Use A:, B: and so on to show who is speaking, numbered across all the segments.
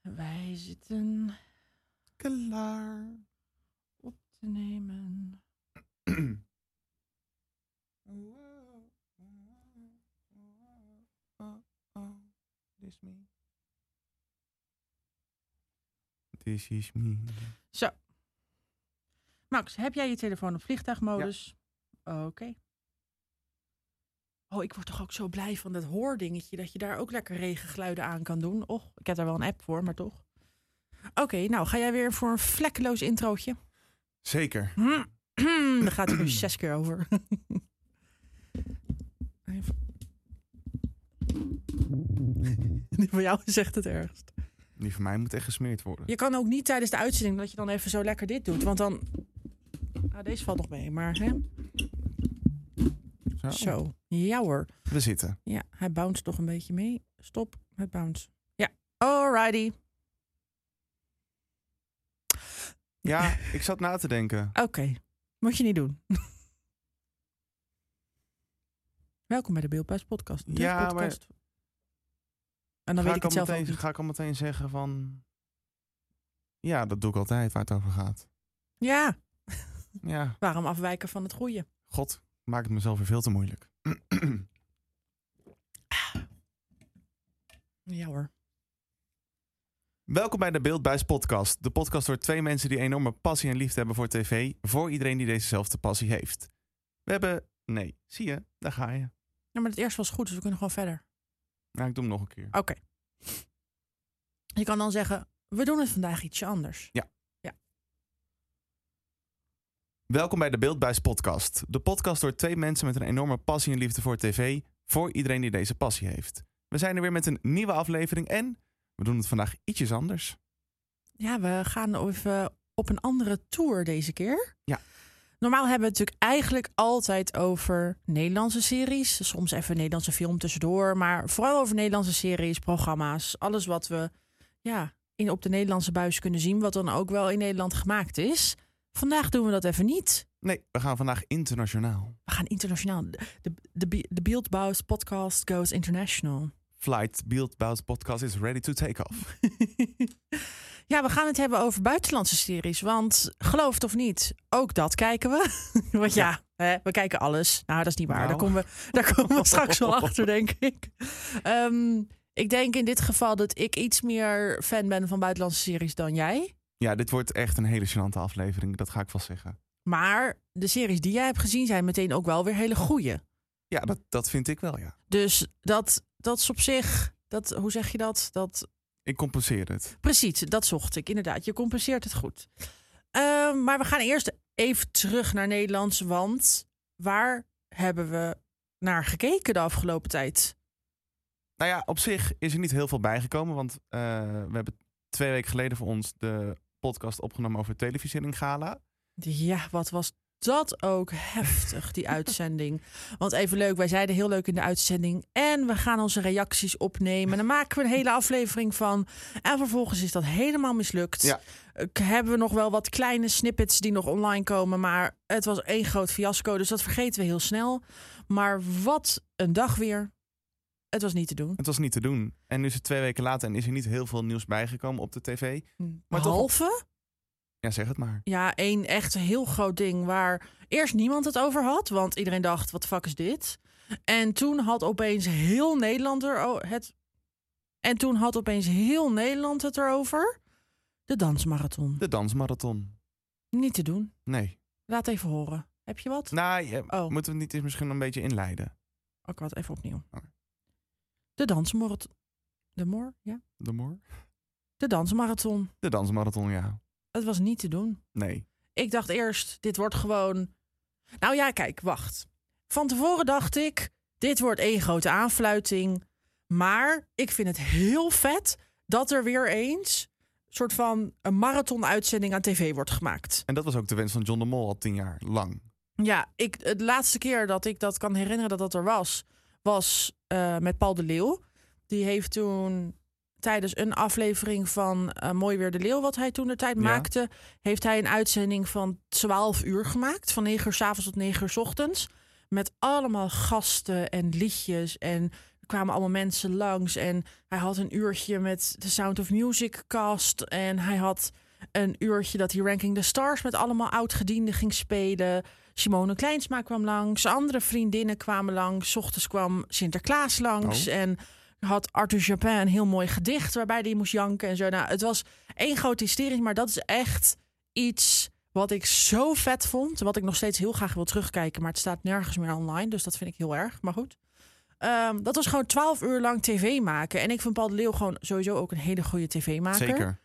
A: Wij zitten
B: Klaar.
A: op te nemen.
B: This is me. This is me.
A: Zo. Max, heb jij je telefoon op vliegtuigmodus? Oké. Oh, ik word toch ook zo blij van dat hoordingetje. Dat je daar ook lekker regengeluiden aan kan doen. Och, ik heb daar wel een app voor, maar toch. Oké, nou ga jij weer voor een vlekkeloos introotje.
B: Zeker.
A: Hmm. Daar gaat het nu zes keer over. Even. Die voor jou is echt het ergst.
B: Die van mij moet echt gesmeerd worden.
A: Je kan ook niet tijdens de uitzending dat je dan even zo lekker dit doet. Want dan. Ah, deze valt nog mee, maar hè?
B: Oh. Zo.
A: zo. Ja hoor.
B: We zitten.
A: Ja, hij bounce toch een beetje mee. Stop met bounce. Ja, alrighty.
B: Ja, ik zat na te denken.
A: Oké, moet je niet doen. Welkom bij de Beeldbuis Podcast. De
B: Ja, maar-
A: podcast. En dan
B: ga,
A: weet ik
B: al
A: het zelf ook
B: meteen,
A: niet.
B: ga ik al meteen zeggen van... Ja, dat doe ik altijd waar het over gaat.
A: Ja,
B: Ja,
A: waarom afwijken van het goede?
B: god, maak het mezelf weer veel te moeilijk.
A: Ja hoor.
B: Welkom bij de Beeldbuis Podcast. De podcast door twee mensen die enorme passie en liefde hebben voor tv. Voor iedereen die dezezelfde passie heeft. We hebben... Nee, zie je, daar ga je.
A: Ja, maar het eerste was goed, dus we kunnen gewoon verder.
B: Nou, ik doe hem nog een keer.
A: Oké. Je kan dan zeggen, we doen het vandaag ietsje anders.
B: Welkom bij de Beeldbuis Podcast. De podcast door twee mensen met een enorme passie en liefde voor tv. Voor iedereen die deze passie heeft. We zijn er weer met een nieuwe aflevering en we doen het vandaag ietsjes anders.
A: Ja, we gaan even op een andere tour deze keer.
B: Ja.
A: Normaal hebben we het natuurlijk eigenlijk altijd over Nederlandse series. Soms even een Nederlandse film tussendoor. Maar vooral over Nederlandse series, programma's. Alles wat we ja, in, op de Nederlandse buis kunnen zien. Wat dan ook wel in Nederland gemaakt is. Vandaag doen we dat even niet.
B: Nee, we gaan vandaag internationaal.
A: We gaan internationaal. De, de, Be- de Beeldbouws podcast goes international.
B: Flight Beeldbuis Podcast is ready to take off.
A: Ja, we gaan het hebben over buitenlandse series. Want geloof het of niet, ook dat kijken we. Want ja, hè, we kijken alles. Nou, dat is niet waar.
B: Nou.
A: Daar, komen we, daar komen we straks wel achter, denk ik. Ehm, ik denk in dit geval dat ik iets meer fan ben van buitenlandse series dan jij.
B: Ja, dit wordt echt een hele gênante aflevering, dat ga ik vast zeggen.
A: Maar de series die jij hebt gezien zijn meteen ook wel weer hele goeie.
B: Ja, dat, dat vind ik wel, ja.
A: Dus dat, dat is op zich, dat, hoe zeg je dat? Dat
B: Ik compenseer het.
A: Precies, dat zocht ik inderdaad. Je compenseert het goed. Ehm, maar we gaan eerst even terug naar Nederlands. Want waar hebben we naar gekeken de afgelopen tijd?
B: Nou ja, op zich is er niet heel veel bijgekomen, want eh, we hebben twee weken geleden voor ons de podcast opgenomen over televisiering gala.
A: Ja, wat was dat ook heftig, die uitzending. Want even leuk, wij zeiden heel leuk in de uitzending. En we gaan onze reacties opnemen. Dan maken we een hele aflevering van. En vervolgens is dat helemaal mislukt.
B: Ja.
A: Eh, Hebben we nog wel wat kleine snippets die nog online komen. Maar het was één groot fiasco. Dus dat vergeten we heel snel. Maar wat een dag weer. Het was niet te doen.
B: Het was niet te doen. En nu is het twee weken later en is er niet heel veel nieuws bijgekomen op de tv. Maar toch-
A: Behalve.
B: Ja, zeg het maar.
A: Ja, één echt heel groot ding waar eerst niemand het over had. Want iedereen dacht, wat fuck is dit? En toen had opeens heel Nederland er o- het... En toen had opeens heel Nederland het erover. De dansmarathon.
B: De dansmarathon.
A: Niet te doen.
B: Nee.
A: Laat even horen. Heb je wat?
B: Nou, je,
A: Oh.
B: moeten we het niet eens misschien een beetje inleiden?
A: Ook wat, even opnieuw.
B: Oké.
A: De dansmarathon. De mor? Ja.
B: De moor?
A: De dansmarathon.
B: De dansmarathon, ja.
A: Het was niet te doen.
B: Nee.
A: Ik dacht eerst, dit wordt gewoon. Nou ja, kijk, wacht. Van tevoren dacht ik, dit wordt één grote aanfluiting. Maar ik vind het heel vet dat er weer eens soort van een marathon-uitzending aan tv wordt gemaakt.
B: En dat was ook de wens van John de Mol al tien jaar lang.
A: Ja, ik, het laatste keer dat ik dat kan herinneren dat dat er was, was eh, met Paul de Leeuw. Die heeft toen tijdens een aflevering van eh, Mooi Weer de Leeuw, wat hij toen de tijd
B: Ja.
A: maakte, heeft hij een uitzending van 12 uur gemaakt. Van 9 uur s avonds tot 9 uur s ochtends. Met allemaal gasten en liedjes en kwamen allemaal mensen langs. En hij had een uurtje met de Sound of Music cast. En hij had een uurtje dat hij Ranking the Stars met allemaal oud-gedienden ging spelen. Simone Kleinsma kwam langs. Andere vriendinnen kwamen langs. 's Ochtends kwam Sinterklaas langs. En had Arthur Japin een heel mooi gedicht waarbij hij moest janken en zo. Nou, het was één groot hysterie, maar dat is echt iets wat ik zo vet vond. Wat ik nog steeds heel graag wil terugkijken, maar het staat nergens meer online. Dus dat vind ik heel erg, maar goed. Ehm, dat was gewoon twaalf uur lang tv maken. En ik vind Paul de Leeuw gewoon sowieso ook een hele goede tv-maker.
B: Zeker.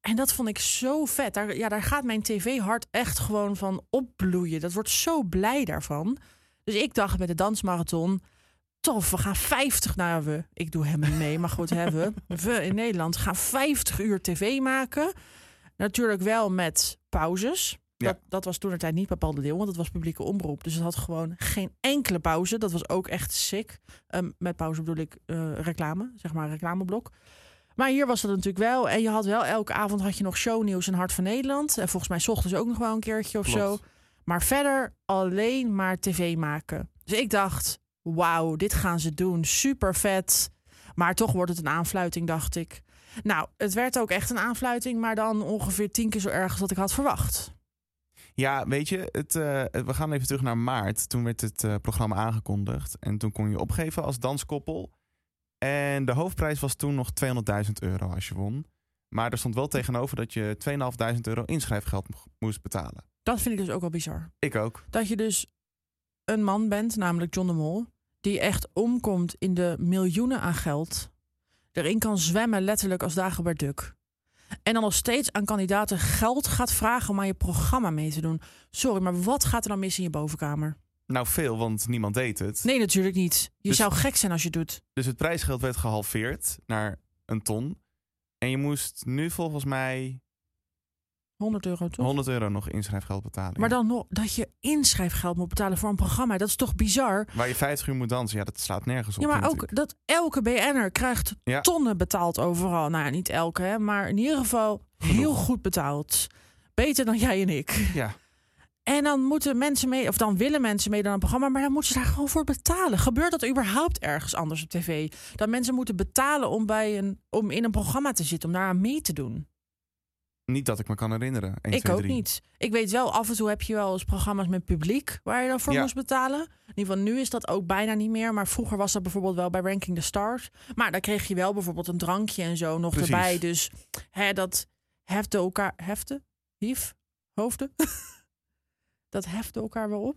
A: En dat vond ik zo vet. Daar, ja, daar gaat mijn tv-hart echt gewoon van opbloeien. Dat wordt zo blij daarvan. Dus ik dacht bij de dansmarathon... Tof, we gaan 50... Nou ja, we, ik doe hem niet mee, maar goed, hè, we. We in Nederland gaan 50 uur tv maken. Natuurlijk wel met pauzes.
B: Ja.
A: Dat, dat was toen de tijd niet bepaalde deel, want het was publieke omroep. Dus het had gewoon geen enkele pauze. Dat was ook echt sick. Ehm, met pauze bedoel ik eh, reclame, zeg maar reclameblok. Maar hier was dat natuurlijk wel. En je had wel elke avond had je nog shownieuws in Hart van Nederland. En volgens mij 's ochtends ook nog wel een keertje of zo.
B: Klopt.
A: Maar verder alleen maar tv maken. Dus ik dacht, wauw, dit gaan ze doen. Super vet. Maar toch wordt het een aanfluiting, dacht ik. Nou, het werd ook echt een aanfluiting, maar dan ongeveer tien keer zo erg als dat ik had verwacht.
B: Ja, weet je, het, eh, we gaan even terug naar maart. Toen werd het eh, programma aangekondigd. En toen kon je opgeven als danskoppel. En de hoofdprijs was toen nog 200.000 euro als je won. Maar er stond wel tegenover dat je 2.500 euro inschrijfgeld mo- moest betalen.
A: Dat vind ik dus ook wel bizar.
B: Ik ook.
A: Dat je dus een man bent, namelijk John de Mol, die echt omkomt in de miljoenen aan geld. Erin kan zwemmen, letterlijk als Dagobert Duk. En dan nog steeds aan kandidaten geld gaat vragen om aan je programma mee te doen. Sorry, maar wat gaat er dan mis in je bovenkamer?
B: Nou, veel, want niemand deed het.
A: Nee, natuurlijk niet. Je
B: Dus-
A: zou gek zijn als je het doet.
B: Dus het prijsgeld werd gehalveerd naar een ton. En je moest nu volgens mij
A: 100 euro toch?
B: 100 euro nog inschrijfgeld betalen.
A: Maar
B: ja.
A: dan nog dat je inschrijfgeld moet betalen voor een programma. Dat is toch bizar?
B: Waar je 50 uur moet dansen, ja, dat slaat nergens op.
A: Ja, maar
B: vind
A: ook
B: ik.
A: dat elke BN'er krijgt
B: Ja.
A: tonnen betaald overal. Nou ja, niet elke, hè, maar in ieder geval heel goed betaald. Beter dan jij en ik.
B: Ja.
A: En dan moeten mensen mee, of dan willen mensen mee naar een programma, maar dan moeten ze daar gewoon voor betalen. Gebeurt dat überhaupt ergens anders op tv? Dat mensen moeten betalen om, bij een, om in een programma te zitten, om daar aan mee te doen.
B: Niet dat ik me kan herinneren. 1,
A: ik ook niet. Ik weet wel, af en toe heb je wel eens programma's met publiek waar je dan voor
B: Ja.
A: moest betalen. In ieder geval, nu is dat ook bijna niet meer. Maar vroeger was dat bijvoorbeeld wel bij Ranking the Stars. Maar daar kreeg je wel bijvoorbeeld een drankje en zo nog
B: Precies.
A: erbij. Dus hè, dat hefte elkaar. Hefte? Hief? Hoofden? dat hefte elkaar wel op.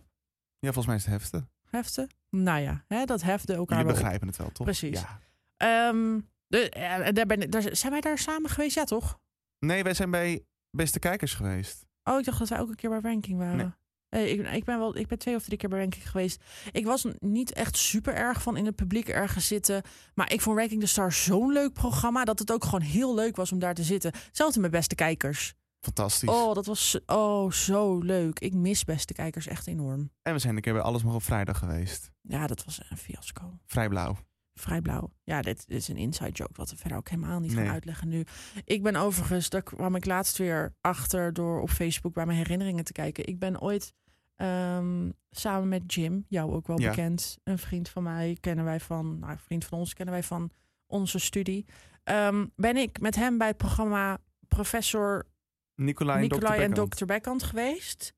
B: Ja, volgens mij is het heftig.
A: Hefte? Nou ja, hè, dat hefte elkaar
B: Jullie
A: wel op.
B: begrijpen het wel, toch?
A: Precies.
B: Ja.
A: Ehm, de- en- en daar ben, ik- daar, zijn wij daar samen geweest? Ja, toch?
B: Nee, wij zijn bij Beste Kijkers geweest.
A: Oh, ik dacht dat wij ook een keer bij ranking waren.
B: Nee.
A: Eh, ik, ik, ben wel, ik ben twee of drie keer bij ranking geweest. Ik was n- niet echt super erg van in het publiek ergens zitten. Maar ik vond Ranking the Stars zo'n leuk programma. Dat het ook gewoon heel leuk was om daar te zitten. Zelfs mijn beste kijkers.
B: Fantastisch.
A: Oh, dat was z- oh, zo leuk. Ik mis beste kijkers echt enorm.
B: En we zijn een keer bij Alles Mag op Vrijdag geweest.
A: Ja, dat was een fiasco.
B: Vrij blauw.
A: Vrij blauw. Ja, dit, dit is een inside joke. Wat we verder ook helemaal niet
B: Nee.
A: gaan uitleggen nu. Ik ben overigens, daar kwam ik laatst weer achter door op Facebook bij mijn herinneringen te kijken. Ik ben ooit ehm, samen met Jim, jou ook wel
B: Ja.
A: bekend, een vriend van mij, kennen wij van, nou, een vriend van ons kennen wij van onze studie. Ehm, ben ik met hem bij het programma Professor
B: Nicolai,
A: Nicolai en
B: en Dr.
A: Dr. Beckhand geweest.
B: Beckhand.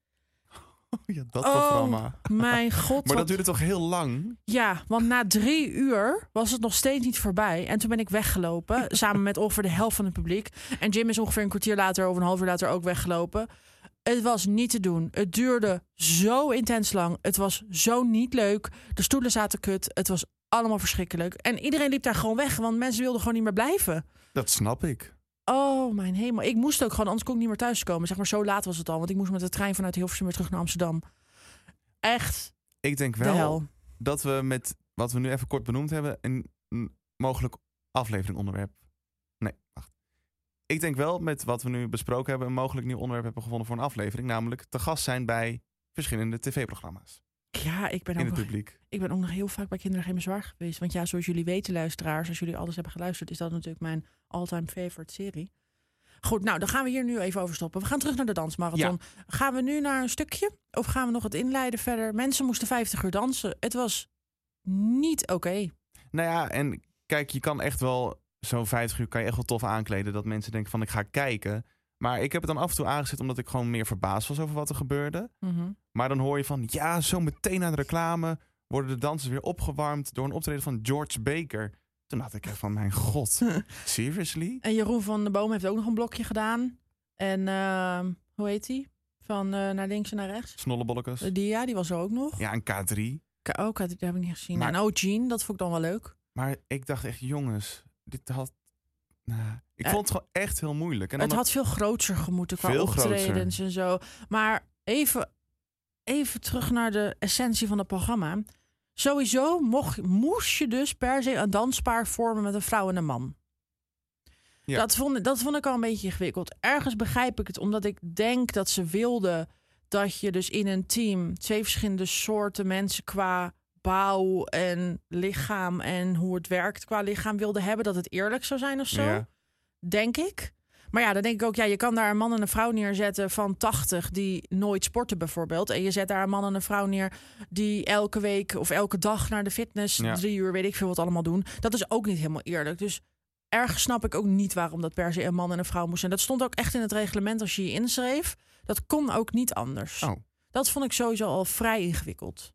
B: Oh, ja, dat
A: Oh,
B: programma.
A: Mijn god,
B: Maar
A: wat
B: dat duurde toch heel lang?
A: Ja, want na drie uur was het nog steeds niet voorbij. En toen ben ik weggelopen, samen met ongeveer de helft van het publiek. En Jim is ongeveer een kwartier later of een half uur later ook weggelopen. Het was niet te doen. Het duurde zo intens lang. Het was zo niet leuk. De stoelen zaten kut. Het was allemaal verschrikkelijk. En iedereen liep daar gewoon weg, want mensen wilden gewoon niet meer blijven.
B: Dat snap ik.
A: Oh, mijn hemel. Ik moest ook gewoon, anders kon ik niet meer thuiskomen. Zeg maar, zo laat was het al. Want ik moest met de trein vanuit Hilversum weer terug naar Amsterdam. Echt
B: Ik denk
A: de
B: wel
A: hel.
B: dat we met wat we nu even kort benoemd hebben... een, een mogelijk aflevering onderwerp... Nee, wacht. Ik denk wel met wat we nu besproken hebben... een mogelijk nieuw onderwerp hebben gevonden voor een aflevering. Namelijk te gast zijn bij verschillende tv-programma's.
A: Ja, ik ben
B: In
A: ook
B: het publiek.
A: Ik ben ook nog heel vaak bij Kinderen Geen Bezwaar geweest. Want ja, zoals jullie weten, luisteraars, als jullie alles hebben geluisterd, is dat natuurlijk mijn all-time favorite serie. Goed, nou, dan gaan we hier nu even over stoppen. We gaan terug naar de dansmarathon. Gaan we nu naar een stukje? Of gaan we nog het inleiden verder? Mensen moesten 50 uur dansen. Het was niet oké.
B: Nou ja, en kijk, je kan echt wel zo'n 50 uur kan je echt wel tof aankleden. Dat mensen denken van ik ga kijken. Maar ik heb het dan af en toe aangezet omdat ik gewoon meer verbaasd was over wat er gebeurde.
A: Mhm.
B: Maar dan hoor je van ja, zo meteen aan de reclame worden de dansers weer opgewarmd door een optreden van George Baker. Toen dacht ik echt van mijn god, seriously?
A: En Jeroen van de Boom heeft ook nog een blokje gedaan. En ehm, hoe heet die? Van eh, naar links en naar rechts.
B: Snollebollekes.
A: Die, ja, die was er ook nog.
B: Ja, een K3.
A: Ka- Ook, dat heb ik niet gezien.
B: Maar-
A: En oh, Jean, dat vond ik dan wel leuk.
B: Maar ik dacht echt, jongens, dit had. Nou, ik
A: Eh,
B: vond het gewoon echt heel moeilijk. En dan
A: het had veel groter gemoeten qua
B: Veel groter.
A: optredens en zo. Maar even, even terug naar de essentie van het programma. Sowieso mocht, moest je dus per se een danspaar vormen met een vrouw en een man.
B: Ja.
A: Dat, vond, dat vond ik al een beetje ingewikkeld. Ergens begrijp ik het, omdat ik denk dat ze wilden dat je dus in een team twee verschillende soorten mensen qua bouw en lichaam en hoe het werkt qua lichaam wilde hebben, dat het eerlijk zou zijn of zo
B: Ja.
A: denk ik. Maar ja, dan denk ik ook, ja, je kan daar een man en een vrouw neerzetten van 80 die nooit sporten bijvoorbeeld. En je zet daar een man en een vrouw neer die elke week of elke dag naar de fitness
B: Ja.
A: drie uur, weet ik veel wat allemaal doen. Dat is ook niet helemaal eerlijk. Dus erg snap ik ook niet waarom dat per se een man en een vrouw moest zijn. Dat stond ook echt in het reglement als je je inschreef. Dat kon ook niet anders.
B: Oh.
A: Dat vond ik sowieso al vrij ingewikkeld.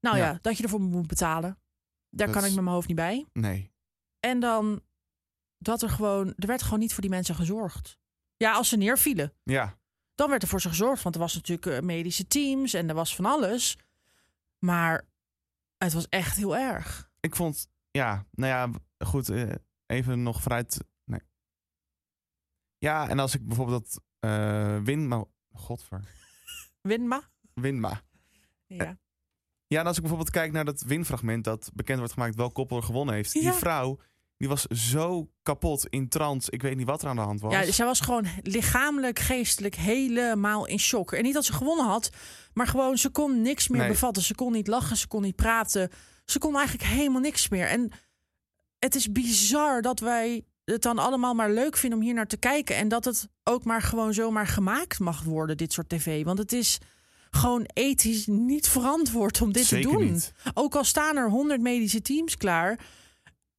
A: Nou ja,
B: Ja.
A: dat je ervoor moet betalen. Daar
B: Dat
A: kan
B: is-
A: ik met mijn hoofd niet bij.
B: Nee.
A: En dan dat er gewoon, er werd gewoon niet voor die mensen gezorgd. Ja, als ze neervielen,
B: Ja.
A: dan werd er voor ze gezorgd. Want er was natuurlijk eh, medische teams en er was van alles. Maar het was echt heel erg.
B: Ik vond. Ja, nou ja, w- goed. eh, even nog vooruit. Nee. Ja, en als ik bijvoorbeeld dat. eh Winma. Godver.
A: Winma?
B: Winma.
A: Ja.
B: Ja, en als ik bijvoorbeeld kijk naar dat winfragment dat bekend wordt gemaakt welk koppel er gewonnen heeft. Die
A: Ja.
B: vrouw, die was zo kapot in trance. Ik weet niet wat er aan de hand was.
A: ja, dus zij was gewoon lichamelijk, geestelijk helemaal in shock. En niet dat ze gewonnen had, maar gewoon ze kon niks meer
B: Nee.
A: bevatten. Ze kon niet lachen, ze kon niet praten. Ze kon eigenlijk helemaal niks meer. En het is bizar dat wij het dan allemaal maar leuk vinden om hier naar te kijken. En dat het ook maar gewoon zomaar gemaakt mag worden, dit soort tv. Want het is gewoon ethisch niet verantwoord om dit
B: Zeker
A: te doen.
B: niet.
A: Ook al staan er 100 medische teams klaar.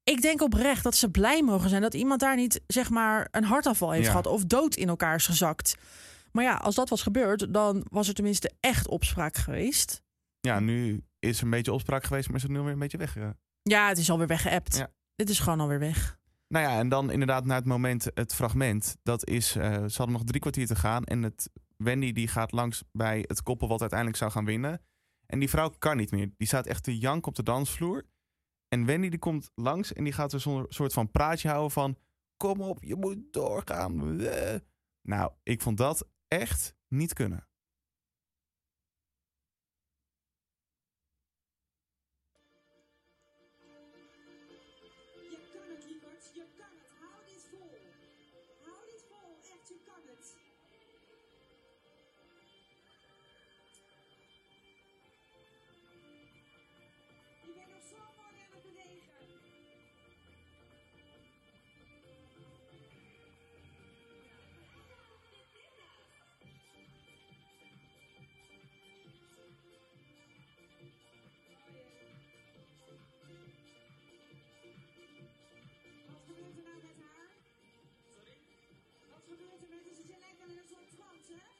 A: Ik denk oprecht dat ze blij mogen zijn dat iemand daar niet zeg maar een hartafval heeft
B: Ja.
A: gehad of dood in elkaar is gezakt. Maar ja, als dat was gebeurd, dan was er tenminste echt opspraak geweest.
B: Ja, nu is er een beetje opspraak geweest, maar is het nu weer een beetje weg. eh,
A: Ja, het is alweer weggeëpt.
B: Ja.
A: Dit is gewoon alweer weg.
B: Nou ja, en dan inderdaad naar het moment, het fragment. Dat is, eh, ze hadden nog drie kwartier te gaan. En het, Wendy die gaat langs bij het koppel wat uiteindelijk zou gaan winnen. En die vrouw kan niet meer. Die staat echt te janken op de dansvloer. En Wendy die komt langs en die gaat er zo'n soort van praatje houden van... Kom op, je moet doorgaan. Eh. Nou, ik vond dat echt niet kunnen.
C: Je kan het, lieverd. Je kan het. Hou dit vol. Hou dit vol. Echt, je kan het. Je bent nog zo mooi aan het bewegen. Wat gebeurt er nou met haar? Sorry? Wat gebeurt er met haar? Ze zit lekker in een soort trance, hè?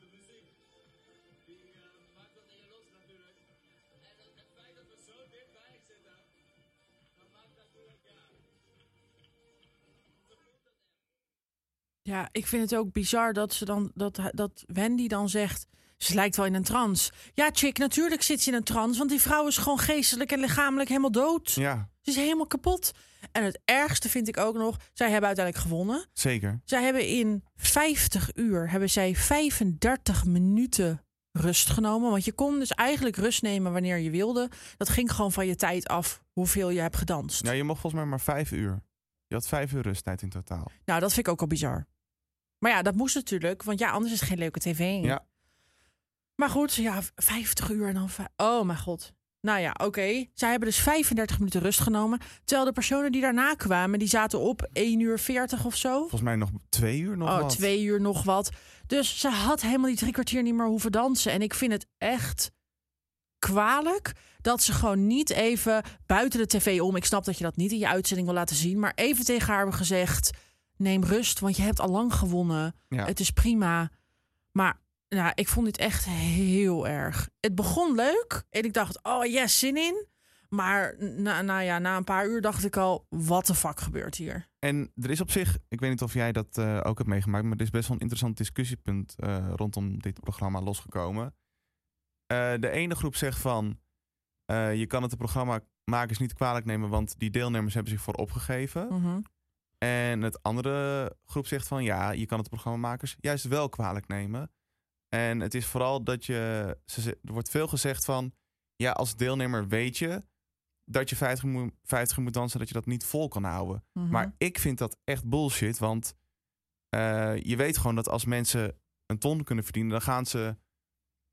D: De muziek. Die eh, maakt wat in je los natuurlijk. En het, het feit dat we zo dichtbij zitten, dat maakt natuurlijk, ja. Ze voelt het echt.
A: Ja, ik vind het ook bizar dat ze dan dat, dat Wendy dan zegt. Ze lijkt wel in een trance. Ja, chick, natuurlijk zit ze in een trance. Want die vrouw is gewoon geestelijk en lichamelijk helemaal dood.
B: Ja,
A: Ze is helemaal kapot. En het ergste vind ik ook nog, zij hebben uiteindelijk gewonnen.
B: zeker.
A: Zij hebben in 50 uur hebben zij 35 minuten rust genomen. Want je kon dus eigenlijk rust nemen wanneer je wilde. Dat ging gewoon van je tijd af hoeveel je hebt gedanst.
B: Ja, je mocht volgens mij maar vijf uur. Je had vijf uur rusttijd in totaal.
A: Nou, dat vind ik ook al bizar. Maar ja, dat moest natuurlijk, want ja, anders is het geen leuke tv.
B: Ja.
A: Maar goed, ja, 50 uur en dan... vij- Oh mijn god. Nou ja, oké. Zij hebben dus 35 minuten rust genomen. Terwijl de personen die daarna kwamen, die zaten op 1 uur 40 of zo.
B: Volgens mij nog twee uur nog
A: oh,
B: wat.
A: twee uur nog wat. Dus ze had helemaal die drie kwartier niet meer hoeven dansen. En ik vind het echt kwalijk dat ze gewoon niet even buiten de tv om. Ik snap dat je dat niet in je uitzending wil laten zien, maar even tegen haar hebben gezegd: neem rust, want je hebt al lang gewonnen.
B: Ja.
A: Het is prima. Maar nou, ik vond dit echt heel erg. Het begon leuk en ik dacht: oh yes, zin in. Maar na, nou ja, na een paar uur dacht ik al: wat de fuck gebeurt hier?
B: En er is op zich, ik weet niet of jij dat eh, ook hebt meegemaakt, maar er is best wel een interessant discussiepunt eh, rondom dit programma losgekomen. Eh, de ene groep zegt van, eh, je kan het de programmamakers niet kwalijk nemen, want die deelnemers hebben zich voor opgegeven.
A: Mhm.
B: En het andere groep zegt van, ja, je kan het de programmamakers juist wel kwalijk nemen. En het is vooral dat je, ze ze- er wordt veel gezegd van, ja, als deelnemer weet je dat je 50 moet, 50 moet dansen, dat je dat niet vol kan houden.
A: Mhm.
B: Maar ik vind dat echt bullshit. Want eh, je weet gewoon dat als mensen een ton kunnen verdienen, dan gaan ze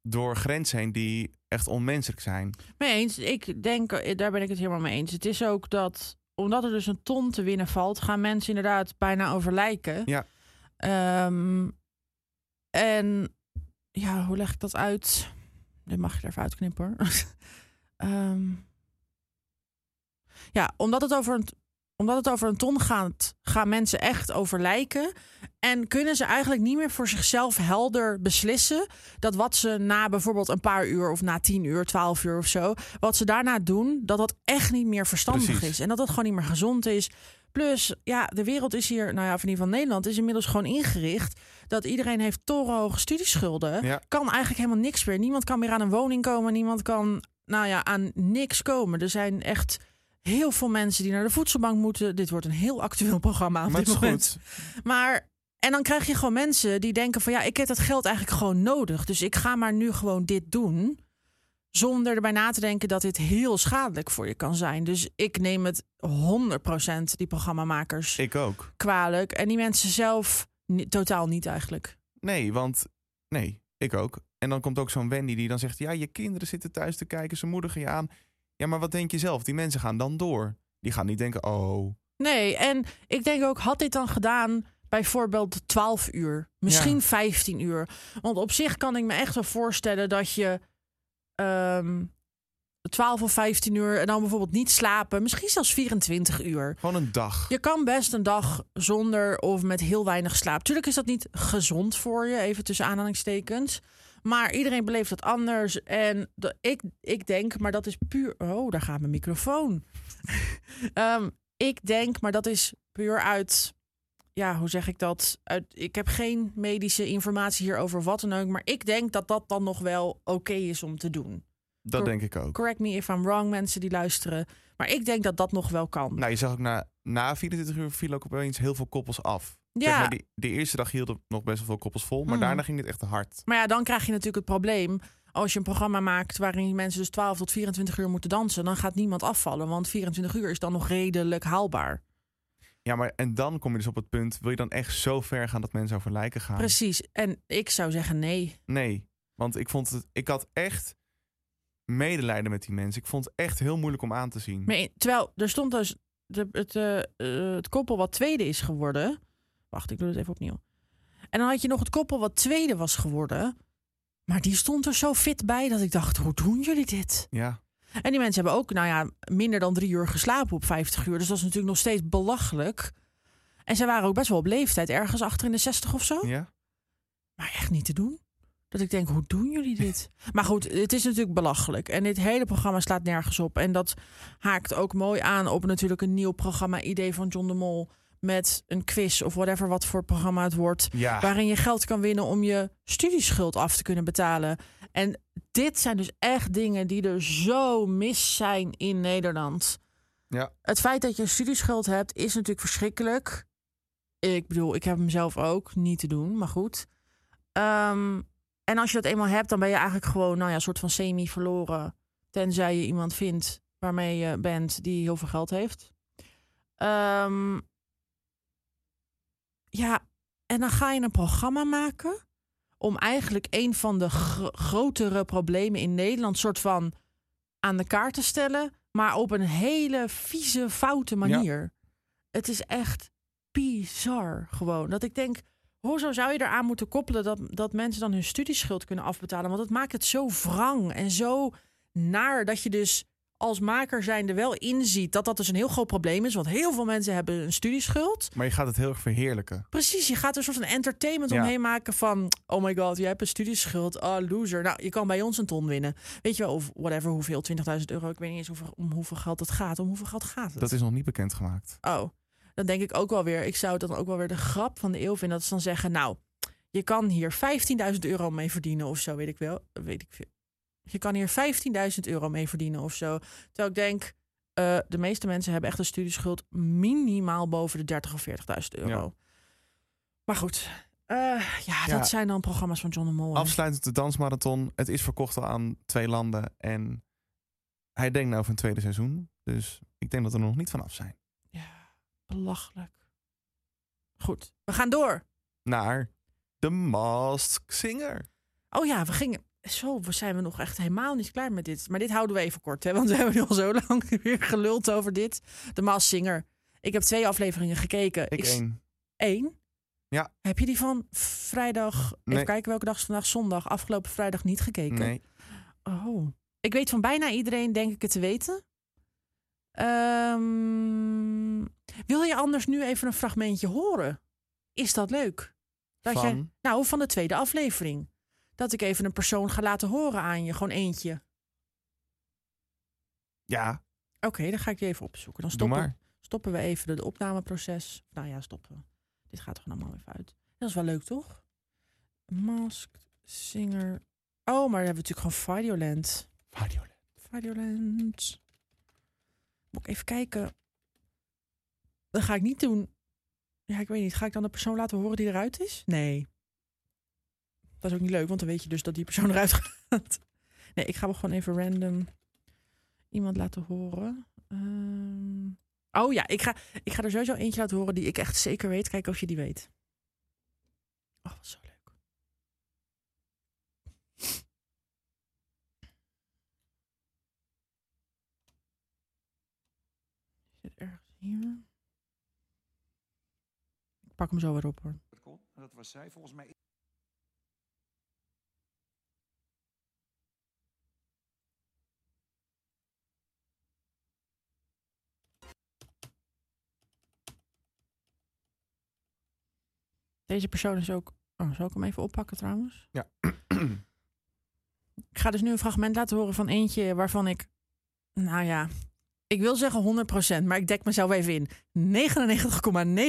B: door grenzen heen die echt onmenselijk zijn.
A: Mee eens. Ik denk, eh, daar ben ik het helemaal mee eens. Het is ook dat, omdat er dus een ton te winnen valt, gaan mensen inderdaad bijna over lijken.
B: Ja.
A: Ehm, en ja, hoe leg ik dat uit? Dit mag je er even uitknippen hoor. Ehm, ja, omdat het over een t- omdat het over een ton gaat, gaan mensen echt over lijken. En kunnen ze eigenlijk niet meer voor zichzelf helder beslissen. dat wat ze na bijvoorbeeld een paar uur of na tien uur, twaalf uur of zo. wat ze daarna doen, dat dat echt niet meer verstandig
B: Precies.
A: is. En dat dat gewoon niet meer gezond is. Plus, ja, de wereld is hier, nou ja, of in ieder geval Nederland, is inmiddels gewoon ingericht. dat iedereen heeft torenhoge studieschulden.
B: Ja.
A: Kan eigenlijk helemaal niks meer. Niemand kan meer aan een woning komen. Niemand kan, nou ja, aan niks komen. Er zijn echt heel veel mensen die naar de voedselbank moeten. Dit wordt een heel actueel programma op
B: maar het
A: dit
B: is
A: moment.
B: goed.
A: Maar en dan krijg je gewoon mensen die denken van ja, ik heb dat geld eigenlijk gewoon nodig. Dus ik ga maar nu gewoon dit doen. Zonder erbij na te denken dat dit heel schadelijk voor je kan zijn. Dus ik neem het 100% die programmamakers
B: Ik ook.
A: kwalijk. En die mensen zelf ni- totaal niet eigenlijk.
B: Nee, want nee, ik ook. En dan komt ook zo'n Wendy die dan zegt: Ja, je kinderen zitten thuis te kijken, ze moedigen je aan. Ja, maar wat denk je zelf? Die mensen gaan dan door. Die gaan niet denken: Oh,
A: Nee, en ik denk ook, had dit dan gedaan bijvoorbeeld 12 uur, misschien
B: Ja.
A: 15 uur. Want op zich kan ik me echt wel voorstellen dat je ehm 12 of 15 uur en dan bijvoorbeeld niet slapen, misschien zelfs 24 uur.
B: gewoon een dag.
A: Je kan best een dag zonder of met heel weinig slaap. Tuurlijk is dat niet gezond voor je, even tussen aanhalingstekens. Maar iedereen beleeft dat anders. En de- ik, ik denk, maar dat is puur. Oh, daar gaat mijn microfoon. Ehm, ik denk, maar dat is puur uit. Ja, hoe zeg ik dat? Uit, ik heb geen medische informatie hierover, wat dan ook. Maar ik denk dat dat dan nog wel oké is om te doen.
B: Dat denk ik ook.
A: Correct me if I'm wrong, mensen die luisteren. Maar ik denk dat dat nog wel kan.
B: Nou, je zag ook na, na 24 uur viel ook opeens heel veel koppels af.
A: ja.
B: Zeg maar, die, die eerste dag hielden nog best wel veel koppels vol, maar
A: Mhm.
B: daarna ging het echt hard.
A: Maar ja, dan krijg je natuurlijk het probleem. Als je een programma maakt waarin mensen dus 12 tot 24 uur moeten dansen, dan gaat niemand afvallen. Want 24 uur is dan nog redelijk haalbaar.
B: Ja, maar en dan kom je dus op het punt, wil je dan echt zo ver gaan dat mensen over lijken gaan?
A: Precies. En ik zou zeggen nee.
B: Nee, want ik vond het, ik had echt medelijden met die mensen. Ik vond het echt heel moeilijk om aan te zien.
A: Maar in- terwijl er stond dus de- het, eh, eh, het koppel wat tweede is geworden. Wacht, ik doe het even opnieuw. En dan had je nog het koppel wat tweede was geworden. Maar die stond er zo fit bij dat ik dacht, hoe doen jullie dit?
B: Ja,
A: En die mensen hebben ook, nou ja, minder dan drie uur geslapen op 50 uur. Dus dat is natuurlijk nog steeds belachelijk. En zij waren ook best wel op leeftijd, ergens achter in de 60 of zo.
B: ja.
A: Maar echt niet te doen. Dat ik denk, hoe doen jullie dit? maar goed, het is natuurlijk belachelijk. En dit hele programma slaat nergens op. En dat haakt ook mooi aan op natuurlijk een nieuw programma-idee van John de Mol. Met een quiz of whatever wat voor programma het wordt
B: Ja,
A: waarin je geld kan winnen om je studieschuld af te kunnen betalen. En dit zijn dus echt dingen die er zo mis zijn in Nederland.
B: Ja.
A: Het feit dat je een studieschuld hebt is natuurlijk verschrikkelijk. Ik bedoel, ik heb hem zelf ook niet te doen, maar goed. Ehm, en als je dat eenmaal hebt, dan ben je eigenlijk gewoon nou ja, een soort van semi verloren. Tenzij je iemand vindt waarmee je bent die heel veel geld heeft. Ehm, ja, en dan ga je een programma maken om eigenlijk een van de gro- grotere problemen in Nederland soort van aan de kaart te stellen, maar op een hele vieze, foute manier. Het is echt bizar gewoon. Dat ik denk, hoezo zou je eraan moeten koppelen dat, dat mensen dan hun studieschuld kunnen afbetalen? Want dat maakt het zo wrang en zo naar dat je dus als maker zijnde wel inziet dat dat dus een heel groot probleem is. Want heel veel mensen hebben een studieschuld.
B: Maar je gaat het heel erg verheerlijken.
A: Precies, je gaat er een soort van entertainment
B: Ja.
A: omheen maken van... oh my god, jij hebt een studieschuld, ah loser. Nou, je kan bij ons een ton winnen. Weet je wel, of whatever, hoeveel, 20.000 euro. Ik weet niet eens hoeveel, om hoeveel geld het gaat. Om hoeveel geld gaat het?
B: Dat is nog niet bekendgemaakt.
A: Oh, dan denk ik ook wel weer... ik zou het dan ook wel weer de grap van de eeuw vinden... dat ze dan zeggen, nou, je kan hier 15.000 euro mee verdienen of zo, weet ik wel. Weet ik veel. Je kan hier 15.000 euro mee verdienen of zo. Terwijl ik denk, eh, de meeste mensen hebben echt een studieschuld... minimaal boven de 30.000 of 40.000 euro.
B: Ja.
A: Maar goed, eh, ja,
B: Ja.
A: dat zijn dan programma's van John de Mol. hè.
B: Afsluitend de dansmarathon. Het is verkocht al aan twee landen. En hij denkt nou over een tweede seizoen. Dus ik denk dat we er nog niet van af zijn.
A: Ja, belachelijk. Goed, we gaan door.
B: Naar The Masked Singer.
A: Oh ja, we gingen. Zo, we zijn we nog echt helemaal niet klaar met dit. Maar dit houden we even kort, hè? Want we hebben nu al zo lang weer geluld over dit. De Maas Singer. Ik heb twee afleveringen gekeken.
B: Ik
A: s-
B: één.
A: één.
B: Ja.
A: Heb je die van vrijdag?
B: Nee.
A: Even kijken welke dag is vandaag. Zondag. Afgelopen vrijdag niet gekeken.
B: Nee.
A: Oh. Ik weet van bijna iedereen, denk ik, het te weten. Ehm, wil je anders nu even een fragmentje horen? Is dat leuk? Dat
B: Van?
A: jij- nou, van de tweede aflevering. Dat ik even een persoon ga laten horen aan je, gewoon eentje. Oké,
B: Ja,
A: dan ga ik die even opzoeken. Dan
B: doe
A: stoppen,
B: maar.
A: stoppen we even het opnameproces. Nou ja, stoppen. we. Dit gaat er gewoon allemaal even uit. Dat is wel leuk, toch? Masked Singer. Oh, maar dan hebben we natuurlijk gewoon Videoland. Radioland. Moet ik even kijken. Dat ga ik niet doen. Ja, ik weet niet. Ga ik dan de persoon laten horen die eruit is? Nee. Dat is ook niet leuk, want dan weet je dus dat die persoon eruit gaat. Nee, ik ga me gewoon even random iemand laten horen. Ehm, Oh ja, ik ga, ik ga er sowieso eentje laten horen die ik echt zeker weet. Kijken of je die weet. Oh, wat zo leuk. Zit ergens hier. Ik pak hem zo weer op hoor.
E: dat kon. En dat was zij volgens mij.
A: Deze persoon is ook. Oh, zal ik hem even oppakken trouwens?
B: Ja.
A: ik ga dus nu een fragment laten horen van eentje waarvan ik. Nou ja, ik wil zeggen 100%, maar ik dek mezelf even in.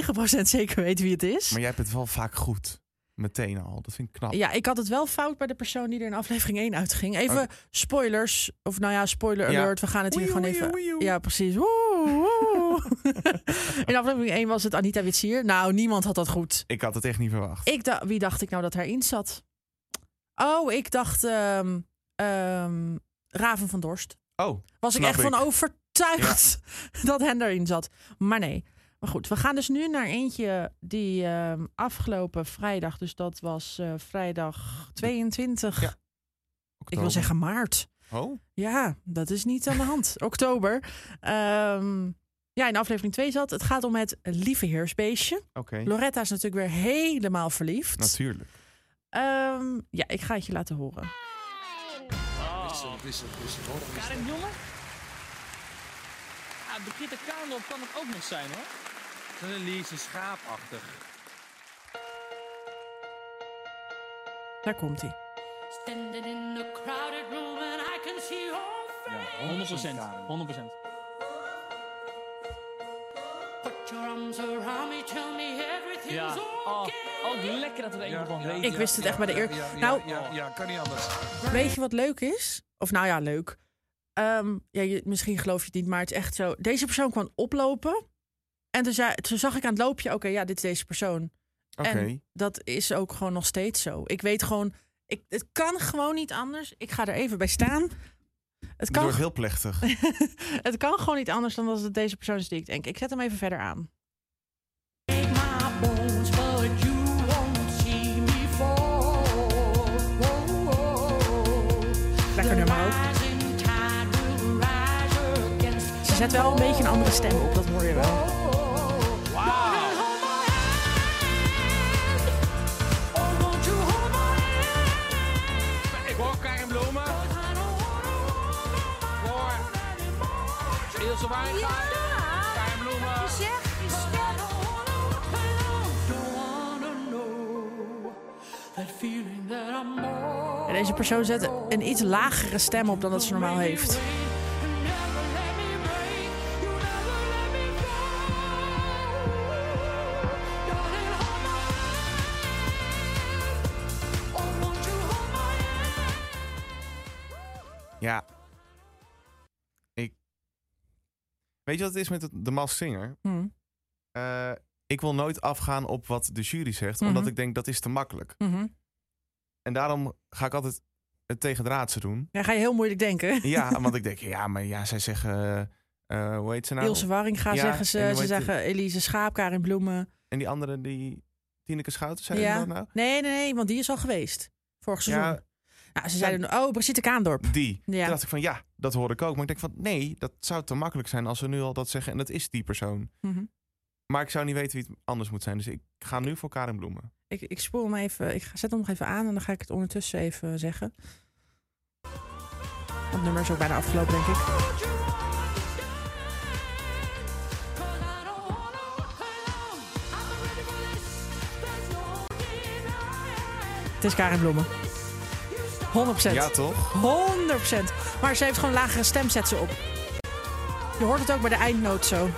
A: 99,9% zeker weet wie het is.
B: Maar jij hebt het wel vaak goed. Meteen al. Dat vind ik knap.
A: Ja, ik had het wel fout bij de persoon die er in aflevering 1 uitging. Even spoilers. Of nou ja, spoiler
B: Ja.
A: alert. We gaan het hier
B: Oei,
A: gewoon
B: oei,
A: even.
B: oei, oei.
A: Ja, precies. Woe, woe. in aflevering 1 was het Anita Witsier. Nou, niemand had dat goed.
B: Ik had het echt niet verwacht.
A: Ik dacht, wie dacht ik nou dat daarin zat? Oh, ik dacht ehm, ehm, Raven van Dorst.
B: Oh,
A: Was ik
B: Snap
A: echt
B: ik.
A: van overtuigd dat hen daarin zat. Maar nee. Maar goed, we gaan dus nu naar eentje die ehm, afgelopen vrijdag, dus dat was eh, vrijdag 22.
B: Ja,
A: ik wil zeggen maart.
B: Oh,
A: Ja, dat is niet aan de hand. Oktober. Ehm, ja, in aflevering 2 zat. Het gaat om het lieve heersbeestje.
B: oké.
A: Loretta is natuurlijk weer helemaal verliefd.
B: Natuurlijk.
A: Ehm, ja, ik ga het je laten horen.
F: Ah,
E: Wissel, wissel, wissel. Hoor, wissel.
G: Karin Jongen? Ah, Brigitte Kaandorp kan het ook nog zijn, hoor.
D: Zijn een Lise schaapachtig.
A: Daar komt hij.
H: Standing in a crowded room and I can see your face.
G: 100 procent. 100 procent.
H: Put your arms around me, tell me everything's
G: Ja. Oh,
H: okay.
G: ook lekker dat we er één van weten.
A: Ik wist het echt bij de eer.
E: Ja, ja,
A: nou,
E: ja, ja, kan niet anders.
A: weet je wat leuk is? Of nou ja, leuk. Ehm, ja, je- misschien geloof je het niet, maar het is echt zo. Deze persoon kwam oplopen. En toen, zei, toen zag ik aan het loopje, oké, ja, dit is deze persoon.
B: Oké.
A: En dat is ook gewoon nog steeds zo. Ik weet gewoon, ik, het kan gewoon niet anders. Ik ga er even bij staan. Het
B: Het
A: kan,
B: wordt heel plechtig.
A: het kan gewoon niet anders dan dat het deze persoon is die ik denk. Ik zet hem even verder aan.
H: Break my bones, but you won't see me fall.
A: Lekker nummer ook.
H: Rising tide will rise against
A: Ze zet wel een beetje een andere stem op, dat hoor je wel.
H: Oh, won't you hold my hand?
D: Ik hoor Karin Bloma.
H: I don't wanna hold my
I: de wijngaard. Kein Bloemen.
A: En deze persoon zet een iets lagere stem op dan dat ze normaal heeft.
B: Ja. Ik. Weet je wat het is met het- de Masked Singer?
A: Hm.
B: Eh, ik wil nooit afgaan op wat de jury zegt,
A: Mhm.
B: omdat ik denk dat is te makkelijk.
A: Mhm.
B: En daarom ga ik altijd het tegendraadse doen.
A: Ja, ga je heel moeilijk denken.
B: Ja, want ik denk, ja, maar ja, zij zeggen, eh, eh, hoe heet ze nou?
A: Ilse Waring gaat
B: ja,
A: zeggen ze.
B: en hoe
A: Ze
B: heet die?
A: zeggen Elise Schaap, Karin Bloemen.
B: En die andere, die Tineke Schouten, zei
A: Ja.
B: ja. dat nou?
A: Nee, nee, nee, want die is al geweest. Vorig seizoen.
B: Ja,
A: Nou, ze zeiden, oh, Brigitte Kaandorp.
B: die.
A: Ja.
B: Toen dacht ik van, ja, dat hoor ik ook. Maar ik denk van, nee, dat zou te makkelijk zijn als we nu al dat zeggen. En dat is die persoon.
A: Mhm.
B: Maar ik zou niet weten wie het anders moet zijn. Dus ik ga nu voor Karin Bloemen.
A: Ik, ik spoel hem even. Ik ga- zet hem nog even aan en dan ga ik het ondertussen even zeggen. Want Het nummer is ook bijna afgelopen, denk ik. Het is Karin Bloemen. 100%.
B: Ja, toch?
A: 100%. Maar ze heeft gewoon een lagere stem, zet ze op. Je hoort het ook bij de eindnoot zo.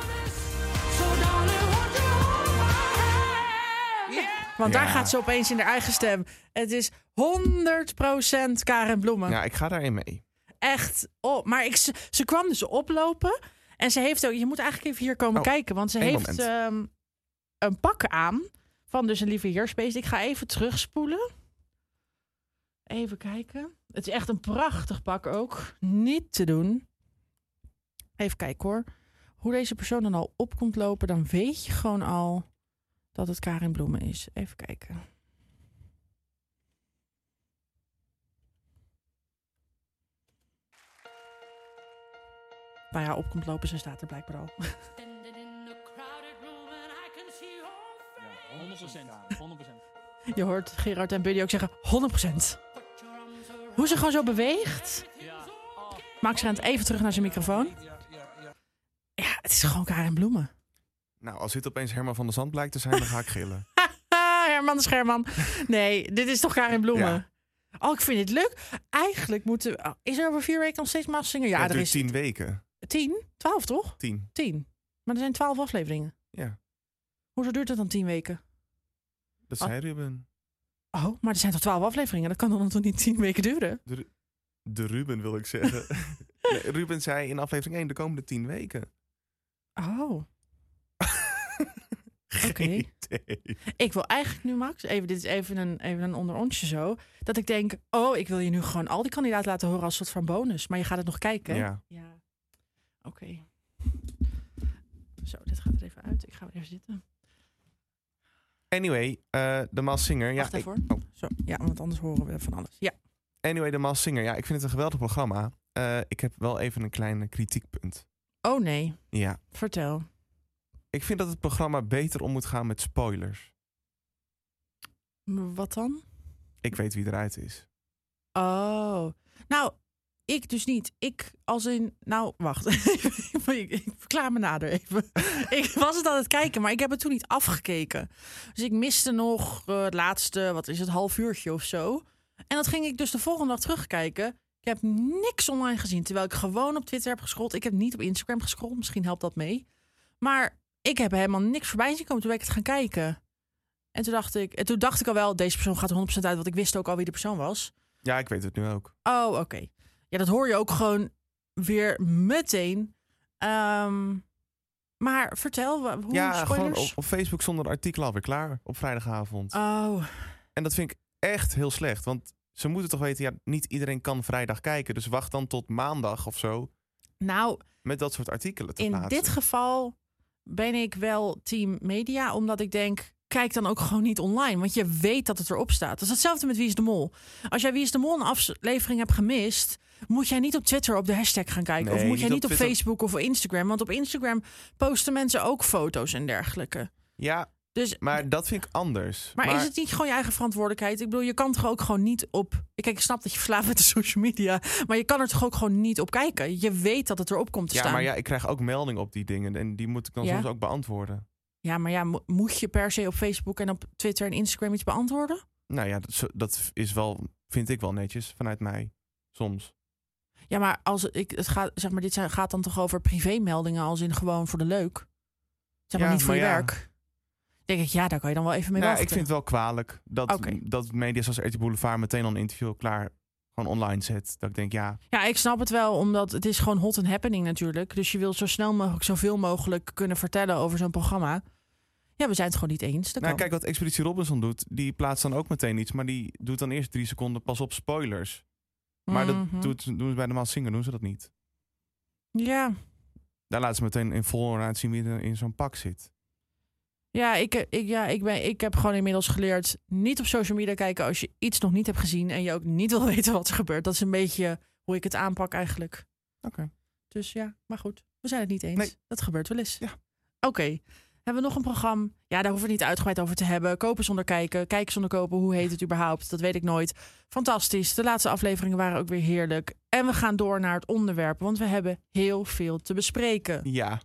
A: Want daar
B: Ja.
A: gaat ze opeens in haar eigen stem. Het is 100% Karen Bloemen.
B: Ja, ik ga daarin mee.
A: Echt. Oh, maar ik, ze, ze kwam dus oplopen. En ze heeft ook. Je moet eigenlijk even hier komen
B: Oh,
A: kijken. Want ze
B: één
A: heeft
B: moment.
A: ehm, een pak aan. Van dus een lieve heersbeest. Ik ga even terugspoelen. Even kijken. Het is echt een prachtig pak ook. Niet te doen. Even kijken hoor. Hoe deze persoon dan al op komt lopen. Dan weet je gewoon al dat het Karin Bloemen is. Even kijken. Nou ja, op komt lopen. Ze staat er blijkbaar al.
G: Ja, 100%. 100%.
A: Je hoort Gerard en Buddy ook zeggen 100%. Hoe ze gewoon zo beweegt.
G: Ja.
A: Max rent even terug naar zijn microfoon. Ja, het is gewoon Karin Bloemen.
B: Nou, als dit opeens Herman van der Zand blijkt te zijn, dan ga ik gillen.
A: Haha, Ah, Herman de Scherman. Nee, dit is toch Karin Bloemen?
B: Ja.
A: Oh, ik vind dit leuk. Eigenlijk moeten we... oh, is er over vier weken nog steeds Massinger? Ja,
B: het
A: er
B: duurt
A: is
B: tien weken.
A: tien. Twaalf, toch?
B: Tien.
A: Tien. Maar er zijn twaalf afleveringen.
B: Ja,
A: Hoezo duurt dat dan tien weken?
B: dat
A: Ah.
B: zei Ruben.
A: Oh, maar er zijn toch twaalf afleveringen? Dat kan dan toch niet tien weken duren?
B: De, Ru- de Ruben wil ik zeggen. Nee, Ruben zei in aflevering 1 de komende tien weken.
A: Oh.
B: Geen
A: Oké.
B: idee.
A: Ik wil eigenlijk nu, Max, even, dit is even een, even een onder onsje zo. Dat ik denk, oh, ik wil je nu gewoon al die kandidaten laten horen als soort van bonus. Maar je gaat het nog kijken. hè?
B: Ja.
A: Ja. Oké. Zo, dit gaat er even uit. Ik ga weer even zitten.
B: Anyway, eh, de Maas Singer. Ja,
A: Wacht
B: ik-
A: even hoor.
B: oh.
A: Zo, ja, want anders horen we van alles. Ja.
B: Anyway, de Maas Singer. Ja, ik vind het een geweldig programma. Eh, ik heb wel even een klein eh, kritiekpunt.
A: Oh nee,
B: Ja.
A: vertel.
B: Ik vind dat het programma beter om moet gaan met spoilers.
A: Maar Wat dan?
B: Ik weet wie eruit is.
A: Oh. Nou, ik dus niet. Ik als in. Nou, wacht. ik, ik verklaar me nader even. ik was het aan het kijken, maar ik heb het toen niet afgekeken. Dus ik miste nog eh, het laatste, wat is het, half uurtje of zo. En dat ging ik dus de volgende dag terugkijken. Ik heb niks online gezien. Terwijl ik gewoon op Twitter heb gescrollt. Ik heb niet op Instagram gescrollt. Misschien helpt dat mee. Maar ik heb helemaal niks voorbij zien komen. Toen ben ik het gaan kijken. En toen dacht ik, en toen dacht ik al wel, deze persoon gaat 100% uit. Want ik wist ook al wie de persoon was.
B: Ja, ik weet het nu ook.
A: Oh, oké. Ja, dat hoor je ook gewoon weer meteen. Ehm, maar vertel, wa- hoe
B: ja, gewoon
A: spoilers?
B: op, op Facebook zonder artikel alweer klaar op vrijdagavond.
A: Oh,
B: En dat vind ik echt heel slecht. Want ze moeten toch weten, ja, niet iedereen kan vrijdag kijken. Dus wacht dan tot maandag of zo
A: nou,
B: met dat soort artikelen te
A: in
B: plaatsen.
A: dit geval ben ik wel team media, omdat ik denk, kijk dan ook gewoon niet online, want je weet dat het erop staat. Dat is hetzelfde met Wie is de Mol. Als jij Wie is de Mol een aflevering hebt gemist, moet jij niet op Twitter op de hashtag gaan kijken. of
B: Nee,
A: moet
B: niet
A: jij
B: op
A: niet op,
B: Twitter.
A: Facebook of Instagram, want op Instagram posten mensen ook foto's en dergelijke.
B: Ja,
A: Dus, maar,
B: Maar dat vind ik anders.
A: is het niet gewoon je eigen verantwoordelijkheid? Ik bedoel, je kan toch ook gewoon niet op. Ik Kijk, ik snap dat je verslaafd bent aan social media. Maar je kan er toch ook gewoon niet op kijken. Je weet dat het erop komt te
B: Ja,
A: staan.
B: maar ja, ik krijg ook meldingen op die dingen en die moet ik dan
A: Ja.
B: soms ook beantwoorden.
A: Ja, maar ja, mo- moet je per se op Facebook en op Twitter en Instagram iets beantwoorden?
B: Nou ja, dat, zo- dat is wel, vind ik wel netjes vanuit mij. Soms.
A: Ja, maar als ik het gaat, zeg maar, dit zijn- gaat dan toch over privémeldingen als in gewoon voor de leuk. Zeg maar
B: Ja,
A: niet voor
B: maar
A: je
B: ja.
A: werk. Denk ik, ja, daar kan je dan wel even mee
B: Nou,
A: wachten.
B: ik vind het wel kwalijk dat,
A: Oké.
B: dat media zoals RT Boulevard meteen al een interview klaar gewoon online zet. Dat ik denk, ja,
A: Ja, ik snap het wel, omdat het is gewoon hot and happening natuurlijk. Dus je wil zo snel mogelijk zoveel mogelijk kunnen vertellen over zo'n programma. Ja, we zijn het gewoon niet eens. Dat
B: nou,
A: kan.
B: kijk wat Expeditie Robinson doet. Die plaatst dan ook meteen iets, maar die doet dan eerst drie seconden pas op spoilers. Maar
A: Mhm.
B: dat doet, doen ze bij de Maas Singer, doen ze dat niet.
A: Ja,
B: Daar laten ze meteen in volle raad zien wie er in zo'n pak zit.
A: ja, ik, eh, ik, ja ik, ben, ik heb gewoon inmiddels geleerd... niet op social media kijken als je iets nog niet hebt gezien... en je ook niet wil weten wat er gebeurt. Dat is een beetje hoe ik het aanpak eigenlijk.
B: Oké.
A: Dus ja, maar goed. We zijn het niet eens.
B: Nee.
A: Dat gebeurt wel eens.
B: Ja.
A: Oké. Hebben we nog een programma? Ja, daar hoeven we het niet uitgebreid over te hebben. Kopen zonder kijken, kijken zonder kopen. Hoe heet het überhaupt? Dat weet ik nooit. Fantastisch. De laatste afleveringen waren ook weer heerlijk. En we gaan door naar het onderwerp, want we hebben heel veel te bespreken.
B: Ja.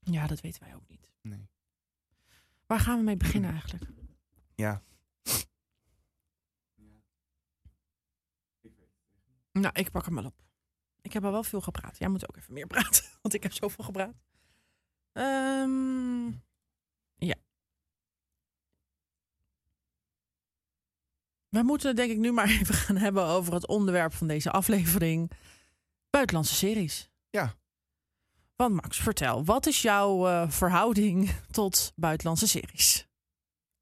A: Ja, dat weten wij ook niet.
B: Nee.
A: Waar gaan we mee beginnen eigenlijk?
B: Ja.
A: Nou, ik pak hem wel op. Ik heb al wel veel gepraat. Jij moet ook even meer praten, want ik heb zoveel gepraat. Ehm, ja. We moeten het denk ik nu maar even gaan hebben over het onderwerp van deze aflevering. Buitenlandse series.
B: Ja.
A: Want Max, vertel, wat is jouw eh, verhouding tot buitenlandse series?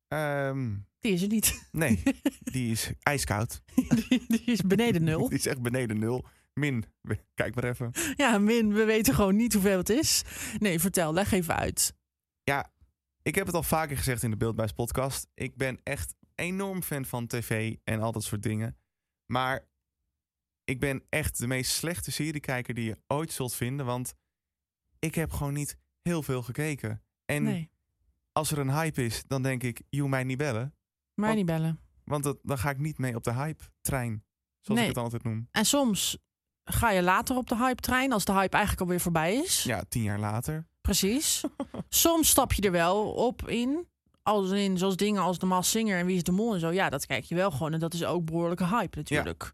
B: Ehm,
A: Die is er niet.
B: nee, die is ijskoud.
A: Die, die is beneden nul.
B: Die is echt beneden nul. Min, kijk maar even.
A: Ja, min, we weten gewoon niet hoeveel het is. Nee, vertel, leg even uit.
B: Ik heb het al vaker gezegd in de Beeldbuis podcast. Ik ben echt enorm fan van tv en al dat soort dingen. Maar ik ben echt de meest slechte seriekijker die je ooit zult vinden. Want ik heb gewoon niet heel veel gekeken. En
A: Nee.
B: als er een hype is, dan denk ik, je hoeft mij niet bellen.
A: Maar
B: Want-
A: niet bellen.
B: Want dat- dan ga ik niet mee op de hype-trein. Zoals
A: Nee.
B: ik het altijd noem.
A: En soms ga je later op de hype-trein als de hype eigenlijk alweer voorbij is.
B: Ja, tien jaar later.
A: Precies. soms stap je er wel op in. Als in, zoals dingen als de Maas Singer en Wie is de Mol en zo. Ja, dat kijk je wel gewoon. En dat is ook behoorlijke hype natuurlijk.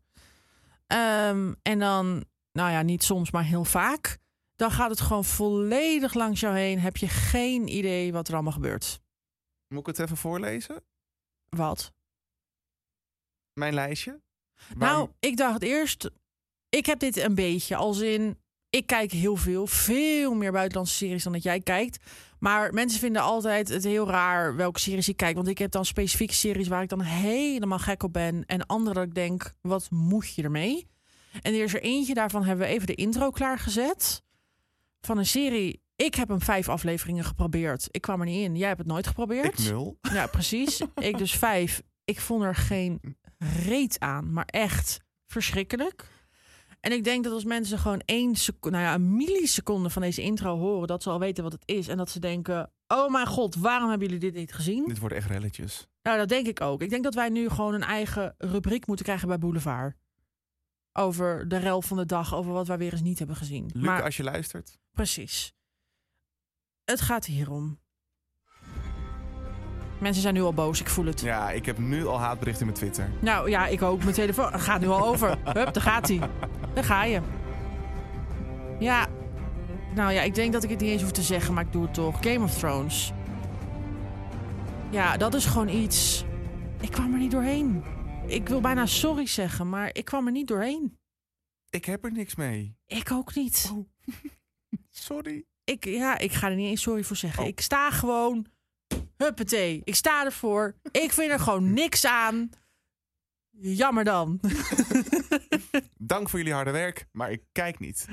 A: Ehm, en dan, nou ja, niet soms, maar heel vaak. Dan gaat het gewoon volledig langs jou heen. Heb je geen idee wat er allemaal gebeurt.
B: Moet ik het even voorlezen?
A: Wat?
B: Mijn lijstje?
A: Nou, ik dacht eerst, ik heb dit een beetje als in. Ik kijk heel veel, veel meer buitenlandse series dan dat jij kijkt. Maar mensen vinden altijd het heel raar welke series ik kijk. Want ik heb dan specifieke series waar ik dan helemaal gek op ben. En andere dat ik denk, wat moet je ermee? En er is er eentje, daarvan hebben we even de intro klaargezet. Van een serie. Ik heb hem vijf afleveringen geprobeerd. Ik kwam er niet in. Jij hebt het nooit geprobeerd.
B: ik nul.
A: Ja, Nou, precies. ik dus vijf. Ik vond er geen reet aan, maar echt verschrikkelijk. En ik denk dat als mensen gewoon één seconde, nou ja, een milliseconde van deze intro horen, dat ze al weten wat het is. En dat ze denken: Oh mijn god, waarom hebben jullie dit niet gezien?
B: Dit worden echt relletjes.
A: Nou, dat denk ik ook. Ik denk dat wij nu gewoon een eigen rubriek moeten krijgen bij Boulevard. Over de rel van de dag, over wat wij weer eens niet hebben gezien.
B: Luc,
A: maar
B: als je luistert.
A: Precies. Het gaat hierom. Mensen zijn nu al boos, ik voel het.
B: Ja, ik heb nu al haatberichten in mijn Twitter.
A: Nou ja, ik ook. Mijn telefoon Het gaat nu al over. Hup, daar gaat hij. Daar ga je. Ja. Nou ja, ik denk dat ik het niet eens hoef te zeggen, maar ik doe het toch. Game of Thrones. Ja, dat is gewoon iets. Ik kwam er niet doorheen. Ik wil bijna sorry zeggen, maar ik kwam er niet doorheen.
B: Ik heb er niks mee.
A: Ik ook niet.
B: Sorry.
A: Ik, ja, ik ga er niet eens sorry voor zeggen.
B: Oh.
A: Ik sta gewoon. Huppatee. Ik sta ervoor. Ik vind er gewoon niks aan. Jammer dan.
B: Dank voor jullie harde werk, maar ik kijk niet.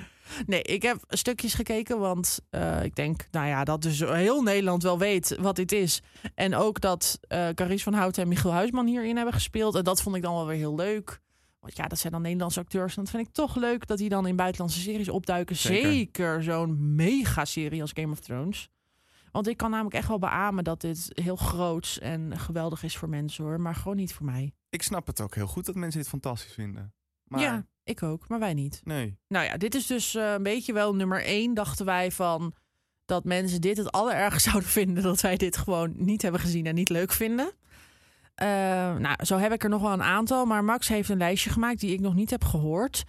A: Nee, ik heb stukjes gekeken, want eh, ik denk, nou ja, dat dus heel Nederland wel weet wat dit is. En ook dat eh Carice van Houten en Michiel Huisman hierin hebben gespeeld. En dat vond ik dan wel weer heel leuk. Want ja, dat zijn dan Nederlandse acteurs. En dat vind ik toch leuk dat die dan in buitenlandse series opduiken.
B: Zeker.
A: Zeker, zo'n mega-serie als Game of Thrones. Want ik kan namelijk echt wel beamen dat dit heel groots en geweldig is voor mensen hoor. Maar gewoon niet voor mij.
B: Ik snap het ook heel goed dat mensen dit fantastisch vinden. Maar
A: Ja, ik ook, maar wij niet.
B: nee.
A: Nou ja, dit is dus eh, een beetje wel nummer één, dachten wij van dat mensen dit het allerergst zouden vinden dat wij dit gewoon niet hebben gezien en niet leuk vinden. Eh, nou, zo heb ik er nog wel een aantal, maar Max heeft een lijstje gemaakt die ik nog niet heb gehoord.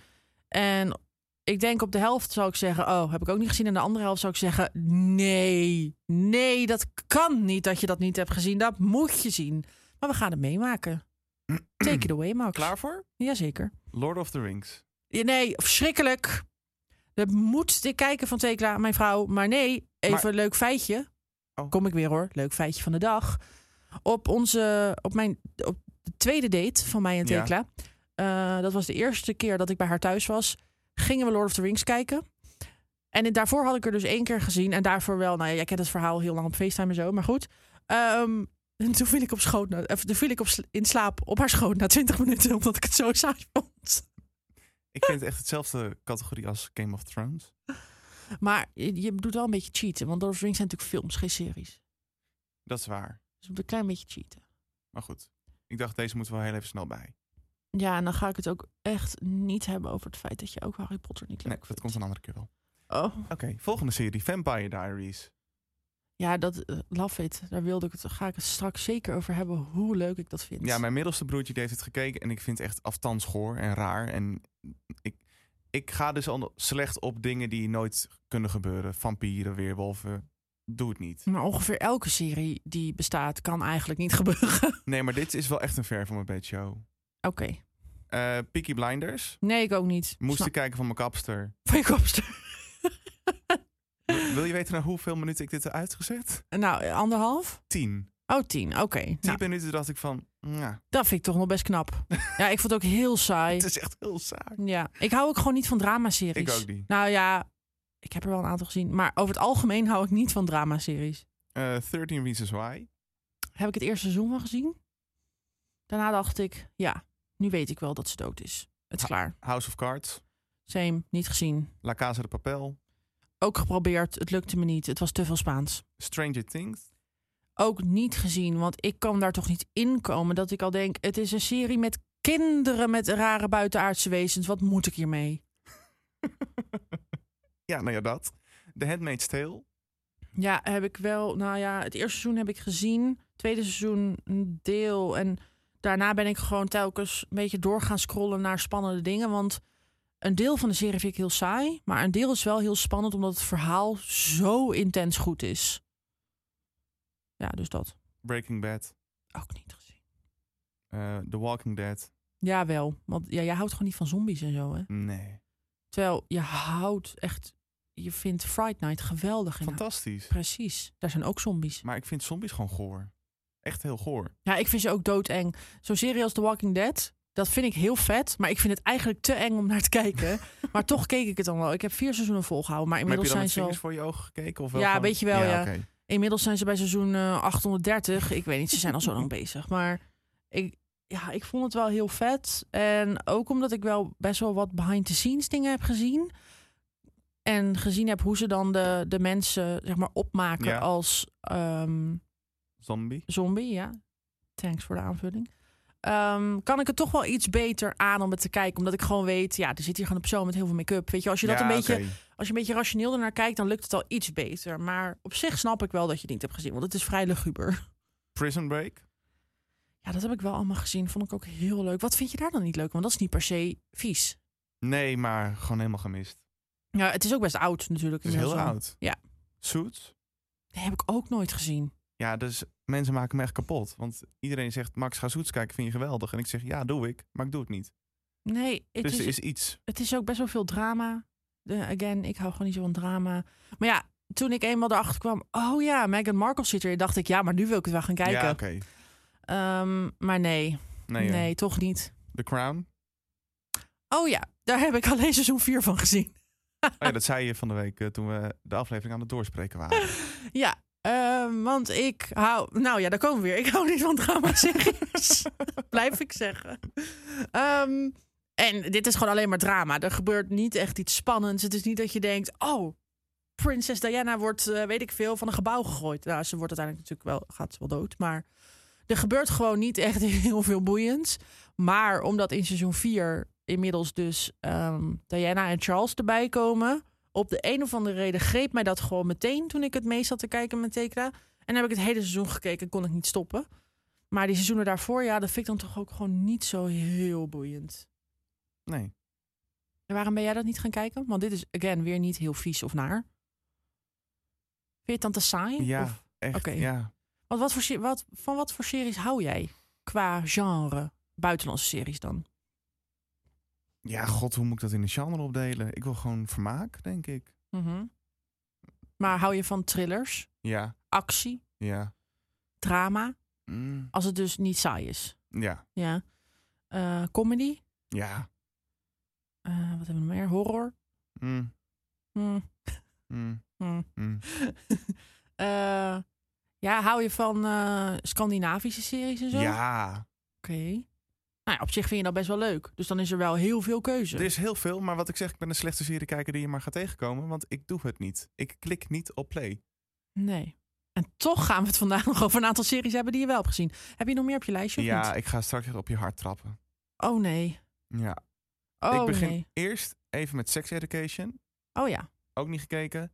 A: En ik denk op de helft zou ik zeggen, oh, heb ik ook niet gezien. En de andere helft zou ik zeggen, nee, nee, dat kan niet dat je dat niet hebt gezien. Dat moet je zien. Maar we gaan het meemaken. Take it away, Max.
B: Klaar voor?
A: Jazeker.
B: Lord of the Rings.
A: Ja, nee, verschrikkelijk. Dat moet de kijken van Tekla, mijn vrouw. Maar nee, even
B: Maar-
A: een leuk feitje.
B: Oh.
A: Kom ik weer hoor, leuk feitje van de dag. Op onze, op mijn, op de tweede date van mij en
B: Ja.
A: Tekla. eh, dat was de eerste keer dat ik bij haar thuis was. Gingen we Lord of the Rings kijken. En daarvoor had ik er dus één keer gezien. En daarvoor wel, nou ja, jij kent het verhaal heel lang op FaceTime en zo. Maar goed. Ehm, en toen viel ik, op schoot na, of, toen viel ik op, sl- in slaap op haar schoot na 20 minuten. Omdat ik het zo saai vond.
B: Ik vind het echt hetzelfde categorie als Game of Thrones.
A: Maar je, je doet wel een beetje cheaten. Want Lord of the Rings zijn natuurlijk films, geen series.
B: Dat is waar.
A: Dus je moet een klein beetje cheaten.
B: Maar goed. Ik dacht, deze moeten we wel heel even snel bij.
A: Ja, en dan ga ik het ook echt niet hebben over het feit dat je ook Harry Potter niet leuk
B: Nee, dat komt
A: vindt.
B: een andere keer wel.
A: Oh,
B: Oké, volgende serie. Vampire Diaries.
A: Ja, dat eh, love it. Daar wilde ik het, ga ik het straks zeker over hebben hoe leuk ik dat vind.
B: Ja, mijn middelste broertje die heeft het gekeken en ik vind het echt aftans goor en raar. En ik, ik ga dus al slecht op dingen die nooit kunnen gebeuren. Vampieren, weerwolven. Doe het niet.
A: Maar ongeveer elke serie die bestaat kan eigenlijk niet gebeuren. Oké.
B: Nee, maar dit is wel echt een ver van mijn bedshow. Eh Peaky Blinders.
A: Nee, ik ook niet.
B: Moest
A: Snap-
B: ik kijken van mijn kapster.
A: Van je kopster.
B: Wil je weten naar hoeveel minuten ik dit heb uitgezet?
A: nou, anderhalf?
B: Tien.
A: Oh, tien. Oké.
B: Tien
A: Nou,
B: minuten dacht ik van, ja,
A: dat vind ik toch nog best knap. ja, ik vond het ook heel saai.
B: het is echt heel saai.
A: Ja, ik hou ook gewoon niet van dramaseries.
B: Ik ook niet.
A: Nou ja, ik heb er wel een aantal gezien. Maar over het algemeen hou ik niet van dramaseries.
B: Eh 13 Reasons Why.
A: Heb ik het eerste seizoen van gezien? Daarna dacht ik, ja, nu weet ik wel dat ze dood is. Het is
B: Ha.
A: klaar.
B: House of Cards.
A: Same, niet gezien.
B: La Casa de Papel.
A: Ook geprobeerd, het lukte me niet. Het was te veel Spaans.
B: Stranger Things.
A: Ook niet gezien, want ik kan daar toch niet inkomen dat ik al denk... het is een serie met kinderen met rare buitenaardse wezens. Wat moet ik hiermee?
B: Ja, nou ja, dat. The Handmaid's Tale.
A: Ja, heb ik wel. Nou ja, het eerste seizoen heb ik gezien. Tweede seizoen een deel. En daarna ben ik gewoon telkens een beetje door gaan scrollen naar spannende dingen. Want een deel van de serie vind ik heel saai. Maar een deel is wel heel spannend omdat het verhaal zo intens goed is. Ja, dus dat.
B: Breaking Bad.
A: Ook niet gezien.
B: eh, The Walking Dead.
A: Jawel, want ja, jij houdt gewoon niet van zombies en zo, hè?
B: Nee.
A: Terwijl je houdt echt... Je vindt Fright Night geweldig. En
B: Fantastisch.
A: precies, daar zijn ook zombies.
B: Maar ik vind zombies gewoon goor. Echt heel goor.
A: Ja, ik vind ze ook doodeng. Zo'n serie als The Walking Dead, dat vind ik heel vet. Maar ik vind het eigenlijk te eng om naar te kijken. maar toch keek ik het dan wel. Ik heb vier seizoenen volgehouden. Maar
B: Maar heb
A: inmiddels,
B: je dan met
A: zijn,
B: vingers
A: ze
B: voor je ogen gekeken? Of
A: Ja,
B: gewoon-
A: weet je wel, ja.
B: oké.
A: al, inmiddels zijn ze bij seizoen eh, 830. Ik weet niet, ze zijn al zo lang bezig. Maar ik, ja, ik vond het wel heel vet. En ook omdat ik wel best wel wat behind-the-scenes dingen heb gezien. En gezien heb hoe ze dan de, de mensen zeg maar, opmaken
B: Ja.
A: als... ehm,
B: Zombie.
A: zombie, ja. Thanks voor de aanvulling. Ehm, kan ik het toch wel iets beter aan om het te kijken? Omdat ik gewoon weet, ja, er zit hier gewoon een persoon met heel veel make-up. Weet je, als je dat
B: Ja,
A: een beetje,
B: oké.
A: als je een beetje rationeel ernaar kijkt, dan lukt het al iets beter. Maar op zich snap ik wel dat je het niet hebt gezien, want het is vrij luguber.
B: Prison Break.
A: Ja, dat heb ik wel allemaal gezien. Vond ik ook heel leuk. Wat vind je daar dan niet leuk? Want dat is niet per se vies.
B: Nee, maar gewoon helemaal gemist.
A: Ja, het is ook best oud natuurlijk.
B: Het is heel
A: inmiddels al.
B: oud.
A: Ja.
B: Suits.
A: Die heb ik ook nooit gezien.
B: Ja, dus mensen maken me echt kapot. Want iedereen zegt, Max, ga zoets kijken, vind je geweldig. En ik zeg, ja, doe ik, maar ik doe het niet.
A: Nee, het
B: dus
A: is,
B: er is iets.
A: het is ook best wel veel drama. De, again, ik hou gewoon niet zo van drama. Maar ja, toen ik eenmaal erachter kwam... oh ja, Meghan Markle zit erin, dacht ik... ja, maar nu wil ik het wel gaan kijken.
B: Ja, oké.
A: Ehm, maar nee,
B: Nee,
A: nee,
B: ja.
A: toch niet.
B: The Crown.
A: Oh ja, daar heb ik alleen seizoen 4 van gezien.
B: Oh ja, dat zei je van de week eh, toen we de aflevering aan het doorspreken waren.
A: Ja, ehm, want ik hou... Nou ja, daar komen we weer. Ik hou niet van drama-series. Blijf ik zeggen. Ehm, en dit is gewoon alleen maar drama. Er gebeurt niet echt iets spannends. Het is niet dat je denkt... oh, prinses Diana wordt, eh, weet ik veel, van een gebouw gegooid. Nou, ze wordt uiteindelijk natuurlijk wel, gaat ze wel dood. Maar er gebeurt gewoon niet echt heel veel boeiends. Maar omdat in seizoen 4 inmiddels dus ehm, Diana en Charles erbij komen... op de een of andere reden greep mij dat gewoon meteen... toen ik het mee zat te kijken met Tekra. En heb ik het hele seizoen gekeken, kon ik niet stoppen. Maar die seizoenen daarvoor, ja, dat vind ik dan toch ook gewoon niet zo heel boeiend.
B: Nee.
A: En waarom ben jij dat niet gaan kijken? Want dit is, again, weer niet heel vies of naar. Vind je het dan te saai?
B: Ja,
A: Of-
B: echt.
A: oké.
B: Ja.
A: want wat voor, se- wat, van wat voor series hou jij? Qua genre. Buitenlandse series dan.
B: ja, god, hoe moet ik dat in een genre opdelen? Ik wil gewoon vermaak, denk ik.
A: Mhm. Maar hou je van thrillers,
B: Ja,
A: actie,
B: ja.
A: drama?
B: Mm,
A: Als het dus niet saai is.
B: Ja,
A: Ja. Eh, comedy?
B: ja.
A: Eh, wat hebben we nog meer? Horror?
B: Mm,
A: Hm.
B: mm,
A: Hm.
B: mm.
A: Eh, ja, hou je van eh, Scandinavische series en zo?
B: Ja,
A: Oké. Nou ja, op zich vind je dat best wel leuk. Dus dan is er wel heel veel keuze.
B: er is heel veel, maar wat ik zeg, ik ben een slechte seriekijker die je maar gaat tegenkomen, want ik doe het niet. Ik klik niet op play.
A: Nee. En toch gaan we het vandaag nog over een aantal series hebben die je wel hebt gezien. Heb je nog meer op je lijstje of
B: Ja,
A: niet?
B: ik ga straks echt op je hart trappen.
A: Oh nee.
B: Ja,
A: Oh
B: ik begin
A: nee.
B: eerst even met Sex Education.
A: Oh ja.
B: Ook niet gekeken.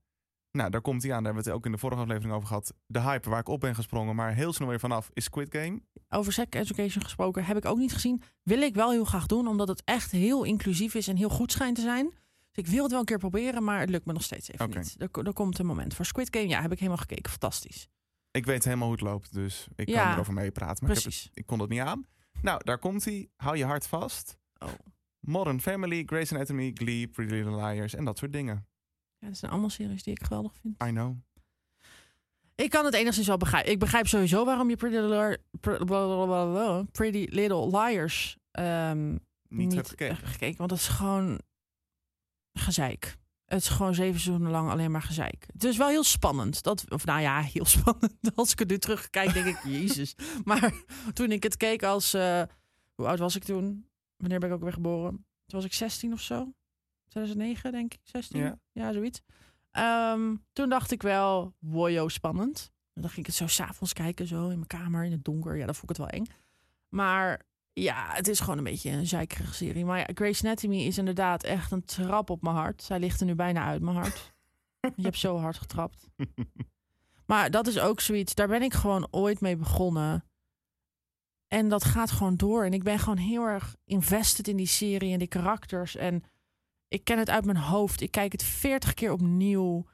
B: Nou, daar komt hij aan. Daar hebben we het ook in de vorige aflevering over gehad. De hype waar ik op ben gesprongen, maar heel snel weer vanaf, is Squid Game.
A: Over sex education gesproken heb ik ook niet gezien. Wil ik wel heel graag doen, omdat het echt heel inclusief is en heel goed schijnt te zijn. Dus ik wil het wel een keer proberen, maar het lukt me nog steeds even
B: Oké.
A: niet. Er, ko- er komt een moment voor Squid Game. Ja, heb ik helemaal gekeken. Fantastisch.
B: Ik weet helemaal hoe het loopt, dus ik kan
A: Ja,
B: erover meepraten. Maar ik, heb
A: Precies.
B: het- ik kon dat niet aan. Nou, daar komt hij. Hou je hart vast.
A: Oh.
B: Modern Family, Grey's Anatomy, Glee, Pretty Little Liars en dat soort dingen.
A: Ja, dat zijn allemaal series die ik geweldig vind.
B: I know.
A: Ik kan het enigszins wel begrijpen. Ik begrijp sowieso waarom je Pretty Little, Pr- blablabla- Pretty Little Liars ehm,
B: Niet, heb gekeken.
A: heb gekeken. Want dat is gewoon gezeik. Het is gewoon zeven seizoenen lang alleen maar gezeik. Het is wel heel spannend. Dat, of nou ja, heel spannend. Als ik het nu terugkijk, denk ik, jezus. Maar toen ik het keek als... eh, hoe oud was ik toen? Wanneer ben ik ook weer geboren? Toen was ik 16 of zo. 2009, denk ik. 16?
B: Ja.
A: Ja, zoiets. Ehm, toen dacht ik wel, wojo, spannend. En Dan ging ik het zo s'avonds kijken, zo in mijn kamer, in het donker. Ja, dat vond ik het wel eng. Maar ja, het is gewoon een beetje een zeikerige serie. Maar ja, Grey's Anatomy is inderdaad echt een trap op mijn hart. Zij ligt er nu bijna uit mijn hart. Je hebt zo hard getrapt. Maar dat is ook zoiets, daar ben ik gewoon ooit mee begonnen. En dat gaat gewoon door. En ik ben gewoon heel erg invested in die serie en die karakters. En ik ken het uit mijn hoofd. Ik kijk het veertig keer opnieuw.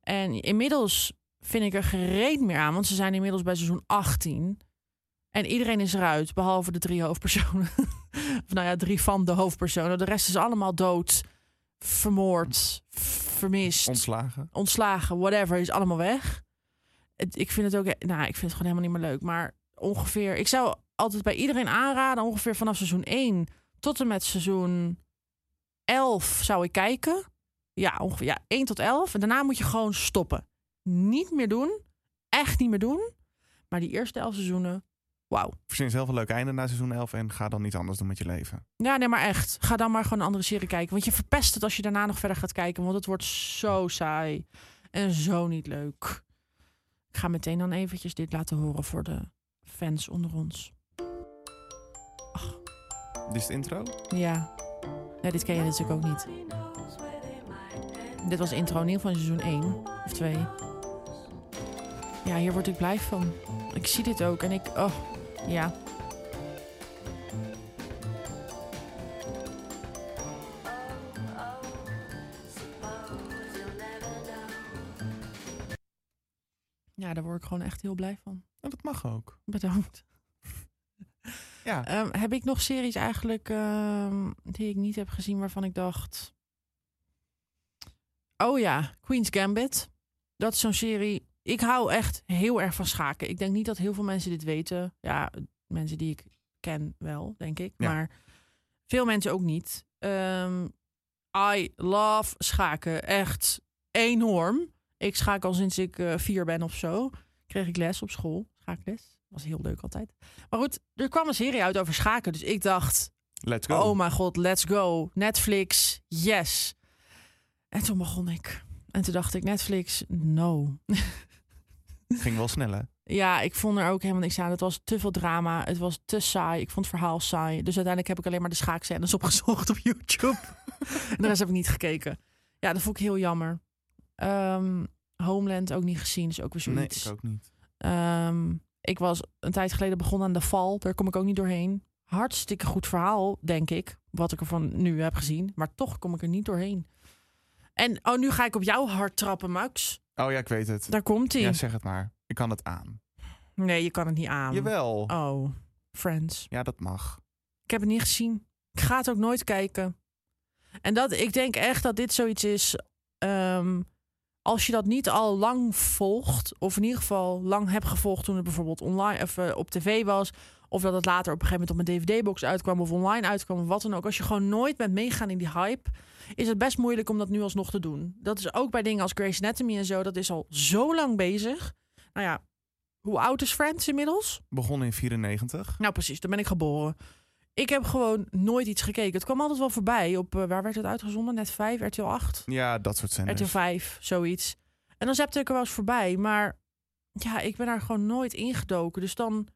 A: En inmiddels vind ik er gereed meer aan. Want ze zijn inmiddels bij seizoen 18. En iedereen is eruit, behalve de drie hoofdpersonen. of nou ja, drie van de hoofdpersonen. De rest is allemaal dood, vermoord, vermist
B: Ontslagen.
A: ontslagen, whatever, is allemaal weg. Het, ik vind het ook, nou, ik vind het gewoon helemaal niet meer leuk. Maar ongeveer, ik zou altijd bij iedereen aanraden, ongeveer vanaf seizoen 1 tot en met seizoen 11 zou ik kijken. Ja, ongeveer, ja, 1 tot 11. En daarna moet je gewoon stoppen. Niet meer doen. Echt niet meer doen. Maar die eerste 11 seizoenen, wauw.
B: Verzin zelf een leuk einde na seizoen 11 en ga dan iets anders doen met je leven.
A: Ja, nee, maar echt. Ga dan maar gewoon een andere serie kijken. Want je verpest het als je daarna nog verder gaat kijken. Want het wordt zo saai. En zo niet leuk. Ik ga meteen dan eventjes dit laten horen voor de fans onder ons.
B: Dit is de intro.
A: Ja. Nee, dit ken je natuurlijk ook niet. Dit was de intro in ieder geval in seizoen 1 of 2. Ja, hier word ik blij van. Ik zie dit ook en ik... Oh, ja. Ja, daar word ik gewoon echt heel blij van.
B: En dat mag ook.
A: Bedankt.
B: Ja.
A: Ehm, heb ik nog series eigenlijk ehm, die ik niet heb gezien waarvan ik dacht. Oh ja, Queen's Gambit. Dat is zo'n serie. Ik hou echt heel erg van schaken. Ik denk niet dat heel veel mensen dit weten. Ja, mensen die ik ken wel, denk ik.
B: Ja.
A: Maar veel mensen ook niet. Ehm, I love schaken. Echt enorm. Ik schaak al sinds ik eh, vier ben of zo. Kreeg ik les op school. Schaakles. Was heel leuk altijd. Maar goed, er kwam een serie uit over schaken. Dus ik dacht,
B: Let's go.
A: oh mijn god, let's go. Netflix, yes. En toen begon ik. En toen dacht ik, Netflix, no.
B: Ging wel snel, hè?
A: Ja, ik vond er ook helemaal niks aan. Het was te veel drama. Het was te saai. Ik vond het verhaal saai. Dus uiteindelijk heb ik alleen maar de schaakscènes opgezocht op YouTube. en de rest heb ik niet gekeken. Ja, dat vond ik heel jammer. Ehm, Homeland ook niet gezien. Dus ook weer
B: Nee,
A: zoiets.
B: ik ook niet.
A: Ehm, ik was een tijd geleden begonnen aan De Val. Daar kom ik ook niet doorheen. Hartstikke goed verhaal, denk ik. Wat ik ervan nu heb gezien. Maar toch kom ik er niet doorheen. En oh, nu ga ik op jouw hart trappen, Max.
B: Oh ja, ik weet het.
A: Daar komt hij.
B: Ja, zeg het maar. Ik kan het aan.
A: Nee, je kan het niet aan.
B: Jawel.
A: Oh, Friends.
B: Ja, dat mag.
A: Ik heb het niet gezien. Ik ga het ook nooit kijken. En dat, ik denk echt dat dit zoiets is. ehm, als je dat niet al lang volgt, of in ieder geval lang hebt gevolgd toen het bijvoorbeeld online of eh, op tv was, of dat het later op een gegeven moment op mijn DVD-box uitkwam of online uitkwam of wat dan ook. Als je gewoon nooit bent meegaan in die hype, is het best moeilijk om dat nu alsnog te doen. Dat is ook bij dingen als Grey's Anatomy en zo. Dat is al zo lang bezig. Nou ja, hoe oud is Friends inmiddels?
B: Begonnen in 94.
A: Nou, precies, daar ben ik geboren. Ik heb gewoon nooit iets gekeken. Het kwam altijd wel voorbij op, eh, waar werd het uitgezonden? Net 5, RTL 8,
B: Ja, dat soort zenders.
A: RTL 5, zoiets. En dan zette ik er wel eens voorbij, maar ja, ik ben daar gewoon nooit ingedoken. Dus dan,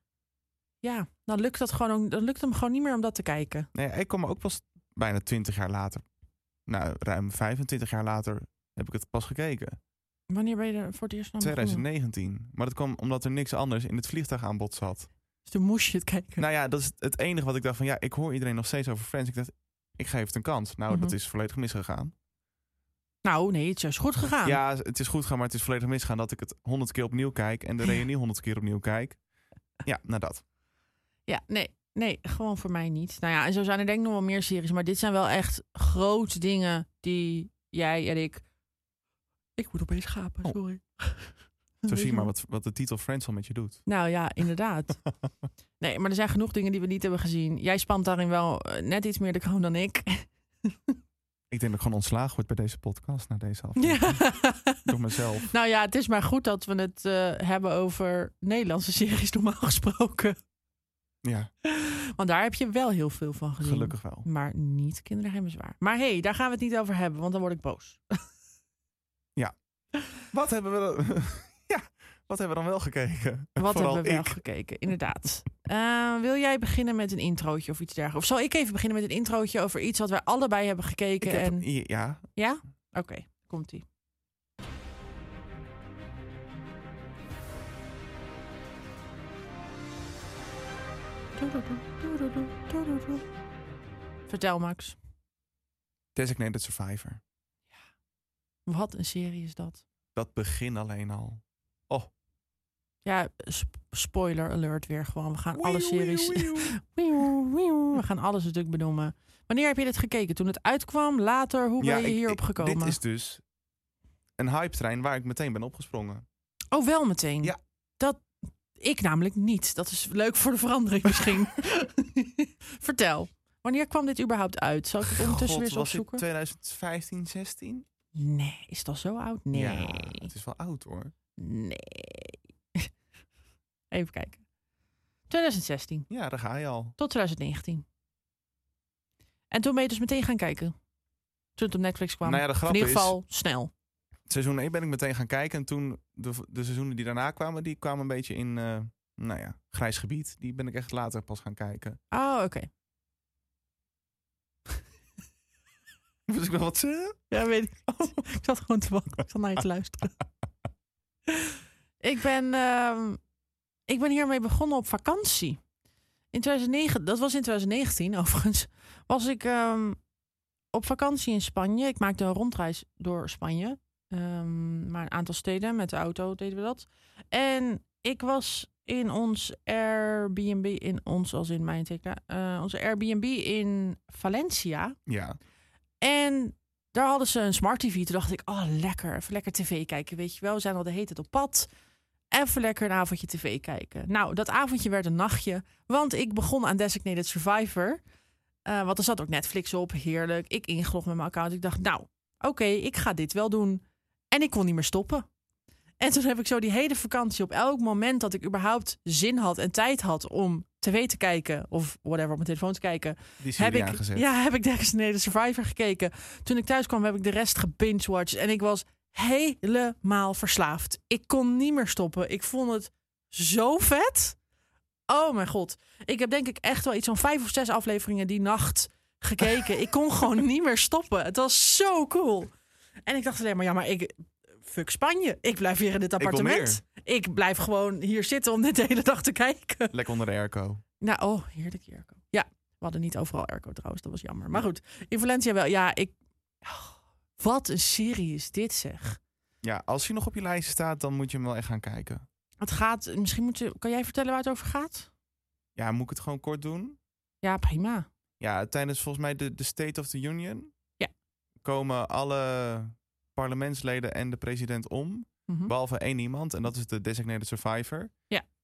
A: ja, dan lukt dat gewoon, ook- dan lukt hem gewoon niet meer om dat te kijken.
B: Nee, Nou ik kwam er ook pas bijna 20 jaar later. Nou, ruim 25 jaar later heb ik het pas gekeken.
A: Wanneer ben je er voor het eerst naar begonnen?
B: 2019. Maar dat kwam omdat er niks anders in het vliegtuigaanbod zat.
A: Dus toen moest je het kijken.
B: Nou ja, dat is het enige wat ik dacht van ja, ik hoor iedereen nog steeds over Friends. Ik dacht, ik geef het een kans. Nou, dat
A: Mhm.
B: is volledig misgegaan.
A: Nou, nee, het is juist goed gegaan.
B: Ja, het is goed gegaan, maar het is volledig misgegaan dat ik het honderd keer opnieuw kijk en de reunie honderd keer opnieuw kijk. Ja, nou dat.
A: Ja, nee, nee, gewoon voor mij niet. Nou ja, en zo zijn er denk ik nog wel meer series. Maar dit zijn wel echt grote dingen die jij en ik... Ik moet opeens gapen,
B: Oh.
A: sorry.
B: Zo zie je maar wat, wat de titel Friends al met je doet.
A: Nou ja, inderdaad. Nee, maar er zijn genoeg dingen die we niet hebben gezien. Jij spant daarin wel eh, net iets meer de kroon dan ik.
B: Ik denk dat ik gewoon ontslagen word bij deze podcast na deze
A: Ja.
B: aflevering. Door mezelf.
A: Nou ja, het is maar goed dat we het eh, hebben over Nederlandse series normaal gesproken.
B: Ja,
A: Want daar heb je wel heel veel van gezien.
B: gelukkig wel.
A: Maar niet kindergeheim zwaar. Maar hé, hey, daar gaan we het niet over hebben, want dan word ik boos.
B: Wat hebben we, ja, wat hebben we dan wel gekeken?
A: Wat
B: Vooral
A: hebben we wel
B: ik.
A: gekeken, inderdaad. Eh, wil jij beginnen met een introotje of iets dergelijks? Of zal ik even beginnen met een introotje over iets wat wij allebei hebben gekeken?
B: Ik heb-
A: en...
B: Ja,
A: Ja? Oké, komt-ie. Vertel Max,
B: Designated Survivor.
A: wat een serie is dat?
B: Dat begin alleen al.
A: Ja, sp- spoiler alert weer gewoon. We gaan Ah, alle
B: Wiew,
A: series...
B: wiew, wiew.
A: Wiew, wiew. We gaan alles natuurlijk benoemen. Wanneer heb je dit gekeken? Toen het uitkwam? Later? Hoe ben je
B: ik-
A: hierop
B: ik-
A: gekomen?
B: Dit is dus een hype-trein waar ik meteen ben opgesprongen.
A: Oh, wel meteen?
B: Ja.
A: Dat, ik namelijk niet. Dat is leuk voor de verandering misschien. Vertel. Wanneer kwam dit überhaupt uit? Zal ik het ondertussen weer eens
B: was het
A: opzoeken?
B: 2015, 16?
A: Nee, is dat zo oud? Nee.
B: Ja, het is wel oud hoor.
A: Nee. Even kijken. 2016
B: Ja, daar ga je al.
A: tot 2019. En toen ben je dus meteen gaan kijken. Toen het op Netflix kwam.
B: Nou ja, de
A: Of
B: grap
A: in ieder
B: is-
A: geval snel.
B: Seizoen 1 ben ik meteen gaan kijken. En toen, de, de seizoenen die daarna kwamen, die kwamen een beetje in, eh, nou ja, grijs gebied. Die ben ik echt later pas gaan kijken.
A: Oh, oké.
B: Moet ik wel wat zeggen?
A: Ja, weet ik. niet. ik zat gewoon te wachten. Ik zat naar je te luisteren. ik, ben, ehm, ik ben hiermee begonnen op vakantie. In 2009, dat was in 2019 overigens, was ik ehm, op vakantie in Spanje. Ik maakte een rondreis door Spanje. Ehm, maar een aantal steden met de auto deden we dat. En ik was in ons Airbnb, in ons als in mijn tekenen, eh, onze Airbnb in Valencia.
B: Ja.
A: En daar hadden ze een smart tv. Toen dacht ik, oh lekker, even lekker tv kijken, weet je wel. We zijn al de hele tijd op pad. Even lekker een avondje tv kijken. Nou, dat avondje werd een nachtje. Want ik begon aan Designated Survivor. Eh, want er zat ook Netflix op, heerlijk. Ik ingelogd met mijn account. Ik dacht, nou, oké, ik ga dit wel doen. En ik kon niet meer stoppen. En toen heb ik zo die hele vakantie op elk moment dat ik überhaupt zin had en tijd had om tv te kijken of whatever op mijn telefoon te kijken,
B: Die serie
A: heb ik,
B: aangezet.
A: ja, heb ik Designated Survivor gekeken. Toen ik thuis kwam, heb ik de rest gebingewatcht. En ik was helemaal verslaafd. Ik kon niet meer stoppen. Ik vond het zo vet. Oh mijn god. Ik heb denk ik echt wel iets van vijf of zes afleveringen die nacht gekeken. ik kon gewoon niet meer stoppen. Het was zo cool. En ik dacht alleen maar, ja, maar ik... Fuck Spanje. Ik blijf hier in dit
B: wil
A: appartement. ik blijf gewoon hier zitten om dit de hele dag te kijken.
B: Lekker onder de airco. Nou,
A: Nou, oh, heerlijk airco. Ja, we hadden niet overal airco trouwens, dat was jammer. Maar goed, in Valencia wel. Ja, ik... Oh, wat een serie is dit zeg.
B: Ja, als hij nog op je lijst staat, dan moet je hem wel echt gaan kijken.
A: Het gaat, misschien moet je, kan jij vertellen waar het over gaat?
B: Ja, moet ik het gewoon kort doen?
A: Ja, prima.
B: Ja, tijdens volgens mij de, de State of the Union
A: Ja.
B: komen alle parlementsleden en de president om.
A: Mhm.
B: Behalve één iemand, en dat is de designated survivor.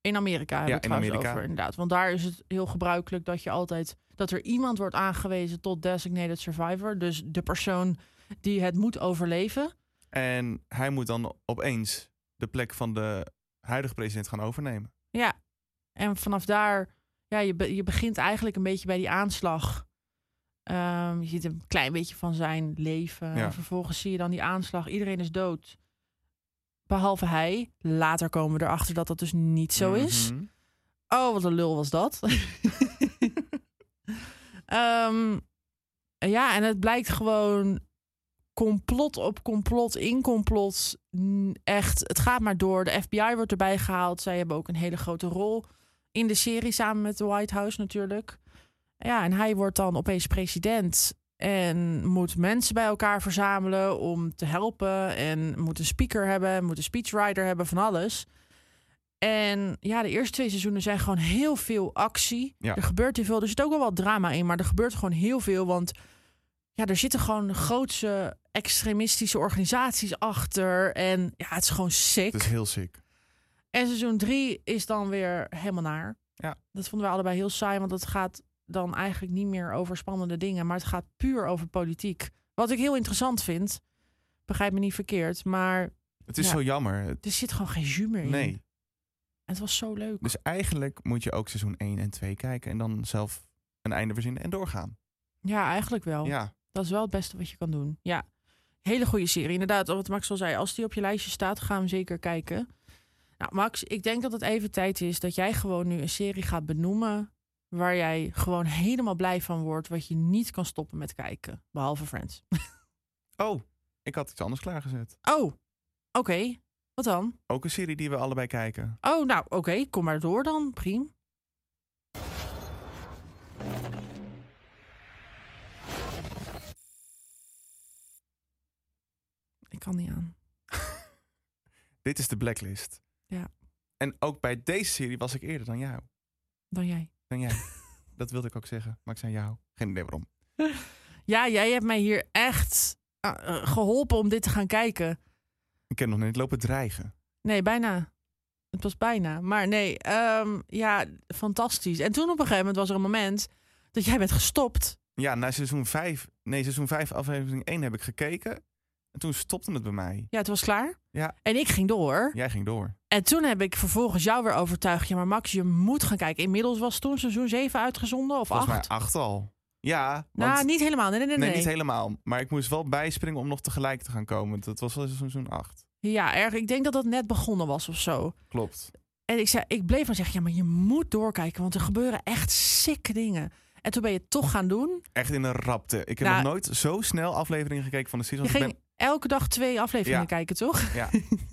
A: In Amerika hebben
B: Ja,
A: we het
B: in
A: trouwens
B: Amerika.
A: over, inderdaad. Want daar is het heel gebruikelijk dat je altijd dat er iemand wordt aangewezen tot designated survivor. Dus de persoon die het moet overleven.
B: En hij moet dan opeens de plek van de huidige president gaan overnemen.
A: Ja, en vanaf daar, ja, je, be- je begint eigenlijk een beetje bij die aanslag. Ehm, je ziet een klein beetje van zijn leven.
B: Ja.
A: En vervolgens zie je dan die aanslag. Iedereen is dood. Behalve hij. Later komen we erachter dat dat dus niet zo is.
B: Mhm.
A: Oh, wat een lul was dat. Ehm, ja, en het blijkt gewoon complot op complot in complot. Mm, Echt, het gaat maar door. De FBI wordt erbij gehaald. Zij hebben ook een hele grote rol in de serie samen met de White House natuurlijk. Ja, en hij wordt dan opeens president en moet mensen bij elkaar verzamelen om te helpen en moet een speaker hebben, moet een speechwriter hebben van alles. En ja, de eerste twee seizoenen zijn gewoon heel veel actie.
B: Ja.
A: Er gebeurt heel veel. Er zit ook wel wat drama in, maar er gebeurt gewoon heel veel. Want ja, er zitten gewoon grootse extremistische organisaties achter. En ja, het is gewoon sick.
B: Het is heel sick.
A: En seizoen 3 is dan weer helemaal naar.
B: Ja.
A: Dat vonden we allebei heel saai, want het gaat dan eigenlijk niet meer over spannende dingen, maar het gaat puur over politiek. Wat ik heel interessant vind. Begrijp me niet verkeerd, maar
B: Het is
A: Ja.
B: zo jammer. Het-
A: er zit gewoon geen jus meer in.
B: Nee.
A: En het was zo leuk.
B: Dus eigenlijk moet je ook seizoen 1 en 2 kijken en dan zelf een einde verzinnen en doorgaan.
A: Ja, eigenlijk wel.
B: Ja,
A: Dat is wel het beste wat je kan doen. Ja. Hele goede serie. Inderdaad, wat Max al zei, als die op je lijstje staat, ga hem zeker kijken. Nou, Max, ik denk dat het even tijd is dat jij gewoon nu een serie gaat benoemen. waar jij gewoon helemaal blij van wordt. wat je niet kan stoppen met kijken. Behalve Friends.
B: Oh, ik had iets anders klaargezet.
A: Oh, oké. Wat dan?
B: Ook een serie die we allebei kijken.
A: Oh, nou, oké. Kom maar door dan. Priem. Ik kan niet aan.
B: Dit is de Blacklist.
A: Ja.
B: En ook bij deze serie was ik eerder dan jou.
A: Dan jij.
B: Dan jij. Dat wilde ik ook zeggen, maar ik zei jou. Geen idee waarom.
A: Ja, jij hebt mij hier echt eh, eh, geholpen om dit te gaan kijken.
B: Ik heb nog niet lopen dreigen.
A: Nee, bijna. Het was bijna. Maar nee, ehm, ja, fantastisch. En toen op een gegeven moment was er een moment dat jij bent gestopt.
B: Ja, na seizoen 5, nee, seizoen 5 aflevering 1 heb ik gekeken. En toen stopte het bij mij.
A: Ja, het was klaar.
B: Ja.
A: En ik ging door.
B: Jij ging door.
A: En toen heb ik vervolgens jou weer overtuigd. Ja, maar Max, je moet gaan kijken. Inmiddels was toen seizoen 7 uitgezonden of
B: Volgens
A: 8.
B: mij 8 al. Ja, want...
A: Nou, niet helemaal. Nee, nee, nee.
B: nee,
A: nee.
B: niet helemaal. Maar ik moest wel bijspringen om nog tegelijk te gaan komen. want Dat was wel seizoen 8.
A: Ja, erg. Ik denk dat dat net begonnen was of zo.
B: Klopt.
A: En ik, zei, ik bleef maar zeggen, ja, maar je moet doorkijken, want er gebeuren echt sikke dingen. En toen ben je het toch gaan doen.
B: Echt in een rapte. Ik heb
A: Nou-
B: nog nooit zo snel afleveringen gekeken van de serie.
A: Je
B: want ik
A: ging elke dag twee afleveringen
B: Ja.
A: kijken, toch?
B: Ja.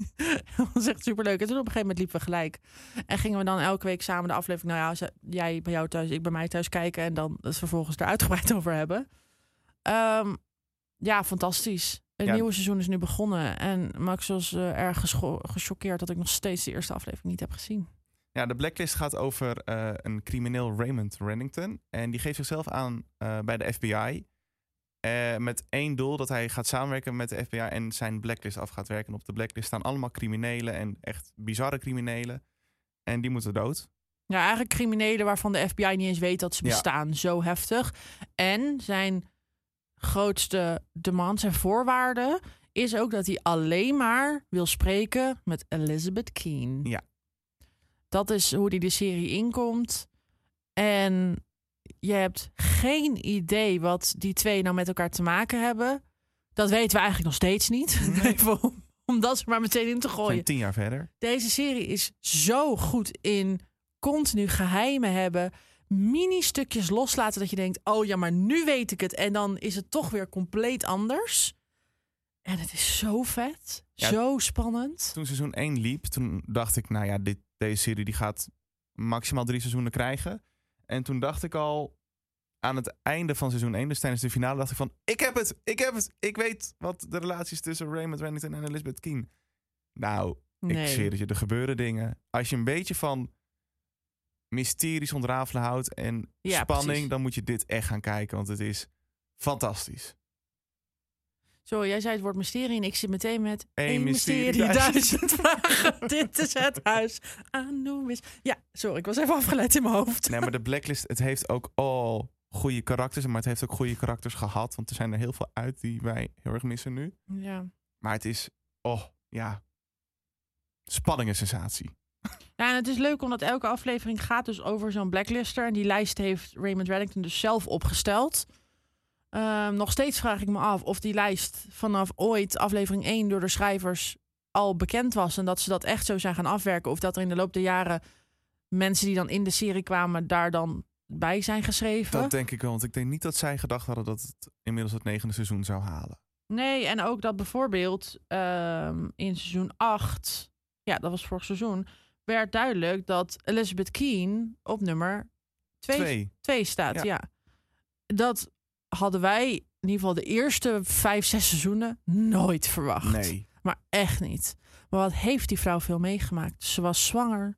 A: dat was echt superleuk. En toen op een gegeven moment liepen we gelijk. En gingen we dan elke week samen de aflevering, nou ja, ze- jij bij jou thuis, ik bij mij thuis kijken. En dan het vervolgens er uitgebreid over hebben. Ehm, ja, fantastisch. Het
B: Ja.
A: nieuwe seizoen is nu begonnen. En Max was eh, erg gescho- gechoqueerd dat ik nog steeds de eerste aflevering niet heb gezien.
B: Ja, de blacklist gaat over eh, een crimineel Raymond Reddington. En die geeft zichzelf aan eh, bij de FBI. Eh, met één doel dat hij gaat samenwerken met de FBI en zijn blacklist af gaat werken. En op de blacklist staan allemaal criminelen en echt bizarre criminelen. En die moeten dood.
A: Ja, eigenlijk criminelen waarvan de FBI niet eens weet dat ze
B: Ja.
A: bestaan. Zo heftig. En zijn grootste demand, zijn voorwaarde, is ook dat hij alleen maar wil spreken met Elizabeth Keane.
B: Ja.
A: Dat is hoe hij de serie inkomt. En je hebt geen idee wat die twee nou met elkaar te maken hebben. Dat weten we eigenlijk nog steeds niet. Even om, om dat er maar meteen in te
B: We
A: gooien.
B: zijn tien jaar verder.
A: Deze serie is zo goed in continu geheimen hebben. Mini-stukjes loslaten dat je denkt: oh ja, maar nu weet ik het. En dan is het toch weer compleet anders. En het is zo vet,
B: Ja.
A: zo spannend.
B: Toen seizoen 1 liep, toen dacht ik, nou ja, dit, deze serie die gaat maximaal drie seizoenen krijgen. En toen dacht ik al aan het einde van seizoen 1, dus tijdens de finale, dacht ik van, ik heb het, ik heb het, ik weet wat de relaties tussen Raymond Reddington en Elizabeth Keane. Nou, ik zweer dat je, er gebeuren dingen. Als je een beetje van mysteries ontrafelen houdt en
A: Ja,
B: spanning,
A: precies.
B: dan moet je dit echt gaan kijken, want het is fantastisch.
A: Zo, jij zei het woord mysterie en ik zit meteen met
B: Eén
A: één mysterie,
B: mysterie,
A: duizend, vragen. Dit is het huis aan is. Ja, sorry, ik was even afgeleid in mijn hoofd.
B: Nee, maar de Blacklist, het heeft ook al goede karakters, maar het heeft ook goede karakters gehad. Want er zijn er heel veel uit die wij heel erg missen nu.
A: Ja.
B: Maar het is, oh ja, spanning en sensatie.
A: Ja, en het is leuk omdat elke aflevering gaat dus over zo'n blacklister. En die lijst heeft Raymond Reddington dus zelf opgesteld. Ehm, nog steeds vraag ik me af of die lijst vanaf ooit aflevering 1 door de schrijvers al bekend was. En dat ze dat echt zo zijn gaan afwerken. Of dat er in de loop der jaren mensen die dan in de serie kwamen daar dan bij zijn geschreven.
B: Dat denk ik wel, want ik denk niet dat zij gedacht hadden dat het inmiddels het negende seizoen zou halen.
A: Nee, en ook dat bijvoorbeeld ehm, in seizoen 8, ja, dat was vorig seizoen, werd duidelijk dat Elizabeth Keen op nummer 2
B: Twee.
A: staat.
B: Ja.
A: Ja. Dat hadden wij in ieder geval de eerste vijf, zes seizoenen nooit verwacht.
B: Nee.
A: Maar echt niet. Maar wat heeft die vrouw veel meegemaakt? Ze was zwanger.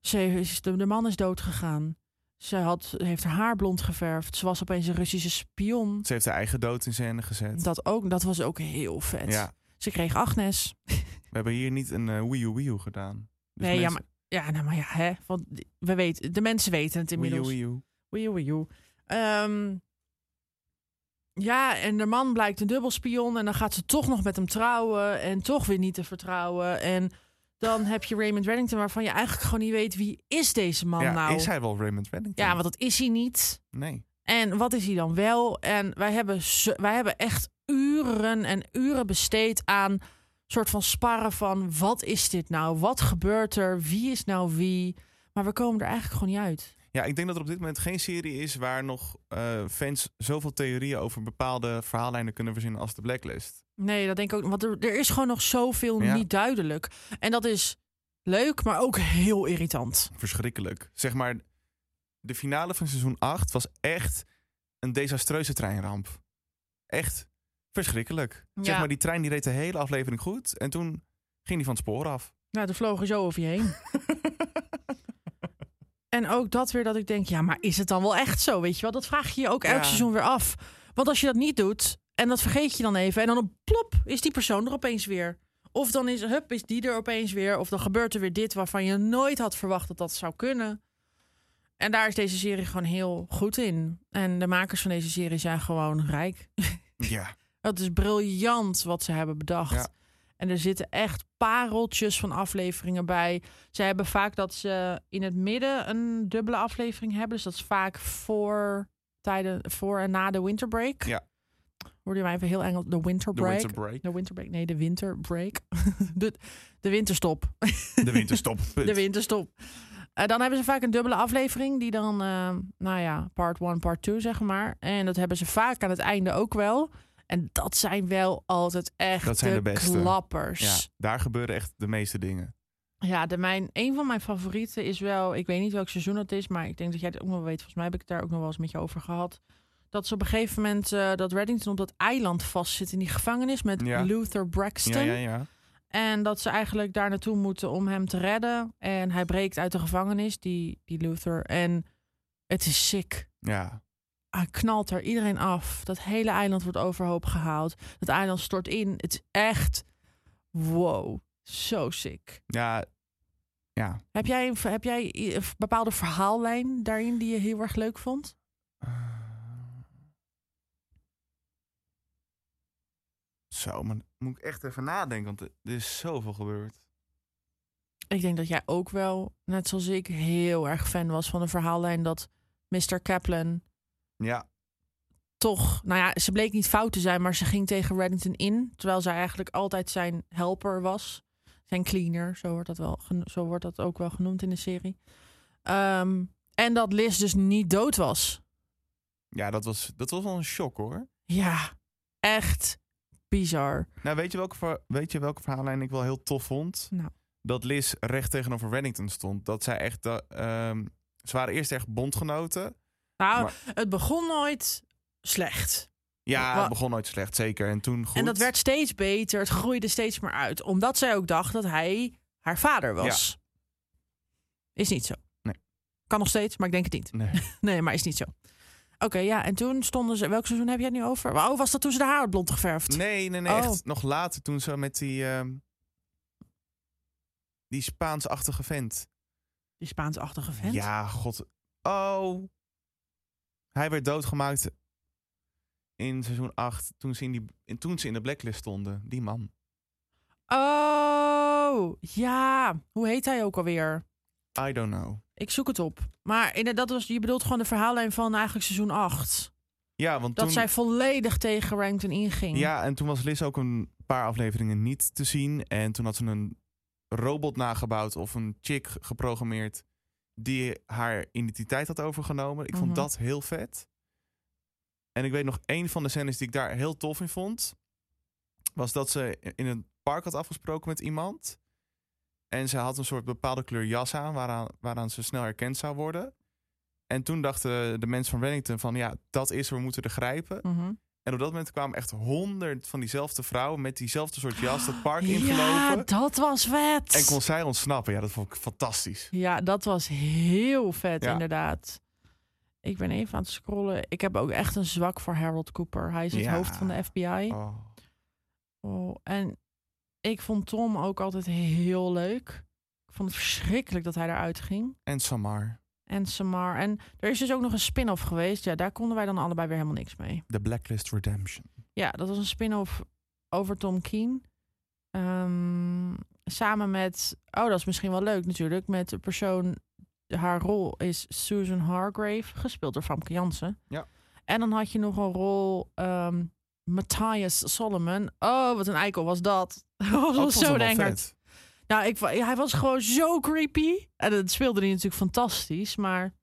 A: Ze is, de, de man is doodgegaan. Ze had, heeft haar haar blond geverfd. Ze was opeens een Russische spion.
B: Ze heeft haar eigen dood in scène gezet.
A: Dat, ook, dat was ook heel vet.
B: Ja.
A: Ze kreeg Agnes.
B: We hebben hier niet een eh Wii U Wii U gedaan. Dus
A: nee, ja,
B: mensen-
A: maar, ja, nou, maar ja, hè, want die- we weten, de mensen weten het
B: Wii U
A: inmiddels.
B: Wii U.
A: Wee joe, wee joe. Ehm, ja, en de man blijkt een dubbelspion. En dan gaat ze toch nog met hem trouwen. En toch weer niet te vertrouwen. En dan heb je Raymond Reddington, waarvan je eigenlijk gewoon niet weet wie is deze man
B: Ja,
A: nou.
B: Is hij wel Raymond Reddington?
A: Ja, want dat is hij niet.
B: Nee.
A: En wat is hij dan wel? En wij hebben, zo- wij hebben echt uren en uren besteed aan soort van sparren van wat is dit nou? Wat gebeurt er? Wie is nou wie? Maar we komen er eigenlijk gewoon niet uit.
B: Ja, ik denk dat er op dit moment geen serie is waar nog eh, fans zoveel theorieën over bepaalde verhaallijnen kunnen verzinnen als de Blacklist.
A: Nee, dat denk ik ook. Want er, er is gewoon nog zoveel
B: Ja.
A: niet duidelijk. En dat is leuk, maar ook heel irritant.
B: Verschrikkelijk. Zeg maar, de finale van seizoen 8 was echt een desastreuze treinramp. Echt verschrikkelijk. Zeg
A: Ja.
B: maar, die trein die reed de hele aflevering goed en toen ging die van het spoor af.
A: Nou, er vlogen zo over je heen. en ook dat weer dat ik denk, ja, maar is het dan wel echt zo? Weet je wel, dat vraag je je ook elk
B: Ja.
A: seizoen weer af. Want als je dat niet doet, en dat vergeet je dan even... en dan op plop, is die persoon er opeens weer. Of dan is, hup, is die er opeens weer. Of dan gebeurt er weer dit waarvan je nooit had verwacht dat dat zou kunnen. En daar is deze serie gewoon heel goed in. En de makers van deze serie zijn gewoon rijk.
B: Ja.
A: Het is briljant wat ze hebben bedacht.
B: Ja.
A: En er zitten echt pareltjes van afleveringen bij. Ze hebben vaak dat ze in het midden een dubbele aflevering hebben. Dus dat is vaak voor, tijden, voor en na de winterbreak.
B: Ja.
A: Hoorde je mij even heel Engels? De
B: De
A: winterbreak.
B: winterbreak.
A: De winterbreak. Nee, de winterbreak. de, de winterstop.
B: De winterstop. Punt.
A: De winterstop. Eh, dan hebben ze vaak een dubbele aflevering. Die dan, eh, nou ja, part 1, part 2, zeg maar. En dat hebben ze vaak aan het einde ook wel. En dat zijn wel altijd echt
B: Dat zijn de beste. Ja,
A: klappers.
B: daar gebeuren echt de meeste dingen.
A: Ja, de mijn, een van mijn favorieten is wel... Ik weet niet welk seizoen het is, maar ik denk dat jij het ook nog wel weet. Volgens mij heb ik het daar ook nog wel eens met je over gehad. Dat ze op een gegeven moment, eh, dat Reddington op dat eiland vastzit in die gevangenis met
B: Ja.
A: Luther Braxton.
B: Ja, ja, ja.
A: En dat ze eigenlijk daar naartoe moeten om hem te redden. En hij breekt uit de gevangenis, die, die Luther. En het is sick.
B: Ja,
A: Hij knalt er iedereen af. Dat hele eiland wordt overhoop gehaald. Dat eiland stort in. Het is echt wow. Zo sick.
B: ja. ja.
A: Heb jij, een- heb jij i- een bepaalde verhaallijn daarin die je heel erg leuk vond?
B: Zo, maar dan moet ik echt even nadenken, want er er is zoveel gebeurd.
A: Ik denk dat jij ook wel, net zoals ik, heel erg fan was van de verhaallijn dat Mr. Kaplan
B: Ja,
A: toch, nou ja, ze bleek niet fout te zijn, maar ze ging tegen Reddington in, terwijl zij eigenlijk altijd zijn helper was, zijn cleaner, zo wordt dat wel, geno- zo wordt dat ook wel genoemd in de serie. Ehm, en dat Liz dus niet dood was.
B: ja dat, was, dat was wel een shock hoor.
A: Ja, echt bizar.
B: Nou, weet je welke, ver- weet je welke verhaallijn ik wel heel tof vond?
A: Nou.
B: Dat Liz recht tegenover Reddington stond. Dat zij echt. eh, ehm, ze waren eerst echt bondgenoten.
A: Nou,
B: Maar-
A: het begon nooit slecht.
B: Ja,
A: Wa-
B: het begon nooit slecht, zeker. En toen goed.
A: En dat werd steeds beter, het groeide steeds meer uit, omdat zij ook dacht dat hij haar vader was. Is niet zo.
B: Nee.
A: Kan nog steeds, maar ik denk het niet.
B: Nee.
A: Nee, maar is niet zo. Oké, ja, en toen stonden ze... Welk seizoen heb jij het nu over? Oh, was dat toen ze de haar had blond geverfd?
B: Nee, nee, nee.
A: Oh.
B: Echt nog later toen ze met die. ehm, die Spaans-achtige vent.
A: Die Spaansachtige vent?
B: Ja, god. Oh. Hij werd doodgemaakt in seizoen 8 toen ze in, die, in- toen ze in de blacklist stonden. Die man.
A: Oh, ja. Hoe heet hij ook alweer?
B: I don't know.
A: Ik zoek het op. Maar inderdaad, dat was, je bedoelt gewoon de verhaallijn van eigenlijk seizoen 8.
B: Ja, want
A: Dat
B: toen,
A: zij volledig tegen Rankton inging.
B: ja, en toen was Liz ook een paar afleveringen niet te zien. En toen had ze een robot nagebouwd of een chick geprogrammeerd die haar identiteit had overgenomen. Ik
A: Mhm.
B: vond dat heel vet. En ik weet nog één van de scènes die ik daar heel tof in vond. was dat ze in een park had afgesproken met iemand. En ze had een soort bepaalde kleur jas aan, waaraan, waaraan ze snel herkend zou worden. En toen dachten de mensen van Wellington van, ja, dat is, er, we moeten er grijpen.
A: Mhm.
B: En op dat moment kwamen echt honderd van diezelfde vrouwen met diezelfde soort jas dat park
A: Ja,
B: ingelopen.
A: dat was vet.
B: En kon zij ontsnappen. Ja, dat vond ik fantastisch.
A: Ja, dat was heel vet,
B: Ja.
A: inderdaad. Ik ben even aan het scrollen. Ik heb ook echt een zwak voor Harold Cooper. Hij is het
B: Ja.
A: hoofd van de FBI.
B: Oh.
A: Oh, en ik vond Tom ook altijd heel leuk. Ik vond het verschrikkelijk dat hij eruit ging.
B: En Samar,
A: En Samar. En er is dus ook nog een spin-off geweest. Ja, daar konden wij dan allebei weer helemaal niks mee.
B: The Blacklist Redemption.
A: Ja, dat was een spin-off over Tom Keen. Ehm, samen met, oh, dat is misschien wel leuk natuurlijk, met de persoon, haar rol is Susan Hargrave, gespeeld door Famke Jansen.
B: Ja.
A: En dan had je nog een rol, ehm, Matthias Solomon. Oh, wat een eikel was dat. Dat
B: Ook
A: was
B: vond ze
A: zo'n
B: wel
A: engert.
B: vet.
A: Nou, ik, va- hij was gewoon zo creepy. En dat speelde hij natuurlijk fantastisch. Maar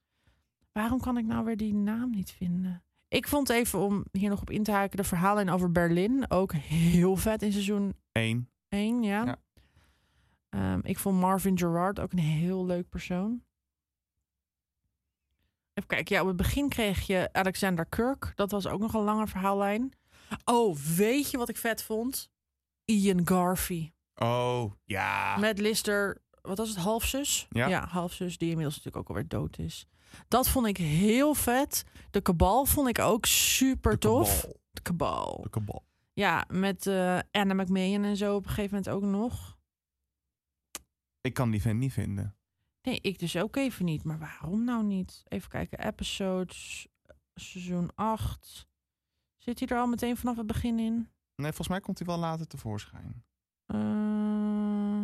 A: waarom kan ik nou weer die naam niet vinden? Ik vond even, om hier nog op in te haken, de verhalen over Berlin ook heel vet in seizoen
B: Eén.
A: 1. Ja.
B: Ja.
A: Ehm, ik vond Marvin Gerard ook een heel leuk persoon. Even kijken, ja, op het begin kreeg je Alexander Kirk. Dat was ook nog een lange verhaallijn. Oh, weet je wat ik vet vond? Ian Garvey.
B: Oh, ja.
A: Met Lister, wat was het, halfzus?
B: Ja.
A: halfzus, die inmiddels natuurlijk ook alweer dood is. Dat vond ik heel vet. De kabal vond ik ook super
B: De
A: tof.
B: kabal.
A: De kabal.
B: De kabal.
A: Ja, met eh Anna McMahon en zo op een gegeven moment ook nog.
B: Ik kan die vent niet vinden.
A: Nee, ik dus ook even niet. Maar waarom nou niet? Even kijken, episodes, seizoen 8. Zit hij er al meteen vanaf het begin in?
B: Nee, volgens mij komt hij wel later tevoorschijn.
A: Eh,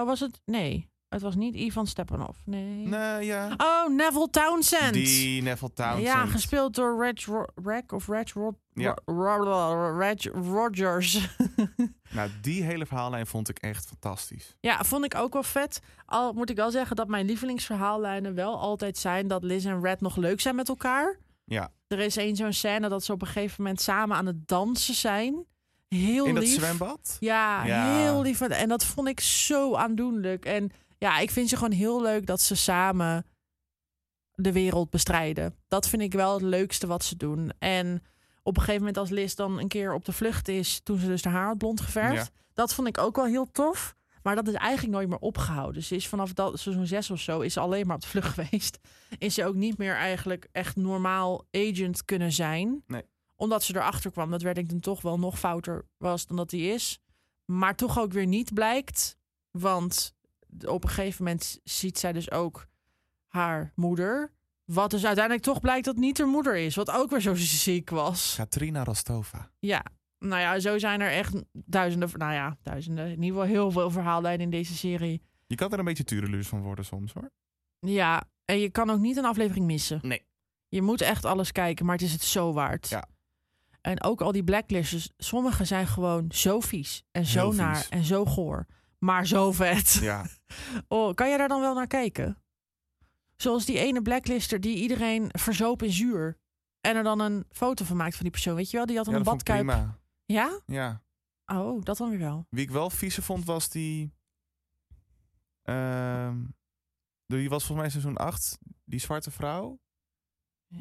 A: oh, was het? Nee, het was niet Ivan Stepanov. Nee.
B: Nee, ja.
A: Oh, Neville Townsend.
B: Die Neville Townsend.
A: Ja, gespeeld door Reg Ro- Reg of Reg, Ro-
B: Ja.
A: Ro- Ro- Reg Rogers.
B: Nou, die hele verhaallijn vond ik echt fantastisch.
A: ja, vond ik ook wel vet. Al moet ik wel zeggen dat mijn lievelingsverhaallijnen wel altijd zijn dat Liz en Red nog leuk zijn met elkaar.
B: Ja.
A: Er is één zo'n scène dat ze op een gegeven moment samen aan het dansen zijn. Heel
B: In dat
A: lief.
B: zwembad?
A: Ja,
B: Ja.
A: heel lief. En dat vond ik zo aandoenlijk. En ja, ik vind ze gewoon heel leuk dat ze samen de wereld bestrijden. Dat vind ik wel het leukste wat ze doen. En op een gegeven moment als Liz dan een keer op de vlucht is... toen ze dus haar haar had blond geverfd. Dat vond ik ook wel heel tof. Maar dat is eigenlijk nooit meer opgehouden. Ze is vanaf dat seizoen 6 of zo is ze alleen maar op de vlucht geweest. Is ze ook niet meer eigenlijk echt normaal agent kunnen zijn.
B: Nee.
A: Omdat ze erachter kwam dat Reddington toch wel nog fouter was dan dat hij is. Maar toch ook weer niet blijkt. Want op een gegeven moment ziet zij dus ook haar moeder. Wat dus uiteindelijk toch blijkt dat niet haar moeder is. Wat ook weer zo ziek was.
B: Katrina Rostova.
A: Ja, nou ja, zo zijn er echt duizenden, nou ja, duizenden, in ieder geval heel veel verhaallijnen in deze serie.
B: Je kan er een beetje tureluurs van worden soms, hoor.
A: Ja, en je kan ook niet een aflevering missen.
B: Nee.
A: Je moet echt alles kijken, maar het is het zo waard.
B: Ja.
A: En ook al die blacklisters, sommige zijn gewoon zo vies en zo
B: Heel vies.
A: naar en zo goor, maar zo vet.
B: Ja.
A: Oh, kan je daar dan wel naar kijken? Zoals die ene blacklister die iedereen verzoop in zuur. En er dan een foto van maakt van die persoon, weet je wel? Die had dan
B: ja,
A: een
B: dat vond ik
A: badkuip.
B: prima.
A: Ja?
B: Ja.
A: Oh, dat dan weer wel.
B: Wie ik wel vieze vond was die. ehm, die was volgens mij seizoen 8. Die zwarte vrouw.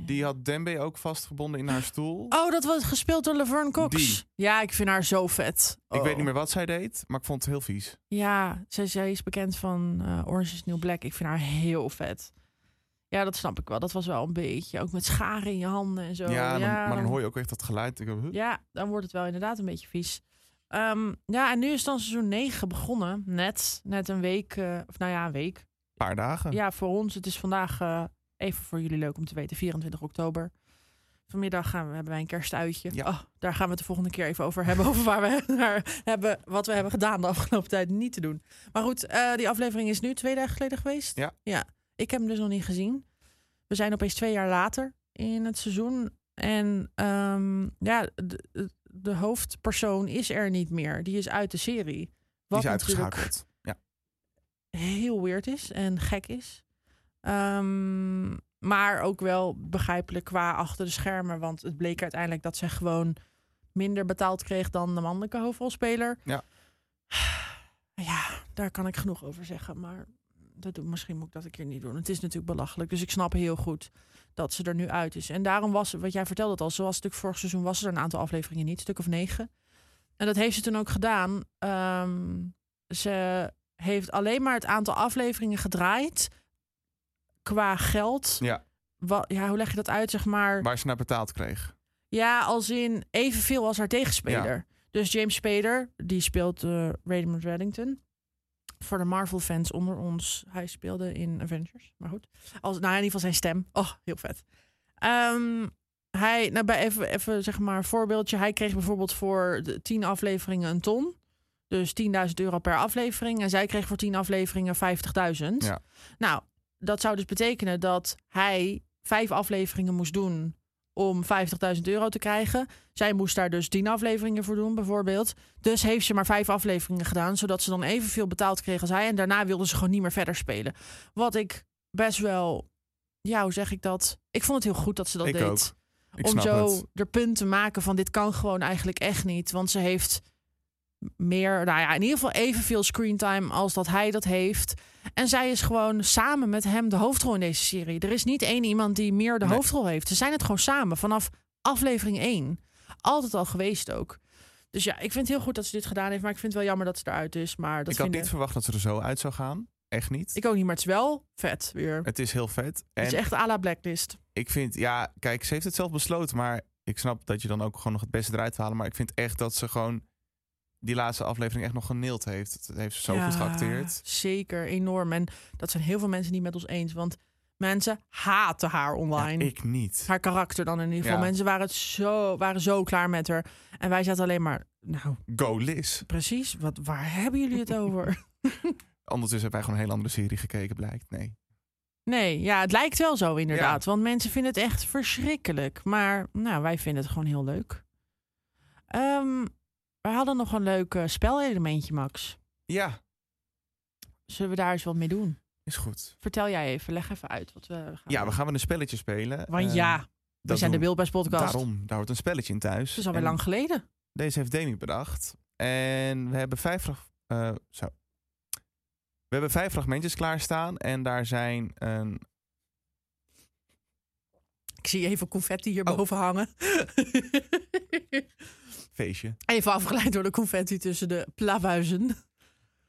B: Die had Dembe ook vastgebonden in haar stoel.
A: Oh, dat was gespeeld door Laverne Cox.
B: Die.
A: Ja, ik vind haar zo vet.
B: Ik
A: Oh.
B: weet niet meer wat zij deed, maar ik vond het heel vies.
A: Ja, zij, zij is bekend van eh, Orange is New Black. Ik vind haar heel vet. Ja, dat snap ik wel. Dat was wel een beetje. Ook met scharen in je handen en zo.
B: ja, dan- maar dan hoor je ook echt dat geluid. Ik, huh?
A: Ja, dan wordt het wel inderdaad een beetje vies. Ehm, ja, en nu is dan seizoen 9 begonnen. Net. Net een week. eh, of nou ja, een week.
B: Een paar dagen.
A: Ja, voor ons. Het is vandaag, eh, even voor jullie leuk om te weten, 24 oktober. Vanmiddag gaan we, hebben wij een kerstuitje.
B: Ja.
A: Oh, daar gaan we het de volgende keer even over hebben. Over waar we naar hebben, wat we hebben gedaan de afgelopen tijd niet te doen. Maar goed, eh, die aflevering is nu twee dagen geleden geweest.
B: Ja.
A: ja. Ik heb hem dus nog niet gezien. We zijn opeens twee jaar later in het seizoen. En ehm, ja, de, de- de hoofdpersoon is er niet meer. Die is uit de serie.
B: die is
A: natuurlijk-
B: uitgeschakeld. Ja.
A: heel weird is en gek is. Ehm, maar ook wel begrijpelijk qua achter de schermen. Want het bleek uiteindelijk dat zij gewoon minder betaald kreeg dan de mannelijke hoofdrolspeler.
B: Ja.
A: Ja, daar kan ik genoeg over zeggen. Maar dat doe, misschien moet ik dat een keer niet doen. Het is natuurlijk belachelijk. Dus ik snap heel goed dat ze er nu uit is. En daarom was, wat jij vertelde het al, zoals natuurlijk vorig seizoen was er een aantal afleveringen niet, een stuk of negen. En dat heeft ze toen ook gedaan. Ehm, ze heeft alleen maar het aantal afleveringen gedraaid qua geld.
B: Ja.
A: Wa- ja, hoe leg je dat uit, zeg maar?
B: Waar ze naar betaald kreeg.
A: Ja, als in evenveel als haar tegenspeler. Dus James Spader, die speelt eh Raymond Reddington. Voor de Marvel-fans onder ons. Hij speelde in Avengers, maar goed. Als, nou, in ieder geval zijn stem. Oh, heel vet. Ehm, hij, nou, bij even, even zeg maar een voorbeeldje. Hij kreeg bijvoorbeeld voor de tien afleveringen een ton. Dus 10.000 euro per aflevering. En zij kreeg voor 10 afleveringen 50.000.
B: Ja.
A: Nou, dat zou dus betekenen dat hij vijf afleveringen moest doen om 50.000 euro te krijgen. Zij moest daar dus 10 afleveringen voor doen, bijvoorbeeld. Dus heeft ze maar vijf afleveringen gedaan, zodat ze dan evenveel betaald kreeg als hij. En daarna wilde ze gewoon niet meer verder spelen. Wat ik best wel, ja, hoe zeg ik dat? Ik vond het heel goed dat ze dat
B: Ik
A: deed
B: ook. Ik
A: om
B: snap
A: zo
B: het.
A: er punt te maken van dit kan gewoon eigenlijk echt niet. Want ze heeft meer, nou ja, in ieder geval evenveel screentime als dat hij dat heeft. En zij is gewoon samen met hem de hoofdrol in deze serie. Er is niet één iemand die meer de
B: Nee.
A: hoofdrol heeft. Ze zijn het gewoon samen vanaf aflevering 1. Altijd al geweest ook. Dus ja, ik vind het heel goed dat ze dit gedaan heeft. Maar ik vind het wel jammer dat ze eruit is. Maar dat
B: ik had
A: vinden-
B: niet verwacht dat ze er zo uit zou gaan. Echt niet.
A: ik ook niet, maar het is wel vet weer.
B: Het is heel vet.
A: Het is
B: En
A: echt à la Blacklist.
B: ik vind, ja, kijk, ze heeft het zelf besloten. Maar ik snap dat je dan ook gewoon nog het beste eruit te halen. Maar ik vind echt dat ze gewoon die laatste aflevering echt nog geneeld heeft. Dat heeft ze zo
A: Ja,
B: goed geacteerd.
A: Zeker, enorm. En dat zijn heel veel mensen niet met ons eens. Want mensen haten haar
B: Ja,
A: online.
B: ik niet.
A: Haar karakter dan in ieder geval.
B: Ja.
A: Mensen waren, het zo, waren zo klaar met haar. En wij zaten alleen maar... Nou,
B: Go Liz.
A: precies. Wat, waar hebben jullie het over?
B: Ondertussen hebben wij gewoon een hele andere serie gekeken, blijkt. Nee.
A: Nee, ja, het lijkt wel zo inderdaad. Want mensen vinden het echt verschrikkelijk. Maar nou, wij vinden het gewoon heel leuk. Ehm, we hadden nog een leuk eh, spelelementje, Max.
B: Ja,
A: Zullen we daar eens wat mee doen?
B: is goed.
A: Vertel jij even, leg even uit wat we gaan
B: Ja, we
A: doen.
B: gaan weer een spelletje spelen.
A: Ah. Want
B: Eh,
A: ja,
B: dat
A: we zijn de
B: doen
A: Beeldbaas Podcast.
B: Daarom, daar hoort een spelletje in thuis.
A: Het is alweer
B: En
A: lang geleden.
B: Deze heeft Demi bedacht. En we hebben vijf, frag- eh, zo. We hebben vijf fragmentjes klaarstaan. En daar zijn een...
A: Ik zie even confetti
B: Oh.
A: hierboven hangen.
B: Feestje.
A: even afgeleid door de confetti tussen de plavuizen.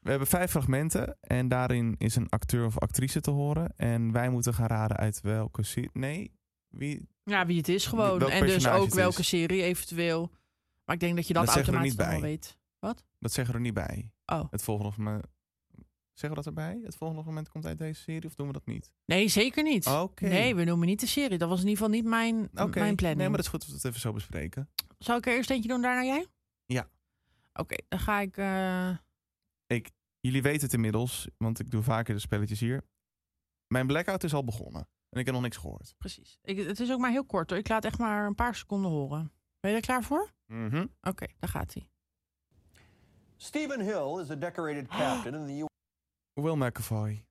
B: We hebben vijf fragmenten. En daarin is een acteur of actrice te horen. En wij moeten gaan raden uit welke serie... Nee, wie...
A: Ja, wie het is gewoon.
B: Welk
A: en dus
B: personage
A: ook
B: het
A: welke
B: is.
A: serie eventueel. Maar ik denk dat je dat,
B: Dat zeggen we er
A: automatisch dan
B: niet
A: wel weet.
B: Dat zeggen we er niet bij.
A: Oh.
B: Het volgende moment... Zeggen we dat erbij? Het volgende moment komt uit deze serie? Of doen we dat niet?
A: Nee, zeker niet.
B: Oh, Oké.
A: Nee, we noemen niet de serie. Dat was in ieder geval niet mijn,
B: Oké.
A: mijn planning.
B: Nee, maar dat is goed dat we het even zo bespreken.
A: Zal ik er eerst eentje doen, daarna jij?
B: Ja.
A: Oké, dan ga ik... eh,
B: Jullie weten het inmiddels, want ik doe vaker de spelletjes hier. Mijn blackout is al begonnen. En ik heb nog niks gehoord.
A: precies. Ik, het is ook maar heel kort hoor. Ik laat echt maar een paar seconden horen. Ben je er klaar voor?
B: Mhm.
A: Oké, daar gaat hij.
F: Stephen Hill is a decorated captain in the U.S.
B: Will McAvoy.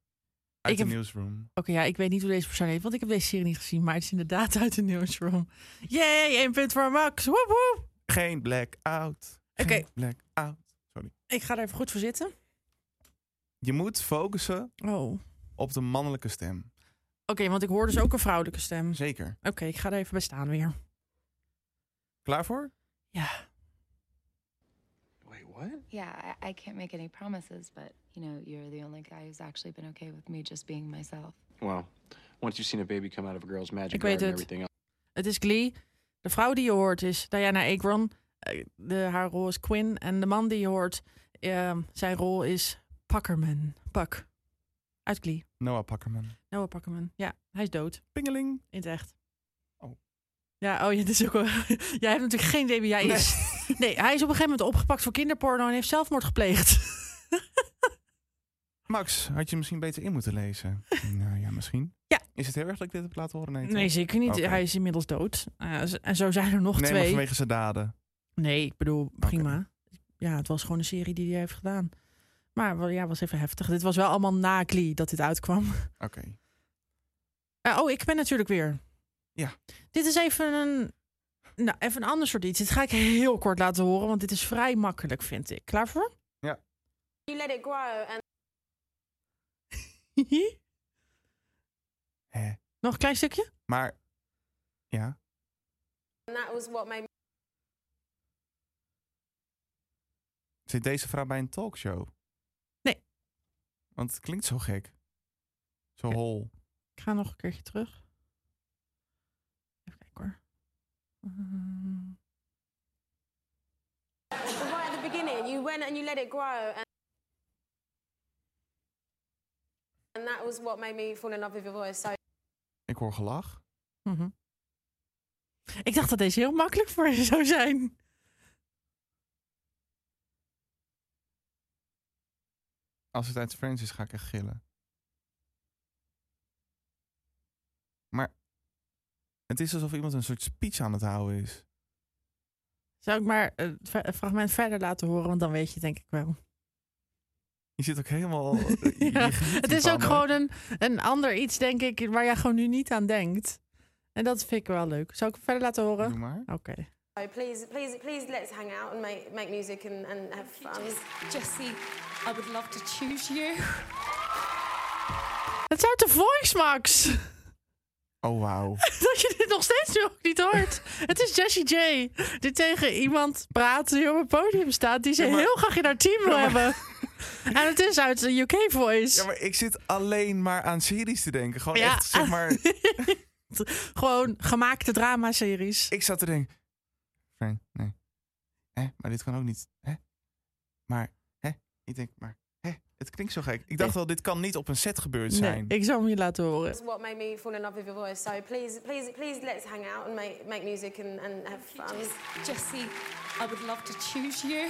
B: Uit
A: Ik
B: de
A: heb-
B: newsroom.
A: Oké, ja, ik weet niet hoe deze persoon heet, want ik heb deze serie niet gezien. Maar het is inderdaad uit de newsroom. Yay, één punt voor Max. Woep woep.
B: Geen blackout. Geen
A: Oké.
B: blackout.
A: Ik ga er even goed voor zitten.
B: Je moet focussen
A: Oh. Oké,
B: op de mannelijke stem.
A: want ik hoor dus ook een vrouwelijke stem. Oké,
B: Zeker.
A: ik ga er even bij staan weer.
B: Klaar voor?
A: Ja.
E: Wait, what?
J: Yeah, I, I can't make any promises, but you know, you're the only guy who's actually been okay with me just being myself.
D: Well, once you've seen a baby come out of a girl's magic
A: Ik weet
D: garden,
A: het.
D: everything else
A: Het is Glee. De vrouw die je hoort is Diana Agron. Eh, De, haar rol is Quinn. En de man die je hoort, ehm, zijn rol is Packerman. Pak. Uit Glee.
B: Noah Pakkerman.
A: Noah Packerman. Ja, hij is dood.
B: Pingeling.
A: In het echt.
B: Oh.
A: Ja, oh, ja, dit is ook wel... Jij hebt natuurlijk geen idee wie jij is. Nee. hij is op een gegeven moment opgepakt voor kinderporno en heeft zelfmoord gepleegd.
B: Max, had je misschien beter in moeten lezen? nou ja, misschien.
A: Ja.
B: Is het heel erg dat ik dit heb laten horen? Nee, toch?
A: Nee, zeker niet.
B: Oké.
A: Hij is inmiddels dood. Eh, z- en zo zijn er nog
B: Nee, maar
A: twee.
B: vanwege zijn daden.
A: Nee, ik bedoel, prima. Ja, het was gewoon een serie die hij heeft gedaan. Maar wel- ja, was even heftig. Dit was wel allemaal na Glee dat dit uitkwam.
B: Oké.
A: Eh, oh, ik ben natuurlijk weer.
B: Ja.
A: Dit is even een Nou, even een ander soort iets. Dit ga ik heel kort laten horen, want dit is vrij makkelijk, vind ik. Klaar voor?
I: You let it grow and
B: Hè?
A: Nog een klein stukje?
B: Maar ja,
I: that was what made me
B: zit deze vrouw bij een talkshow?
A: Nee.
B: Want het klinkt zo gek. Zo
A: Oké.
B: hol.
A: Ik ga nog een keertje terug. Even kijken hoor. Ehm,
I: right at the beginning. You went and you let it grow and and that was what made me fall in love with your voice. So
B: Ik hoor gelach.
A: mhm. Ik dacht dat deze heel makkelijk voor je zou zijn.
B: Als het uit Friends is, ga ik echt gillen. Maar het is alsof iemand een soort speech aan het houden is.
A: Zou ik maar eh, het fra- het fragment verder laten horen, want dan weet je het denk ik wel.
B: Je zit ook helemaal... eh, je- je
A: Ja,
B: geniet
A: Het is
B: ervan,
A: ook
B: hè?
A: gewoon een, een ander iets, denk ik, waar jij gewoon nu niet aan denkt. En dat vind ik wel leuk. Zou ik hem verder laten horen?
B: Doe maar.
A: Oké.
I: please, please, please, let's hang out and make make music and, and have fun.
K: Jesse, I would love to choose you.
A: Het is uit de Voice Max.
B: Oh, wauw.
A: Dat je dit nog steeds nu ook niet hoort. Het is Jessie J. Die tegen iemand praat die op het podium staat. Die ze heel graag in haar team wil hebben. En het is uit de UK Voice.
B: Ja, maar ik zit alleen maar aan series te denken. Gewoon
A: Ja.
B: echt, zeg maar...
A: Gewoon gemaakte dramaseries.
B: ik zat te denken... Frank, nee. Hè, maar dit kan ook niet. Hè? Maar, hè? Ik denk, maar... Hè? Het klinkt zo gek. Ik dacht wel, dit kan niet op een set gebeurd
A: Nee,
B: zijn.
A: ik zal hem je laten horen.
I: That's what made me fall in love with your voice. So please, please, please, let's hang out and make make music and, and have fun.
K: Jesse, I would love to choose you.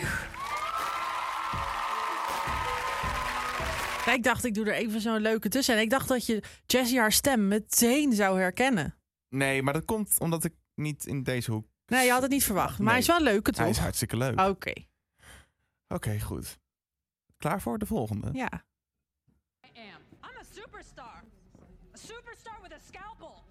A: Ja, ik dacht, ik doe er even zo'n leuke tussen. En ik dacht dat je Jessie haar stem meteen zou herkennen.
B: Nee, maar dat komt omdat ik niet in deze hoek...
A: Nee, je had het niet verwacht. Maar
B: Nee.
A: hij is wel leuk,
B: Hij is
A: toch?
B: hartstikke leuk.
A: Oké,
B: Oké, goed. Klaar voor de volgende?
A: ja.
K: I am. I'm a superstar. A superstar with a scalpel.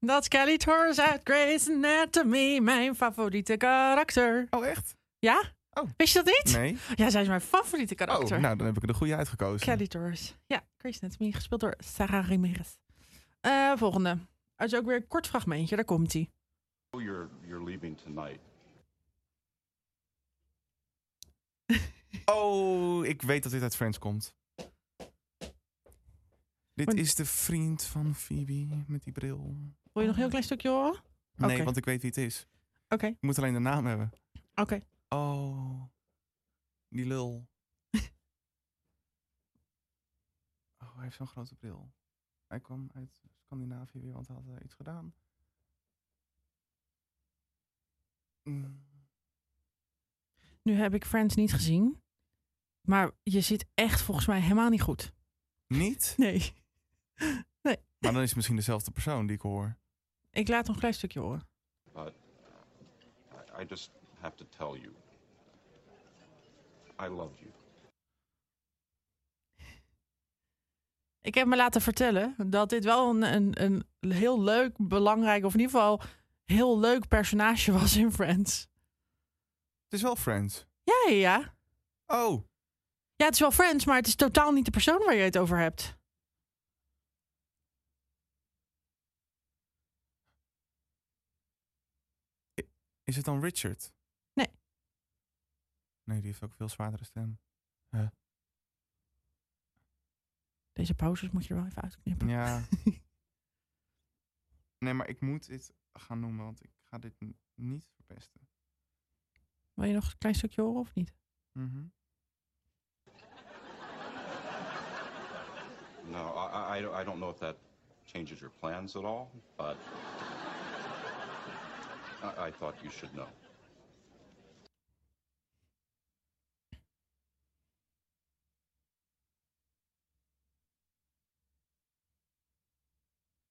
A: Dat is Kelly Torres uit Grey's Anatomy. Mijn favoriete karakter.
B: Oh, echt?
A: Ja?
B: Oh.
A: Wist je dat niet?
B: Nee?
A: Ja, zij is mijn favoriete
B: Oh,
A: karakter.
B: nou, dan heb ik de goede uitgekozen.
A: Kelly Torres. Ja, Grace Anatomy, gespeeld door Sarah Ramirez. Eh, volgende. Dat is ook weer een kort fragmentje, daar komt hij.
L: You're you're leaving tonight.
B: Oh, ik weet dat dit uit Friends komt. Dit
A: Want-
B: is de vriend van Phoebe met die bril. Nee,
A: Wil je nog een heel klein stukje horen? Oké, Oké.
B: want ik weet wie het is.
A: Oh. Oké.
B: Ik moet alleen de naam hebben.
A: oké.
B: Oh, die lul. oh, hij heeft zo'n grote bril. Hij kwam uit Scandinavië weer, want hij had eh, iets gedaan. Mm.
A: Nu heb ik Friends niet gezien. Maar je zit echt volgens mij helemaal niet goed.
B: Niet?
A: Nee.
B: Maar dan is het misschien dezelfde persoon die ik hoor.
A: Ik laat nog een klein stukje horen.
L: But I, I just have to tell you. I love you.
A: Ik heb me laten vertellen dat dit wel een, een, een heel leuk, belangrijk, of in ieder geval heel leuk personage was in Friends.
B: Het is wel Friends.
A: Ja, ja, ja.
B: Oh,
A: Ja, het is wel Friends, maar het is totaal niet de persoon waar je het over hebt.
B: Is het dan Richard?
A: Nee.
B: Nee, die heeft ook veel zwaardere stem.
A: Deze pauzes moet je er wel even uitknippen.
B: Ja. nee, maar ik moet dit gaan noemen, want ik ga dit n- niet verpesten.
A: Wil je nog een klein stukje horen of niet?
B: Mhm.
L: No, I, I- I don't- I don't know if that changes your plans at all, but I, I thought you should know.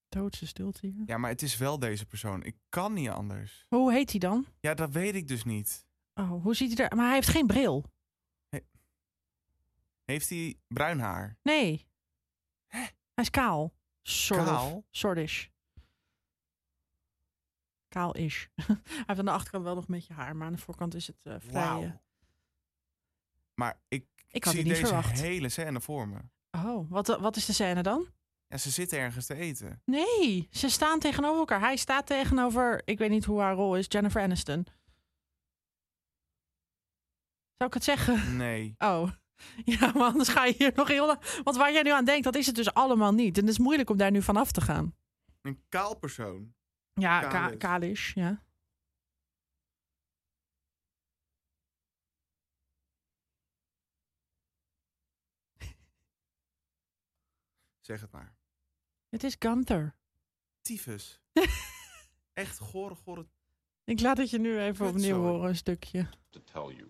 A: Doodse stilte hier.
B: Ja, maar het is wel deze persoon. Ik kan niet anders.
A: Maar hoe heet hij dan?
B: Ja, dat weet ik dus niet.
A: Oh, hoe ziet hij er? Maar hij heeft geen bril.
B: Heeft hij bruin haar?
A: Nee. Hij is kaal. Sort of.
B: Kaal?
A: Sortish. Kaal is. Hij heeft aan de achterkant wel nog een beetje haar, maar aan de voorkant is het eh vrij.
B: Wauw.
A: eh,
B: Maar ik,
A: Ik had
B: zie
A: het niet
B: deze
A: verwacht.
B: hele scène voor me.
A: Oh, wat, wat is de scène dan?
B: Ja, ze zitten ergens te eten.
A: Nee, ze staan tegenover elkaar. Hij staat tegenover, ik weet niet hoe haar rol is, Jennifer Aniston. Zou ik het zeggen?
B: Nee.
A: Oh. Ja, maar anders ga je hier nog heel... la- Want waar jij nu aan denkt, dat is het dus allemaal niet. En het is moeilijk om daar nu vanaf te gaan.
B: Een kaal persoon.
A: Ja,
B: Kaal
A: ka
B: is.
A: Kalish, ja.
B: Zeg het maar.
A: Het is Gunther.
B: Tyfus. Echt gore, gore...
A: Ik laat het je nu even
B: Kut,
A: opnieuw
B: sorry.
A: horen, een stukje.
L: to tell you.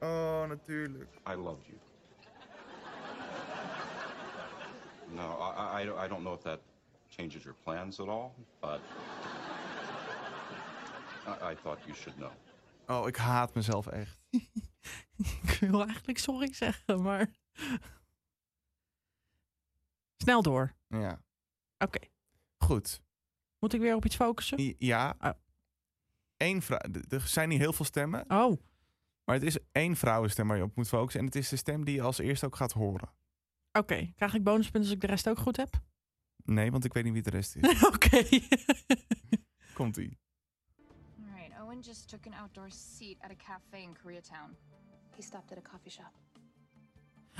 B: Oh, natuurlijk.
L: I loved you. No, I, I- I, don't- I don't know if that changes your plans at all, but I, I thought you should know.
B: Oh, ik haat mezelf echt.
A: Ik wil eigenlijk sorry zeggen, maar... Snel door.
B: Ja.
A: Oké.
B: Goed.
A: Moet ik weer op iets focussen?
B: I- Ja.
A: Ah.
B: Eén vrouw... d- Er zijn niet heel veel stemmen.
A: Oh.
B: Maar het is één vrouwenstem waar je op moet focussen. En het is de stem die je als eerste ook gaat horen.
A: Oké, krijg ik bonuspunten als ik de rest ook goed heb?
B: Nee, want ik weet niet wie de rest is.
A: Oké.
B: Komt-ie.
M: All right, Owen just took an outdoor seat at a cafe in Koreatown. He stopped at a coffee shop.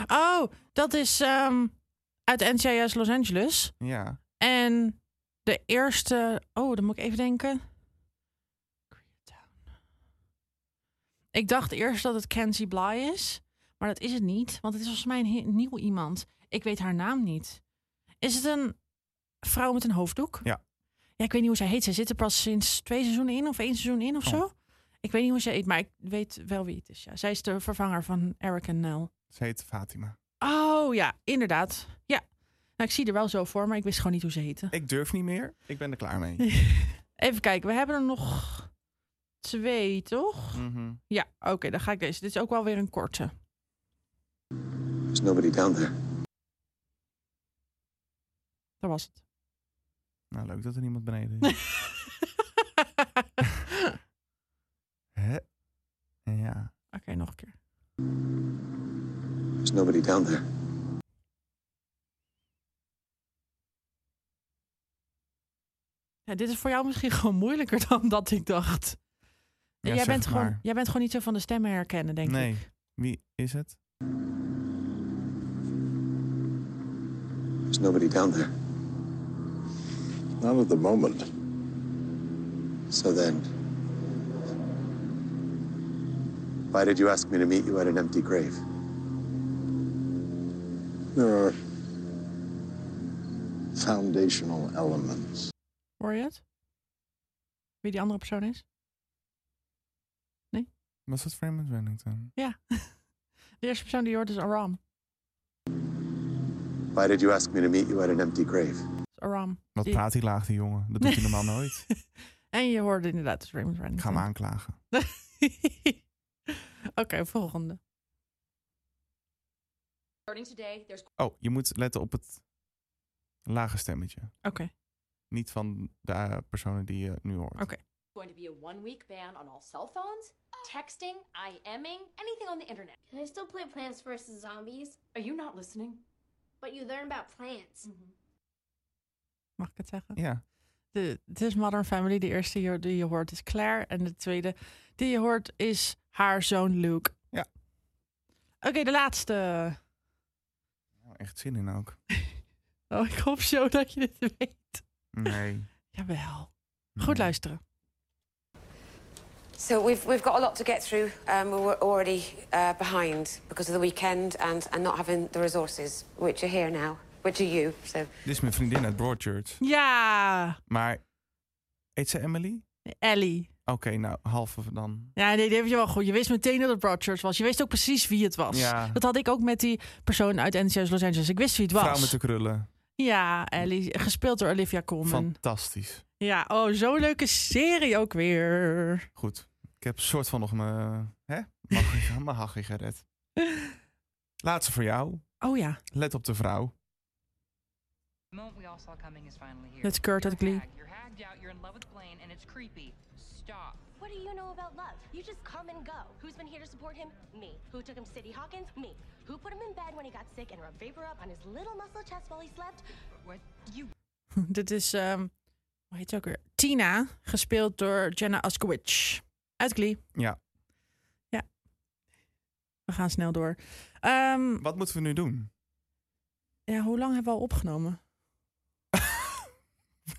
A: Oh, dat is ehm, uit NCIS Los Angeles.
B: Ja.
A: En de eerste... Oh, dan moet ik even denken. Koreatown. Ik dacht eerst dat het Kenzie Bly is. Maar dat is het niet. Want het is volgens mij een he- nieuw iemand. Ik weet haar naam niet. Is het een vrouw met een hoofddoek?
B: Ja.
A: Ja, ik weet niet hoe zij heet. Zij zit er pas sinds twee seizoenen in of één seizoen in of zo. Ik weet niet hoe ze heet, maar ik weet wel wie het is. Ja. Zij is de vervanger van Eric en Nell.
B: Ze heet Fatima.
A: Oh ja, inderdaad. Ja. Nou, ik zie er wel zo voor, maar ik wist gewoon niet hoe ze heette.
B: Ik durf niet meer. Ik ben er klaar mee.
A: Even kijken, we hebben er nog twee, toch?
B: Mhm.
A: Ja, oké, dan ga ik deze. Dit is ook wel weer een korte.
N: There's nobody down there.
A: Dat was het.
B: Nou, leuk dat er niemand beneden is. Hè? Ja.
A: Oké, nog een keer.
N: There's nobody down there.
A: Ja, dit is voor jou misschien gewoon moeilijker dan dat ik dacht.
B: Ja,
A: jij,
B: zeg
A: bent
B: het
A: gewoon,
B: maar.
A: jij bent gewoon niet zo van de stemmen herkennen, denk
B: nee.
A: ik.
B: Wie is het?
N: There's nobody down there. Not at the moment. So then. Why did you ask me to meet you at an empty grave? There are foundational elements.
A: Hoor je het? Wie die andere persoon is?
B: Was dat Freeman Wellington?
A: Ja. De eerste persoon die je hoort is Aram.
N: Why did you ask me to meet you at an empty grave?
A: Aram.
B: Wat
A: Die-
B: praat die laag, die jongen? Dat doet hij normaal nooit.
A: En je hoorde inderdaad dus Raymond Reddington.
B: Ik ga hem aanklagen.
A: Oké, volgende.
O: Starting today, there's
B: Oh, je moet letten op het lage stemmetje.
A: Oké,
B: Niet van de eh, personen die je nu hoort. Oké.
O: going to be a one-week ban on all cell phones, texting, IMing, anything on the internet.
P: Can I still play Plants vs. Zombies?
O: Are you not listening?
P: But you learn about plants.
A: mag ik het zeggen?
B: Ja.
A: De, het is Modern Family. De eerste die je- die je hoort is Claire. En de tweede die je hoort is haar zoon Luke.
B: Ja.
A: Oké, de laatste.
B: Nou, echt zin in ook.
A: Oh, ik hoop zo dat je dit weet.
B: Nee.
A: Jawel. Goed luisteren.
I: So we've, we've got a lot to get through. Um, we were already uh, behind because of the weekend and, and not having the resources, which are here now, which are you. So
B: Dit is mijn vriendin uit Broadchurch.
A: Ja,
B: Maar, heet ze Emily?
A: Ellie.
B: Oké, nou, halve dan.
A: Ja, nee, die heb je wel goed. Je wist meteen dat het Broadchurch was. Je wist ook precies wie het was.
B: Ja.
A: Dat had ik ook met die persoon uit NCS Los Angeles. Ik wist wie het was.
B: Vrouw met de krullen.
A: Ja, Ellie. Gespeeld door Olivia Colman.
B: Fantastisch.
A: Ja, oh, zo'n leuke serie ook weer.
B: Goed. Ik heb soort van nog mijn, hè? Mag- mijn hachje gered. Laatste voor jou.
A: Oh ja.
B: Let op de vrouw.
A: Dat is Kurt uit Glee.
Q: moved out. You're in love with Blaine, and it's creepy. Stop.
P: What do you know about love? You just come and go. Who's been here to support him? Me. Who took him to City Hawkins? Me. Who put him in bed when he got sick and rubbed vapor up on his little muscle chest while he slept?
Q: What you
A: Dit is, ehm hoe heet ze ook weer? Tina, gespeeld door Jenna Askewich. Uit Glee.
B: Ja.
A: Ja. We gaan snel door. Ehm,
B: Wat moeten we nu doen?
A: ja, hoe lang hebben we al opgenomen?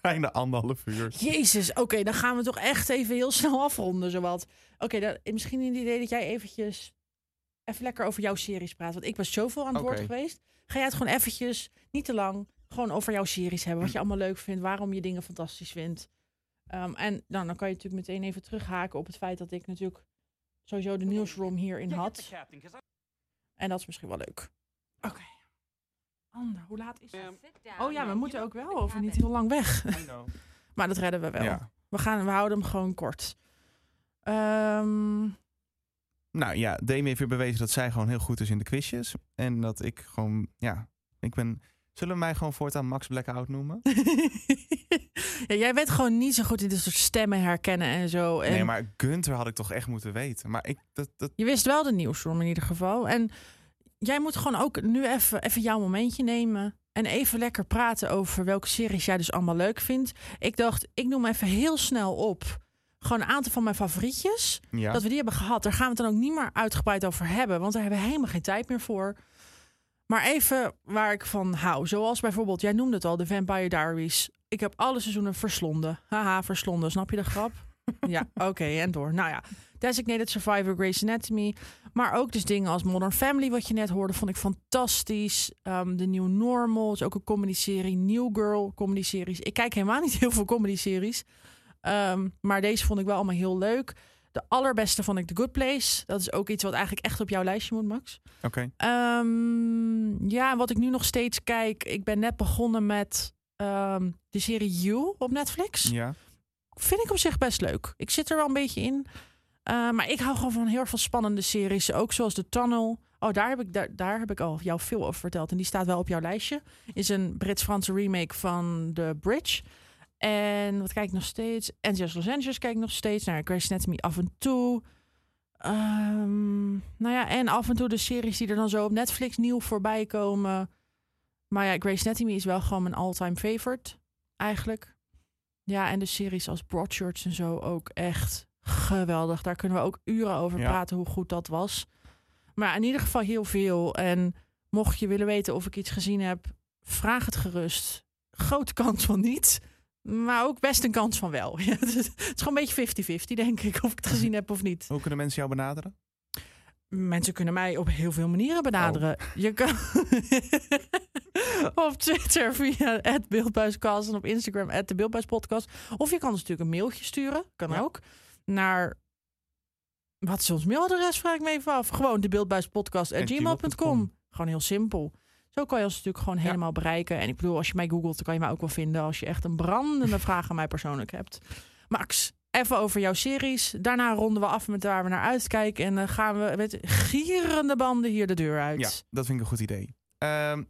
B: Bijna anderhalf uur.
A: Jezus, oké, dan gaan we toch echt even heel snel afronden, zowat. Oké, dan- eh, misschien een idee dat jij eventjes even lekker over jouw series praat. Want ik ben zoveel aan het woord
B: Oké.
A: geweest. Ga jij het gewoon eventjes, niet te lang, gewoon over jouw series hebben. Wat je allemaal leuk vindt, waarom je dingen fantastisch vindt. Ehm, en nou, dan kan je natuurlijk meteen even terughaken op het feit dat ik natuurlijk sowieso de nieuwsroom hierin had. En dat is misschien wel leuk. Oké. Ander, hoe laat is het? Oh ja, we moeten ook wel over niet heel lang weg. Maar dat redden we wel.
B: Ja.
A: We, gaan, we houden hem gewoon kort. Ehm,
B: Nou ja, Demi heeft weer bewezen dat zij gewoon heel goed is in de quizjes. En dat ik gewoon, ja, ik ben... Zullen we mij gewoon voortaan Max Blackout noemen?
A: ja, jij bent gewoon niet zo goed in dit soort stemmen herkennen en zo. En
B: Nee, maar Gunther had ik toch echt moeten weten. Maar ik, dat, dat,
A: Je wist wel de nieuwsroom in ieder geval. En jij moet gewoon ook nu even, even jouw momentje nemen. En even lekker praten over welke series jij dus allemaal leuk vindt. Ik dacht, ik noem even heel snel op. Gewoon een aantal van mijn favorietjes.
B: Ja.
A: Dat we die hebben gehad. Daar gaan we het dan ook niet meer uitgebreid over hebben. Want daar hebben we helemaal geen tijd meer voor. Maar even waar ik van hou. Zoals bijvoorbeeld, jij noemde het al, de Vampire Diaries. Ik heb alle seizoenen verslonden. Haha, verslonden. Snap je de grap? ja, oké, en door. Nou ja, Designated Survivor, Grey's Anatomy. Maar ook dus dingen als Modern Family, wat je net hoorde, vond ik fantastisch. Ehm The New Normal is ook een comedy-serie. New Girl, comedy-series. Ik kijk helemaal niet heel veel comedy-series. Ehm, maar deze vond ik wel allemaal heel leuk. De allerbeste vond ik The Good Place. Dat is ook iets wat eigenlijk echt op jouw lijstje moet, Max.
B: Oké.
A: Ehm, ja, en wat ik nu nog steeds kijk. Ik ben net begonnen met ehm, de serie You op Netflix.
B: Ja.
A: Vind ik op zich best leuk. Ik zit er wel een beetje in. Eh, maar ik hou gewoon van heel veel spannende series. Ook zoals The Tunnel. Oh, daar heb ik, daar, daar heb ik al jou veel over verteld. En die staat wel op jouw lijstje. Is een Brits-Franse remake van The Bridge. En wat kijk ik nog steeds? NCS Los Angeles kijk ik nog steeds. Naar Grey's Anatomy af en toe. Ehm, nou ja, en af en toe de series die er dan zo op Netflix nieuw voorbij komen. Maar ja, Grey's Anatomy is wel gewoon mijn all-time favorite. Eigenlijk. Ja, en de series als Broadchurch en zo ook echt geweldig. Daar kunnen we ook uren over
B: Ja.
A: praten hoe goed dat was. Maar in ieder geval heel veel. En mocht je willen weten of ik iets gezien heb, vraag het gerust. Grote kans van niet, maar ook best een kans van wel. Ja, dus het is het is gewoon een beetje 50-50, denk ik, of ik het gezien heb of niet.
B: Hoe kunnen mensen jou benaderen?
A: Mensen kunnen mij op heel veel manieren benaderen. Je kan op Twitter via het Beeldbuispodcast en op Instagram het de Beeldbuispodcast. Of je kan ons natuurlijk een mailtje sturen, kan ook, naar... Wat is ons mailadres, vraag ik me even af. Gewoon de beeldbuispodcast.gmail.com. Gewoon heel simpel. Zo kan je ons natuurlijk gewoon helemaal bereiken. En ik bedoel, als je mij googelt, dan kan je mij ook wel vinden... als je echt een brandende vraag aan mij persoonlijk hebt. Max, even over jouw series. Daarna ronden we af met waar we naar uitkijken. En dan gaan we met gierende banden hier de deur uit.
B: Ja, dat vind ik een goed idee. Ehm,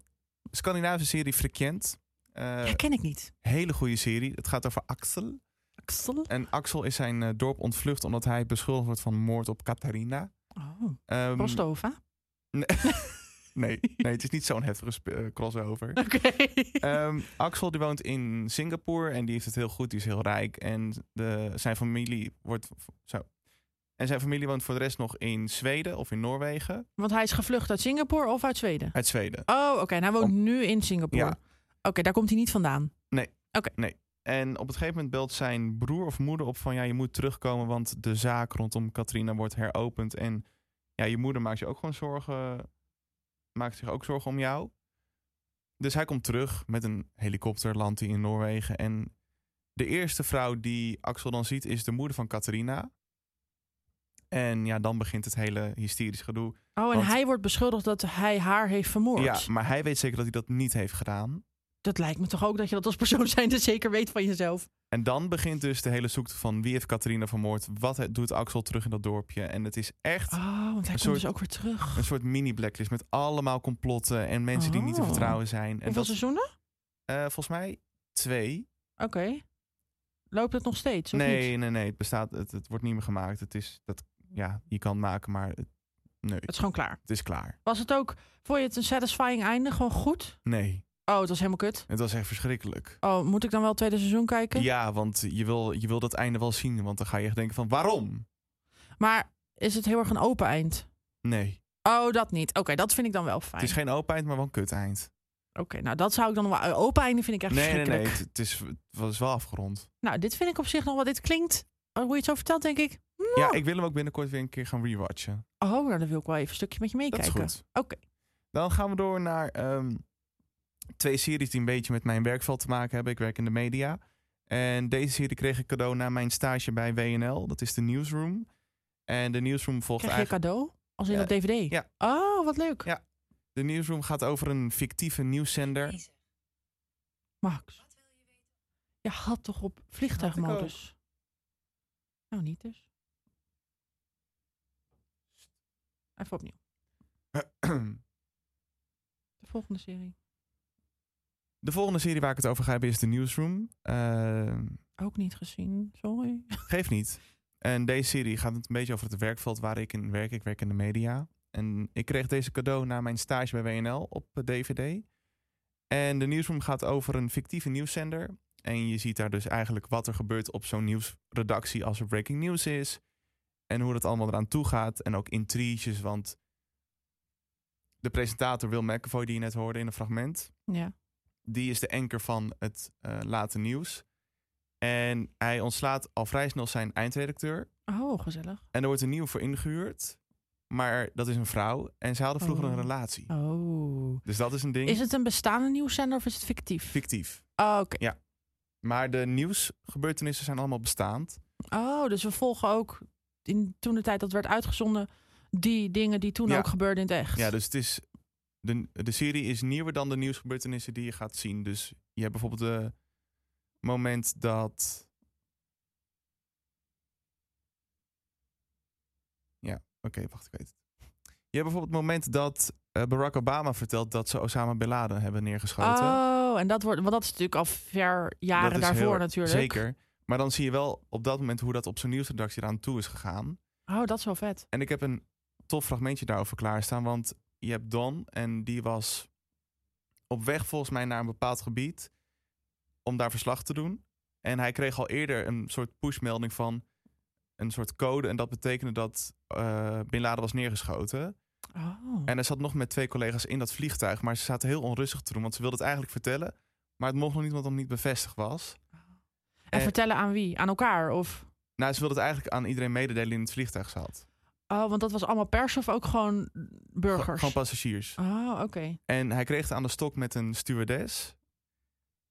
B: Scandinavische serie Frequent. Eh,
A: Ja, ken ik niet.
B: Hele goede serie. Het gaat over Axel.
A: Axel?
B: En Axel is zijn eh, dorp ontvlucht omdat hij beschuldigd wordt van moord op Catharina.
A: Oh,
B: Ehm,
A: Rostova.
B: Nee. nee, nee, het is niet zo'n heftige sp- eh, crossover. Ehm, Axel die woont in Singapore en die heeft het heel goed. Die is heel rijk en de, zijn familie wordt zo. En zijn familie woont voor de rest nog in Zweden of in Noorwegen.
A: Want hij is gevlucht uit Singapore of uit Zweden?
B: Uit Zweden.
A: Oh, oké. En hij woont nu in Singapore.
B: Eh, Ja.
A: Oké, daar komt hij niet vandaan.
B: Nee. Nee. En op het gegeven moment belt zijn broer of moeder op van ja, je moet terugkomen, want de zaak rondom Katrina wordt heropend. En ja, je moeder maakt je ook gewoon zorgen, maakt zich ook zorgen om jou. Dus hij komt terug met een helikopter, landt hij in Noorwegen. En de eerste vrouw die Axel dan ziet is de moeder van Katrina. En ja, dan begint het hele hysterisch gedoe.
A: Oh, en
B: Want-
A: hij wordt beschuldigd dat hij haar heeft vermoord.
B: Ja, maar hij weet zeker dat hij dat niet heeft gedaan.
A: Dat lijkt me toch ook dat je dat als persoon zijnde zeker weet van jezelf.
B: En dan begint dus de hele zoektocht van wie heeft Catharina vermoord? Wat he- doet Axel terug in dat dorpje? En het is echt
A: Oh, want hij komt
B: soort-
A: dus ook weer terug.
B: een soort mini-blacklist met allemaal complotten en mensen die niet te
A: Oh.
B: vertrouwen zijn. En eh,
A: Hoeveel
B: dat-
A: seizoenen?
B: eh, volgens mij twee.
A: Oké. Loopt het nog steeds? Of
B: nee,
A: niet?
B: nee, nee. Het bestaat. Het, het wordt niet meer gemaakt. Het is dat. Ja, je kan het maken, maar het, nee. Het
A: is gewoon klaar.
B: Het is klaar.
A: Was het ook, vond je het een satisfying einde? Gewoon goed?
B: Nee,
A: Oh, het was helemaal kut.
B: het was echt verschrikkelijk.
A: Oh, moet ik dan wel het tweede seizoen kijken?
B: Ja, want je wil, je wil dat einde wel zien, want dan ga je echt denken van waarom?
A: Maar is het heel erg een open eind?
B: Nee,
A: Oh, dat niet. Oké, dat vind ik dan wel fijn.
B: het is geen open eind, maar wel een kut eind.
A: Oké, nou dat zou ik dan wel... Open einde vind ik echt
B: Nee, nee,
A: verschrikkelijk.
B: nee. Het, het is, het was wel afgerond.
A: Nou, dit vind ik op zich nog wel... Dit klinkt, oh, hoe je het zo vertelt, denk ik... nou,
B: Ja, ik wil hem ook binnenkort weer een keer gaan rewatchen.
A: Oh, nou, dan wil ik wel even een stukje met je
B: Dat is
A: meekijken.
B: goed.
A: Oké.
B: Dan gaan we door naar ehm, twee series die een beetje met mijn werkveld te maken hebben. Ik werk in de media. En deze serie kreeg ik cadeau na mijn stage bij WNL. Dat is de Newsroom. En de Newsroom volgt
A: Krijg je
B: eigenlijk...
A: cadeau? Als in
B: Ja.
A: op DVD?
B: Ja.
A: Oh, wat leuk.
B: Ja. De Newsroom gaat over een fictieve nieuwszender.
A: Max. Je had toch op vliegtuigmodus? Nou, niet dus. Even opnieuw. De volgende serie.
B: De volgende serie waar ik het over ga hebben is de Newsroom. Eh,
A: Ook niet gezien, sorry.
B: Geeft niet. En deze serie gaat het een beetje over het werkveld waar ik in werk. Ik werk in de media. En ik kreeg deze cadeau na mijn stage bij WNL op eh, DVD. En de nieuwsroom gaat over een fictieve nieuwszender. En je ziet daar dus eigenlijk wat er gebeurt op zo'n nieuwsredactie als er breaking news is. En hoe dat allemaal eraan toe gaat. En ook intriges, want de presentator Will McAvoy, die je net hoorde in een fragment
A: Ja.
B: die is de anker van het eh, late nieuws. En hij ontslaat al vrij snel zijn eindredacteur.
A: Oh, gezellig.
B: En er wordt een nieuw voor ingehuurd. Maar dat is een vrouw. En ze hadden vroeger
A: Oh.
B: een relatie.
A: Oh.
B: Dus dat is een ding.
A: Is het een bestaande nieuwszender of is het fictief?
B: Fictief.
A: Oh, oké.
B: Ja. Maar de nieuwsgebeurtenissen zijn allemaal bestaand.
A: Oh, dus we volgen ook in toen de tijd dat werd uitgezonden die dingen die toen
B: Ja.
A: ook gebeurden in het echt.
B: Ja, dus het is. De, de serie is nieuwer dan de nieuwsgebeurtenissen die je gaat zien. Dus je hebt bijvoorbeeld het moment dat. Ja, oké, wacht, ik weet het. Je hebt bijvoorbeeld het moment dat eh, Barack Obama vertelt dat ze Osama Bin Laden hebben neergeschoten.
A: oh, en dat wordt, want dat is natuurlijk al ver jaren
B: Dat is
A: daarvoor
B: heel-
A: natuurlijk.
B: Zeker. Maar dan zie je wel op dat moment hoe dat op zijn nieuwsredactie eraan toe is gegaan.
A: Oh, dat is wel vet.
B: En ik heb een tof fragmentje daarover klaarstaan. Want je hebt Don en die was op weg volgens mij naar een bepaald gebied om daar verslag te doen. En hij kreeg al eerder een soort pushmelding van een soort code. En dat betekende dat eh, Bin Laden was neergeschoten.
A: Oh.
B: En hij zat nog met twee collega's in dat vliegtuig. Maar ze zaten heel onrustig te doen, want ze wilden het eigenlijk vertellen. Maar het mocht nog niet, want het nog niet bevestigd was.
A: En
B: eh,
A: vertellen aan wie? Aan elkaar? Of?
B: Nou, ze wilde het eigenlijk aan iedereen mededelen die in het vliegtuig zat.
A: Oh, want dat was allemaal pers of ook gewoon burgers?
B: Gewoon passagiers.
A: Oh, oké.
B: En hij kreeg het aan de stok met een stewardess.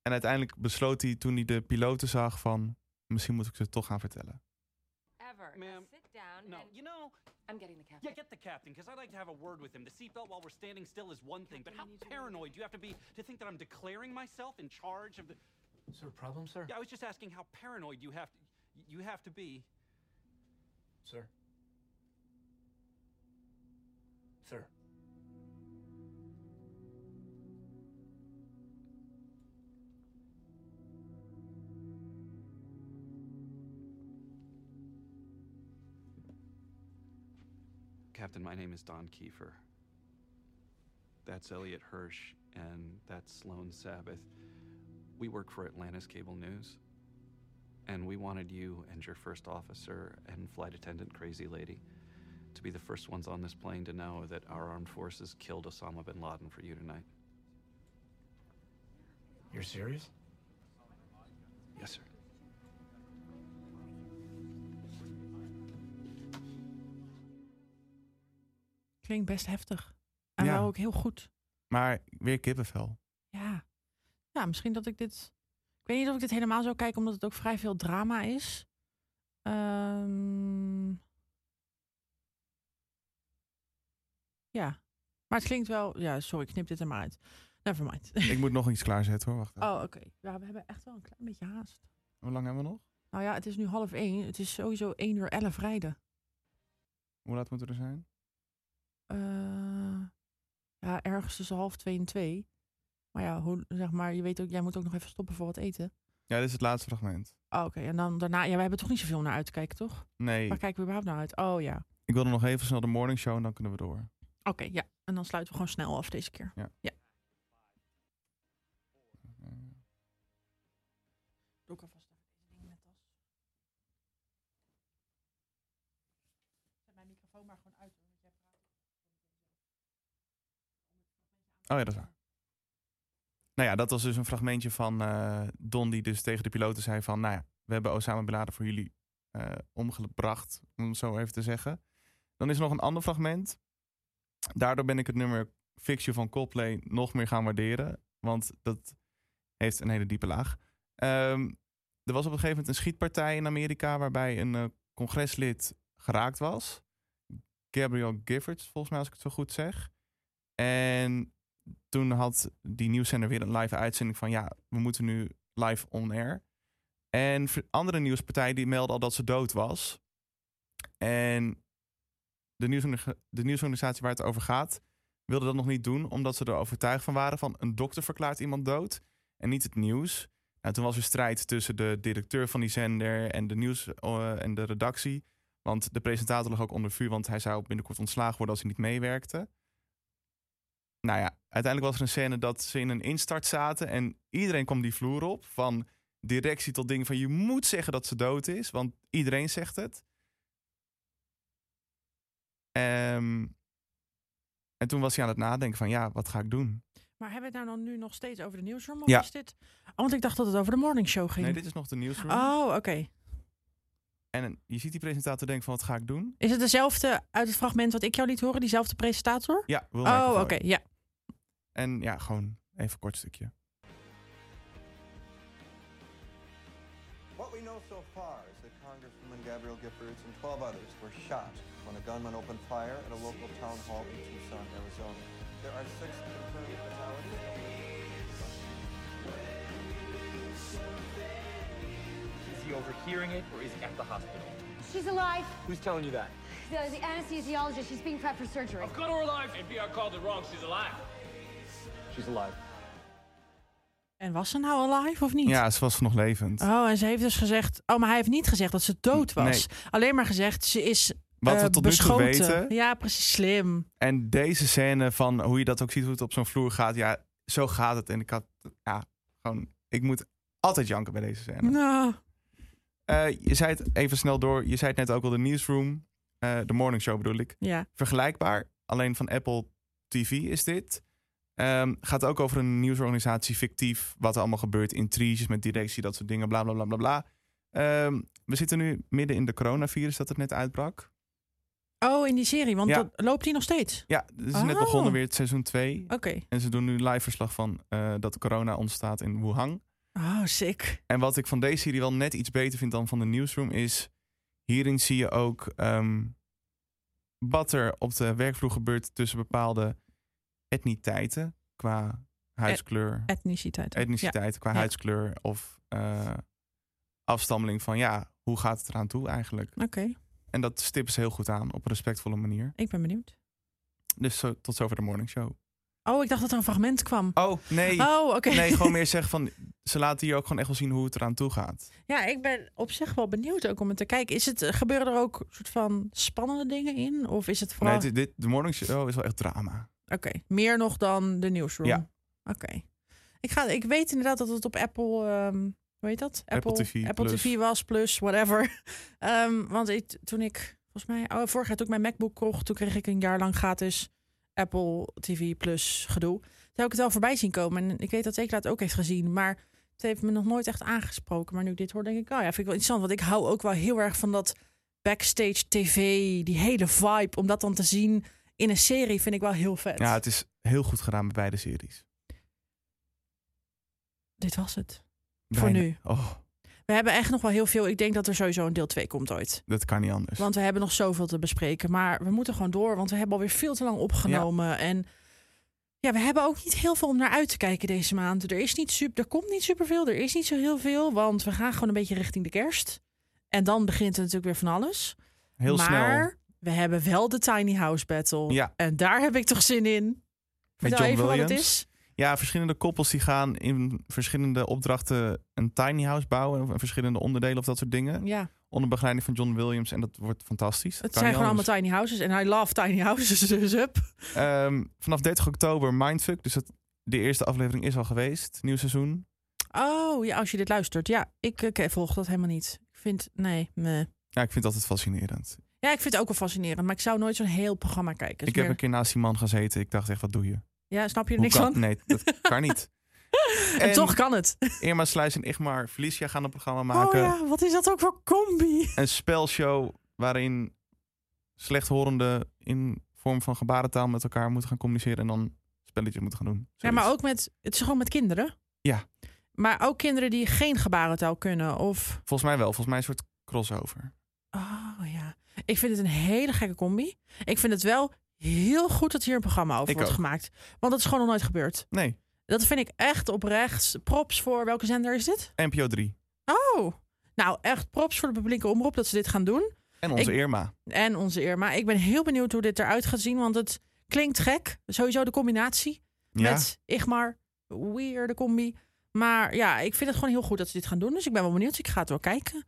B: En uiteindelijk besloot hij toen hij de piloten zag van... misschien moet ik ze toch gaan vertellen.
O: Ever. Now sit down.
R: No,
O: and
R: you know,
O: I'm getting the captain.
R: yeah, get the captain, because I'd like to have a word with him. The seatbelt while we're standing still is one thing, but how paranoid do you have to be to think that I'm declaring myself in charge of the.
E: Is there a problem, sir?
R: Yeah, I was just asking how paranoid you have to, you have to be.
E: Sir. Sir.
R: Captain, my name is Don Kiefer. That's Elliot Hirsch, and that's Sloan Sabbath. We work for Atlantis Cable News, and we wanted you and your first officer and flight attendant Crazy Lady to be the first ones on this plane to know that our armed forces killed Osama bin Laden for you tonight.
E: You're serious?
R: Yes, sir.
A: Klinkt best heftig. En
B: Ja.
A: wel ook heel goed.
B: Maar weer kippenvel.
A: Ja. Ja, misschien dat ik dit... Ik weet niet of ik dit helemaal zou kijken, omdat het ook vrij veel drama is. Ehm, Ja. Maar het klinkt wel... Ja, sorry, ik knip dit er maar uit. Never mind.
B: Ik moet nog iets klaarzetten hoor, wacht even.
A: Oh, oké. Ja, we hebben echt wel een klein beetje haast.
B: Hoe lang hebben we nog?
A: Nou ja, het is nu half één. Het is sowieso één uur elf rijden.
B: Hoe laat moeten we er zijn?
A: Eh, ja, ergens tussen half twee en twee. Maar ja, hoe, zeg maar, je weet ook, jij moet ook nog even stoppen voor wat eten.
B: Ja, dit is het laatste fragment.
A: Oh, Oké, en dan daarna... Ja, we hebben toch niet zoveel naar uit te kijken, toch?
B: Nee.
A: Waar kijken we überhaupt naar uit? Oh ja.
B: Ik wilde nog even snel de morning show en dan kunnen we door.
A: Oké, ja. En dan sluiten we gewoon snel af deze keer.
B: Ja.
A: ja. Doe ik alvast even deze ding in mijn tas. Zet mijn microfoon maar gewoon uit. hoor, want jij praat.
B: Oh ja, dat is waar. Nou ja, dat was dus een fragmentje van eh, Don die dus tegen de piloten zei van... Nou ja, we hebben Osama Bin Laden voor jullie eh, omgebracht, om het zo even te zeggen. Dan is er nog een ander fragment. Daardoor ben ik het nummer Fix You van Coldplay nog meer gaan waarderen. Want dat heeft een hele diepe laag. Ehm, er was op een gegeven moment een schietpartij in Amerika... waarbij een eh, congreslid geraakt was. Gabriel Giffords, volgens mij als ik het zo goed zeg. En toen had die nieuwszender weer een live uitzending van... ja, we moeten nu live on air. En v- andere nieuwspartij die meldde al dat ze dood was. En de, nieuwsorga- de nieuwsorganisatie waar het over gaat... wilde dat nog niet doen, omdat ze er overtuigd van waren... van een dokter verklaart iemand dood en niet het nieuws. Nou, toen was er strijd tussen de directeur van die zender... en de nieuws eh, en de redactie. Want de presentator lag ook onder vuur... want hij zou binnenkort ontslagen worden als hij niet meewerkte nou ja, uiteindelijk was er een scène dat ze in een instart zaten en iedereen kwam die vloer op. Van directie tot ding van je moet zeggen dat ze dood is, want iedereen zegt het. Ehm, en toen was hij aan het nadenken van ja, wat ga ik doen?
A: Maar hebben we het nou dan nu nog steeds over de nieuwsroom? Of
B: Ja.
A: is dit... Oh, want ik dacht dat het over de morning show ging.
B: Nee, dit is nog de nieuwsroom.
A: Oh, oké.
B: En je ziet die presentator denken van wat ga ik doen?
A: Is het dezelfde uit het fragment wat ik jou liet horen? Diezelfde presentator?
B: Ja, Will
A: Oh, oké.
B: McAvoy.
A: ja.
B: En ja, gewoon even een kort stukje.
F: What we know so far is that Congresswoman Gabrielle Giffords and 12 others were shot when a gunman opened fire at a local town hall in Tucson, Arizona. There are six confirmed
S: Is he overhearing it or is he at the hospital?
T: She's alive.
S: Who's telling you that?
T: The, the anesthesiologist, she's being prepped for surgery.
D: I've got her alive. NPR called it wrong. She's alive.
S: She's alive.
A: En was ze nou alive of niet?
B: Ja, ze was nog levend.
A: Oh, en ze heeft dus gezegd... Oh, maar hij heeft niet gezegd dat ze dood was.
B: Nee.
A: Alleen maar gezegd, ze is
B: Wat
A: eh,
B: we tot nu toe
A: beschoten.
B: weten.
A: Ja, precies. Slim.
B: En deze scène van hoe je dat ook ziet, hoe het op zo'n vloer gaat. Ja, zo gaat het. En ik had, ja, gewoon, ik moet altijd janken bij deze scène.
A: Nou,
B: Eh, je zei het even snel door. Je zei het net ook al, de newsroom. eh, de morning show bedoel ik.
A: Ja.
B: Vergelijkbaar. Alleen van Apple TV is dit. Ehm, gaat ook over een nieuwsorganisatie, fictief. Wat er allemaal gebeurt. Intriges met directie, dat soort dingen. Bla, bla, bla, bla, bla. Ehm, we zitten nu midden in de coronavirus dat het net uitbrak.
A: Oh, in die serie. Want
B: Ja.
A: dat, loopt die nog steeds?
B: Ja, het is net
A: Oh.
B: begonnen weer het seizoen 2.
A: Oké.
B: En ze doen nu live verslag van eh, dat corona ontstaat in Wuhan.
A: Oh, sick.
B: En wat ik van deze serie wel net iets beter vind dan van de Newsroom is... hierin zie je ook ehm, wat er op de werkvloer gebeurt tussen bepaalde etniteiten. Qua huidskleur,
A: Etniciteit.
B: etniciteit, qua
A: Eh, Ja.
B: huidskleur of eh, afstammeling van ja, hoe gaat het eraan toe eigenlijk?
A: Oké,
B: En dat stippen ze heel goed aan op een respectvolle manier.
A: ik ben benieuwd.
B: Dus zo, tot zover de morning show.
A: Oh, ik dacht dat er een fragment kwam.
B: Oh, nee.
A: Oh, oké.
B: Nee, gewoon meer zeggen van... ze laten hier ook gewoon echt wel zien hoe het eraan toe gaat.
A: Ja, ik ben op zich wel benieuwd ook om het te kijken. Is het, gebeuren er ook soort van spannende dingen in? Of is het
B: Nee,
A: vooral...
B: het is- dit, de morning show is wel echt drama.
A: Oké, meer nog dan de newsroom?
B: Ja.
A: Oké. Ik, ga, ik weet inderdaad dat het op Apple... ehm hoe heet dat?
B: Apple TV
A: Apple
B: Plus.
A: TV was, plus, whatever. Ehm, want ik, toen ik, volgens mij... Oh, vorig jaar toen ik mijn MacBook kocht, toen kreeg ik een jaar lang gratis Apple TV Plus gedoe. Toen heb ik het wel voorbij zien komen. En ik weet dat zeker dat ook heeft gezien, maar... Het heeft me nog nooit echt aangesproken. Maar nu ik dit hoor, denk ik, nou ja, vind ik wel interessant. Want ik hou ook wel heel erg van dat backstage tv, die hele vibe. Om dat dan te zien in een serie vind ik wel heel vet.
B: Ja, het is heel goed gedaan bij beide series.
A: Dit was het.
B: Bijna-
A: Voor nu.
B: Oh,
A: We hebben echt nog wel heel veel. Ik denk dat er sowieso een deel 2 komt ooit.
B: dat kan niet anders.
A: Want we hebben nog zoveel te bespreken. Maar we moeten gewoon door, want we hebben alweer veel te lang opgenomen. En ja, we hebben ook niet heel veel om naar uit te kijken deze maand. Er, is niet super, er komt niet superveel, er is niet zo heel veel. Want we gaan gewoon een beetje richting de kerst. En dan begint het natuurlijk weer van alles.
B: Heel
A: maar
B: snel.
A: we hebben wel de Tiny House Battle.
B: Ja.
A: En daar heb ik toch zin in.
B: Met
A: Vertel
B: John
A: even
B: Williams.
A: wat het is.
B: Ja, verschillende koppels die gaan in verschillende opdrachten een tiny house bouwen. Of verschillende onderdelen of dat soort dingen.
A: Ja.
B: Onder begeleiding van John Williams. En dat wordt fantastisch.
A: Het zijn gewoon allemaal tiny houses. En I love tiny houses, dus up.
B: allemaal... Ehm, vanaf 30 oktober Mindfuck. Dus dat, de eerste aflevering is al geweest. Nieuw seizoen.
A: Oh, ja, als je dit luistert. Ja, ik, ik volg dat helemaal niet. Ik vind, nee, meh.
B: Ja, ik vind dat altijd fascinerend.
A: Ja, ik vind het ook wel fascinerend. Maar ik zou nooit zo'n heel programma kijken. Het
B: ik
A: is
B: heb
A: meer-
B: een keer naast die man gezeten. Ik dacht echt, wat doe je?
A: Ja, snap je er
B: Hoe
A: niks
B: kan-
A: van?
B: Nee, dat kan niet.
A: En toch kan het.
B: Irma Sluis en Igmar Felicia gaan een programma maken.
A: Oh ja, wat is dat ook voor combi?
B: Een spelshow waarin slechthorenden in vorm van gebarentaal met elkaar moeten gaan communiceren. En dan spelletjes moeten gaan doen.
A: Ja, maar ook met, het is gewoon met kinderen.
B: Ja.
A: Maar ook kinderen die geen gebarentaal kunnen. Of,
B: Volgens mij wel. Volgens mij een soort crossover.
A: oh ja. Ik vind het een hele gekke combi. Ik vind het wel heel goed dat hier een programma over
B: Ik
A: wordt
B: ook.
A: gemaakt. Want dat is gewoon nog nooit gebeurd.
B: Nee,
A: Dat vind ik echt oprecht. Props voor, welke zender is dit?
B: NPO 3.
A: Oh, nou echt props voor de publieke omroep dat ze dit gaan doen.
B: En onze
A: Ik-
B: Irma.
A: En onze Irma. Ik ben heel benieuwd hoe dit eruit gaat zien, want het klinkt gek. Sowieso de combinatie
B: Ja.
A: met Igmar, weer de combi. Maar ja, ik vind het gewoon heel goed dat ze dit gaan doen. Dus ik ben wel benieuwd. Ik ga het wel kijken.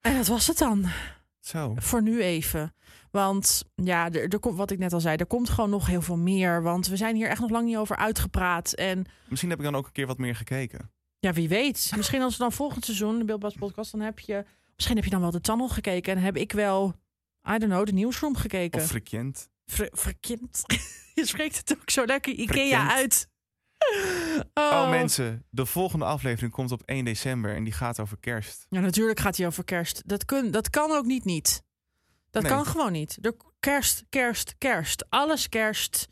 A: En dat was het dan.
B: Zo.
A: Voor nu even. Want ja, er, er komt, wat ik net al zei, er komt gewoon nog heel veel meer. Want we zijn hier echt nog lang niet over uitgepraat. En
B: Misschien heb ik dan ook een keer wat meer gekeken.
A: ja, wie weet. Misschien als we dan volgend seizoen de Beeldbas podcast, dan heb je... Misschien heb je dan wel de Tunnel gekeken en heb ik wel, I don't know, de Newsroom gekeken.
B: Of frequent.
A: Ver- verkend. Je spreekt het ook zo lekker Ikea
B: Verkend.
A: uit.
B: Oh. mensen, de volgende aflevering komt op 1 december en die gaat over kerst.
A: Ja, natuurlijk gaat hij over kerst. Dat, kun, dat kan ook niet niet. Dat
B: Nee.
A: kan gewoon niet. De kerst, kerst, kerst. Alles kerst.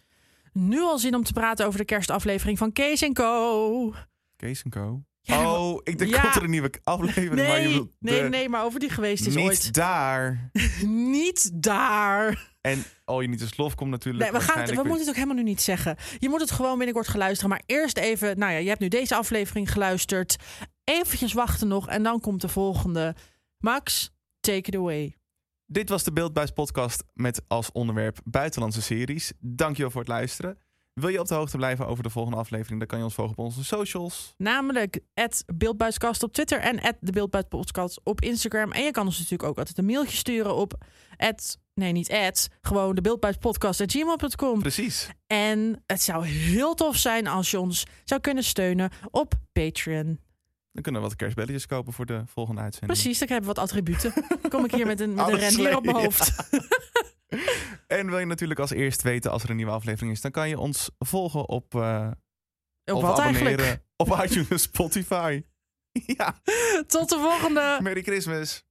A: Nu al zin om te praten over de kerstaflevering van Kees en Co.
B: Kees en Co.
A: Ja,
B: oh, ik denk
A: ja.
B: komt er een nieuwe aflevering. maar je
A: Nee,
B: bedoelt
A: nee,
B: de-
A: nee, maar over die geweest is dus
B: niet
A: ooit.
B: daar.
A: niet daar.
B: En al je niet eens lof komt natuurlijk.
A: Nee, we, gaan het, we
B: waarschijnlijk
A: moeten het ook helemaal nu niet zeggen. Je moet het gewoon binnenkort gaan luisteren. Maar eerst even, nou ja, je hebt nu deze aflevering geluisterd. Eventjes wachten nog en dan komt de volgende. Max, take it away.
B: Dit was de Beeldbuis podcast met als onderwerp buitenlandse series. Dankjewel voor het luisteren. Wil je op de hoogte blijven over de volgende aflevering, dan kan je ons volgen op onze socials.
A: Namelijk het Beeldbuiskast op Twitter en het de Beeldbuispodcast op Instagram. En je kan ons natuurlijk ook altijd een mailtje sturen op het, nee niet het, gewoon de beeldbuispodcast.gmail.com.
B: Precies.
A: En het zou heel tof zijn als je ons zou kunnen steunen op Patreon.
B: Dan kunnen we wat kerstbelletjes kopen voor de volgende uitzending.
A: Precies, dan hebben we wat attributen. Kom ik hier met een, met een
B: Alles
A: rendier op mijn
B: leeg.
A: hoofd.
B: En wil je natuurlijk als eerst weten als er een nieuwe aflevering is, dan kan je ons volgen op. eh,
A: Op
B: of
A: wat
B: abonneren
A: eigenlijk?
B: Op iTunes, Spotify.
A: Tot de volgende.
B: Merry Christmas.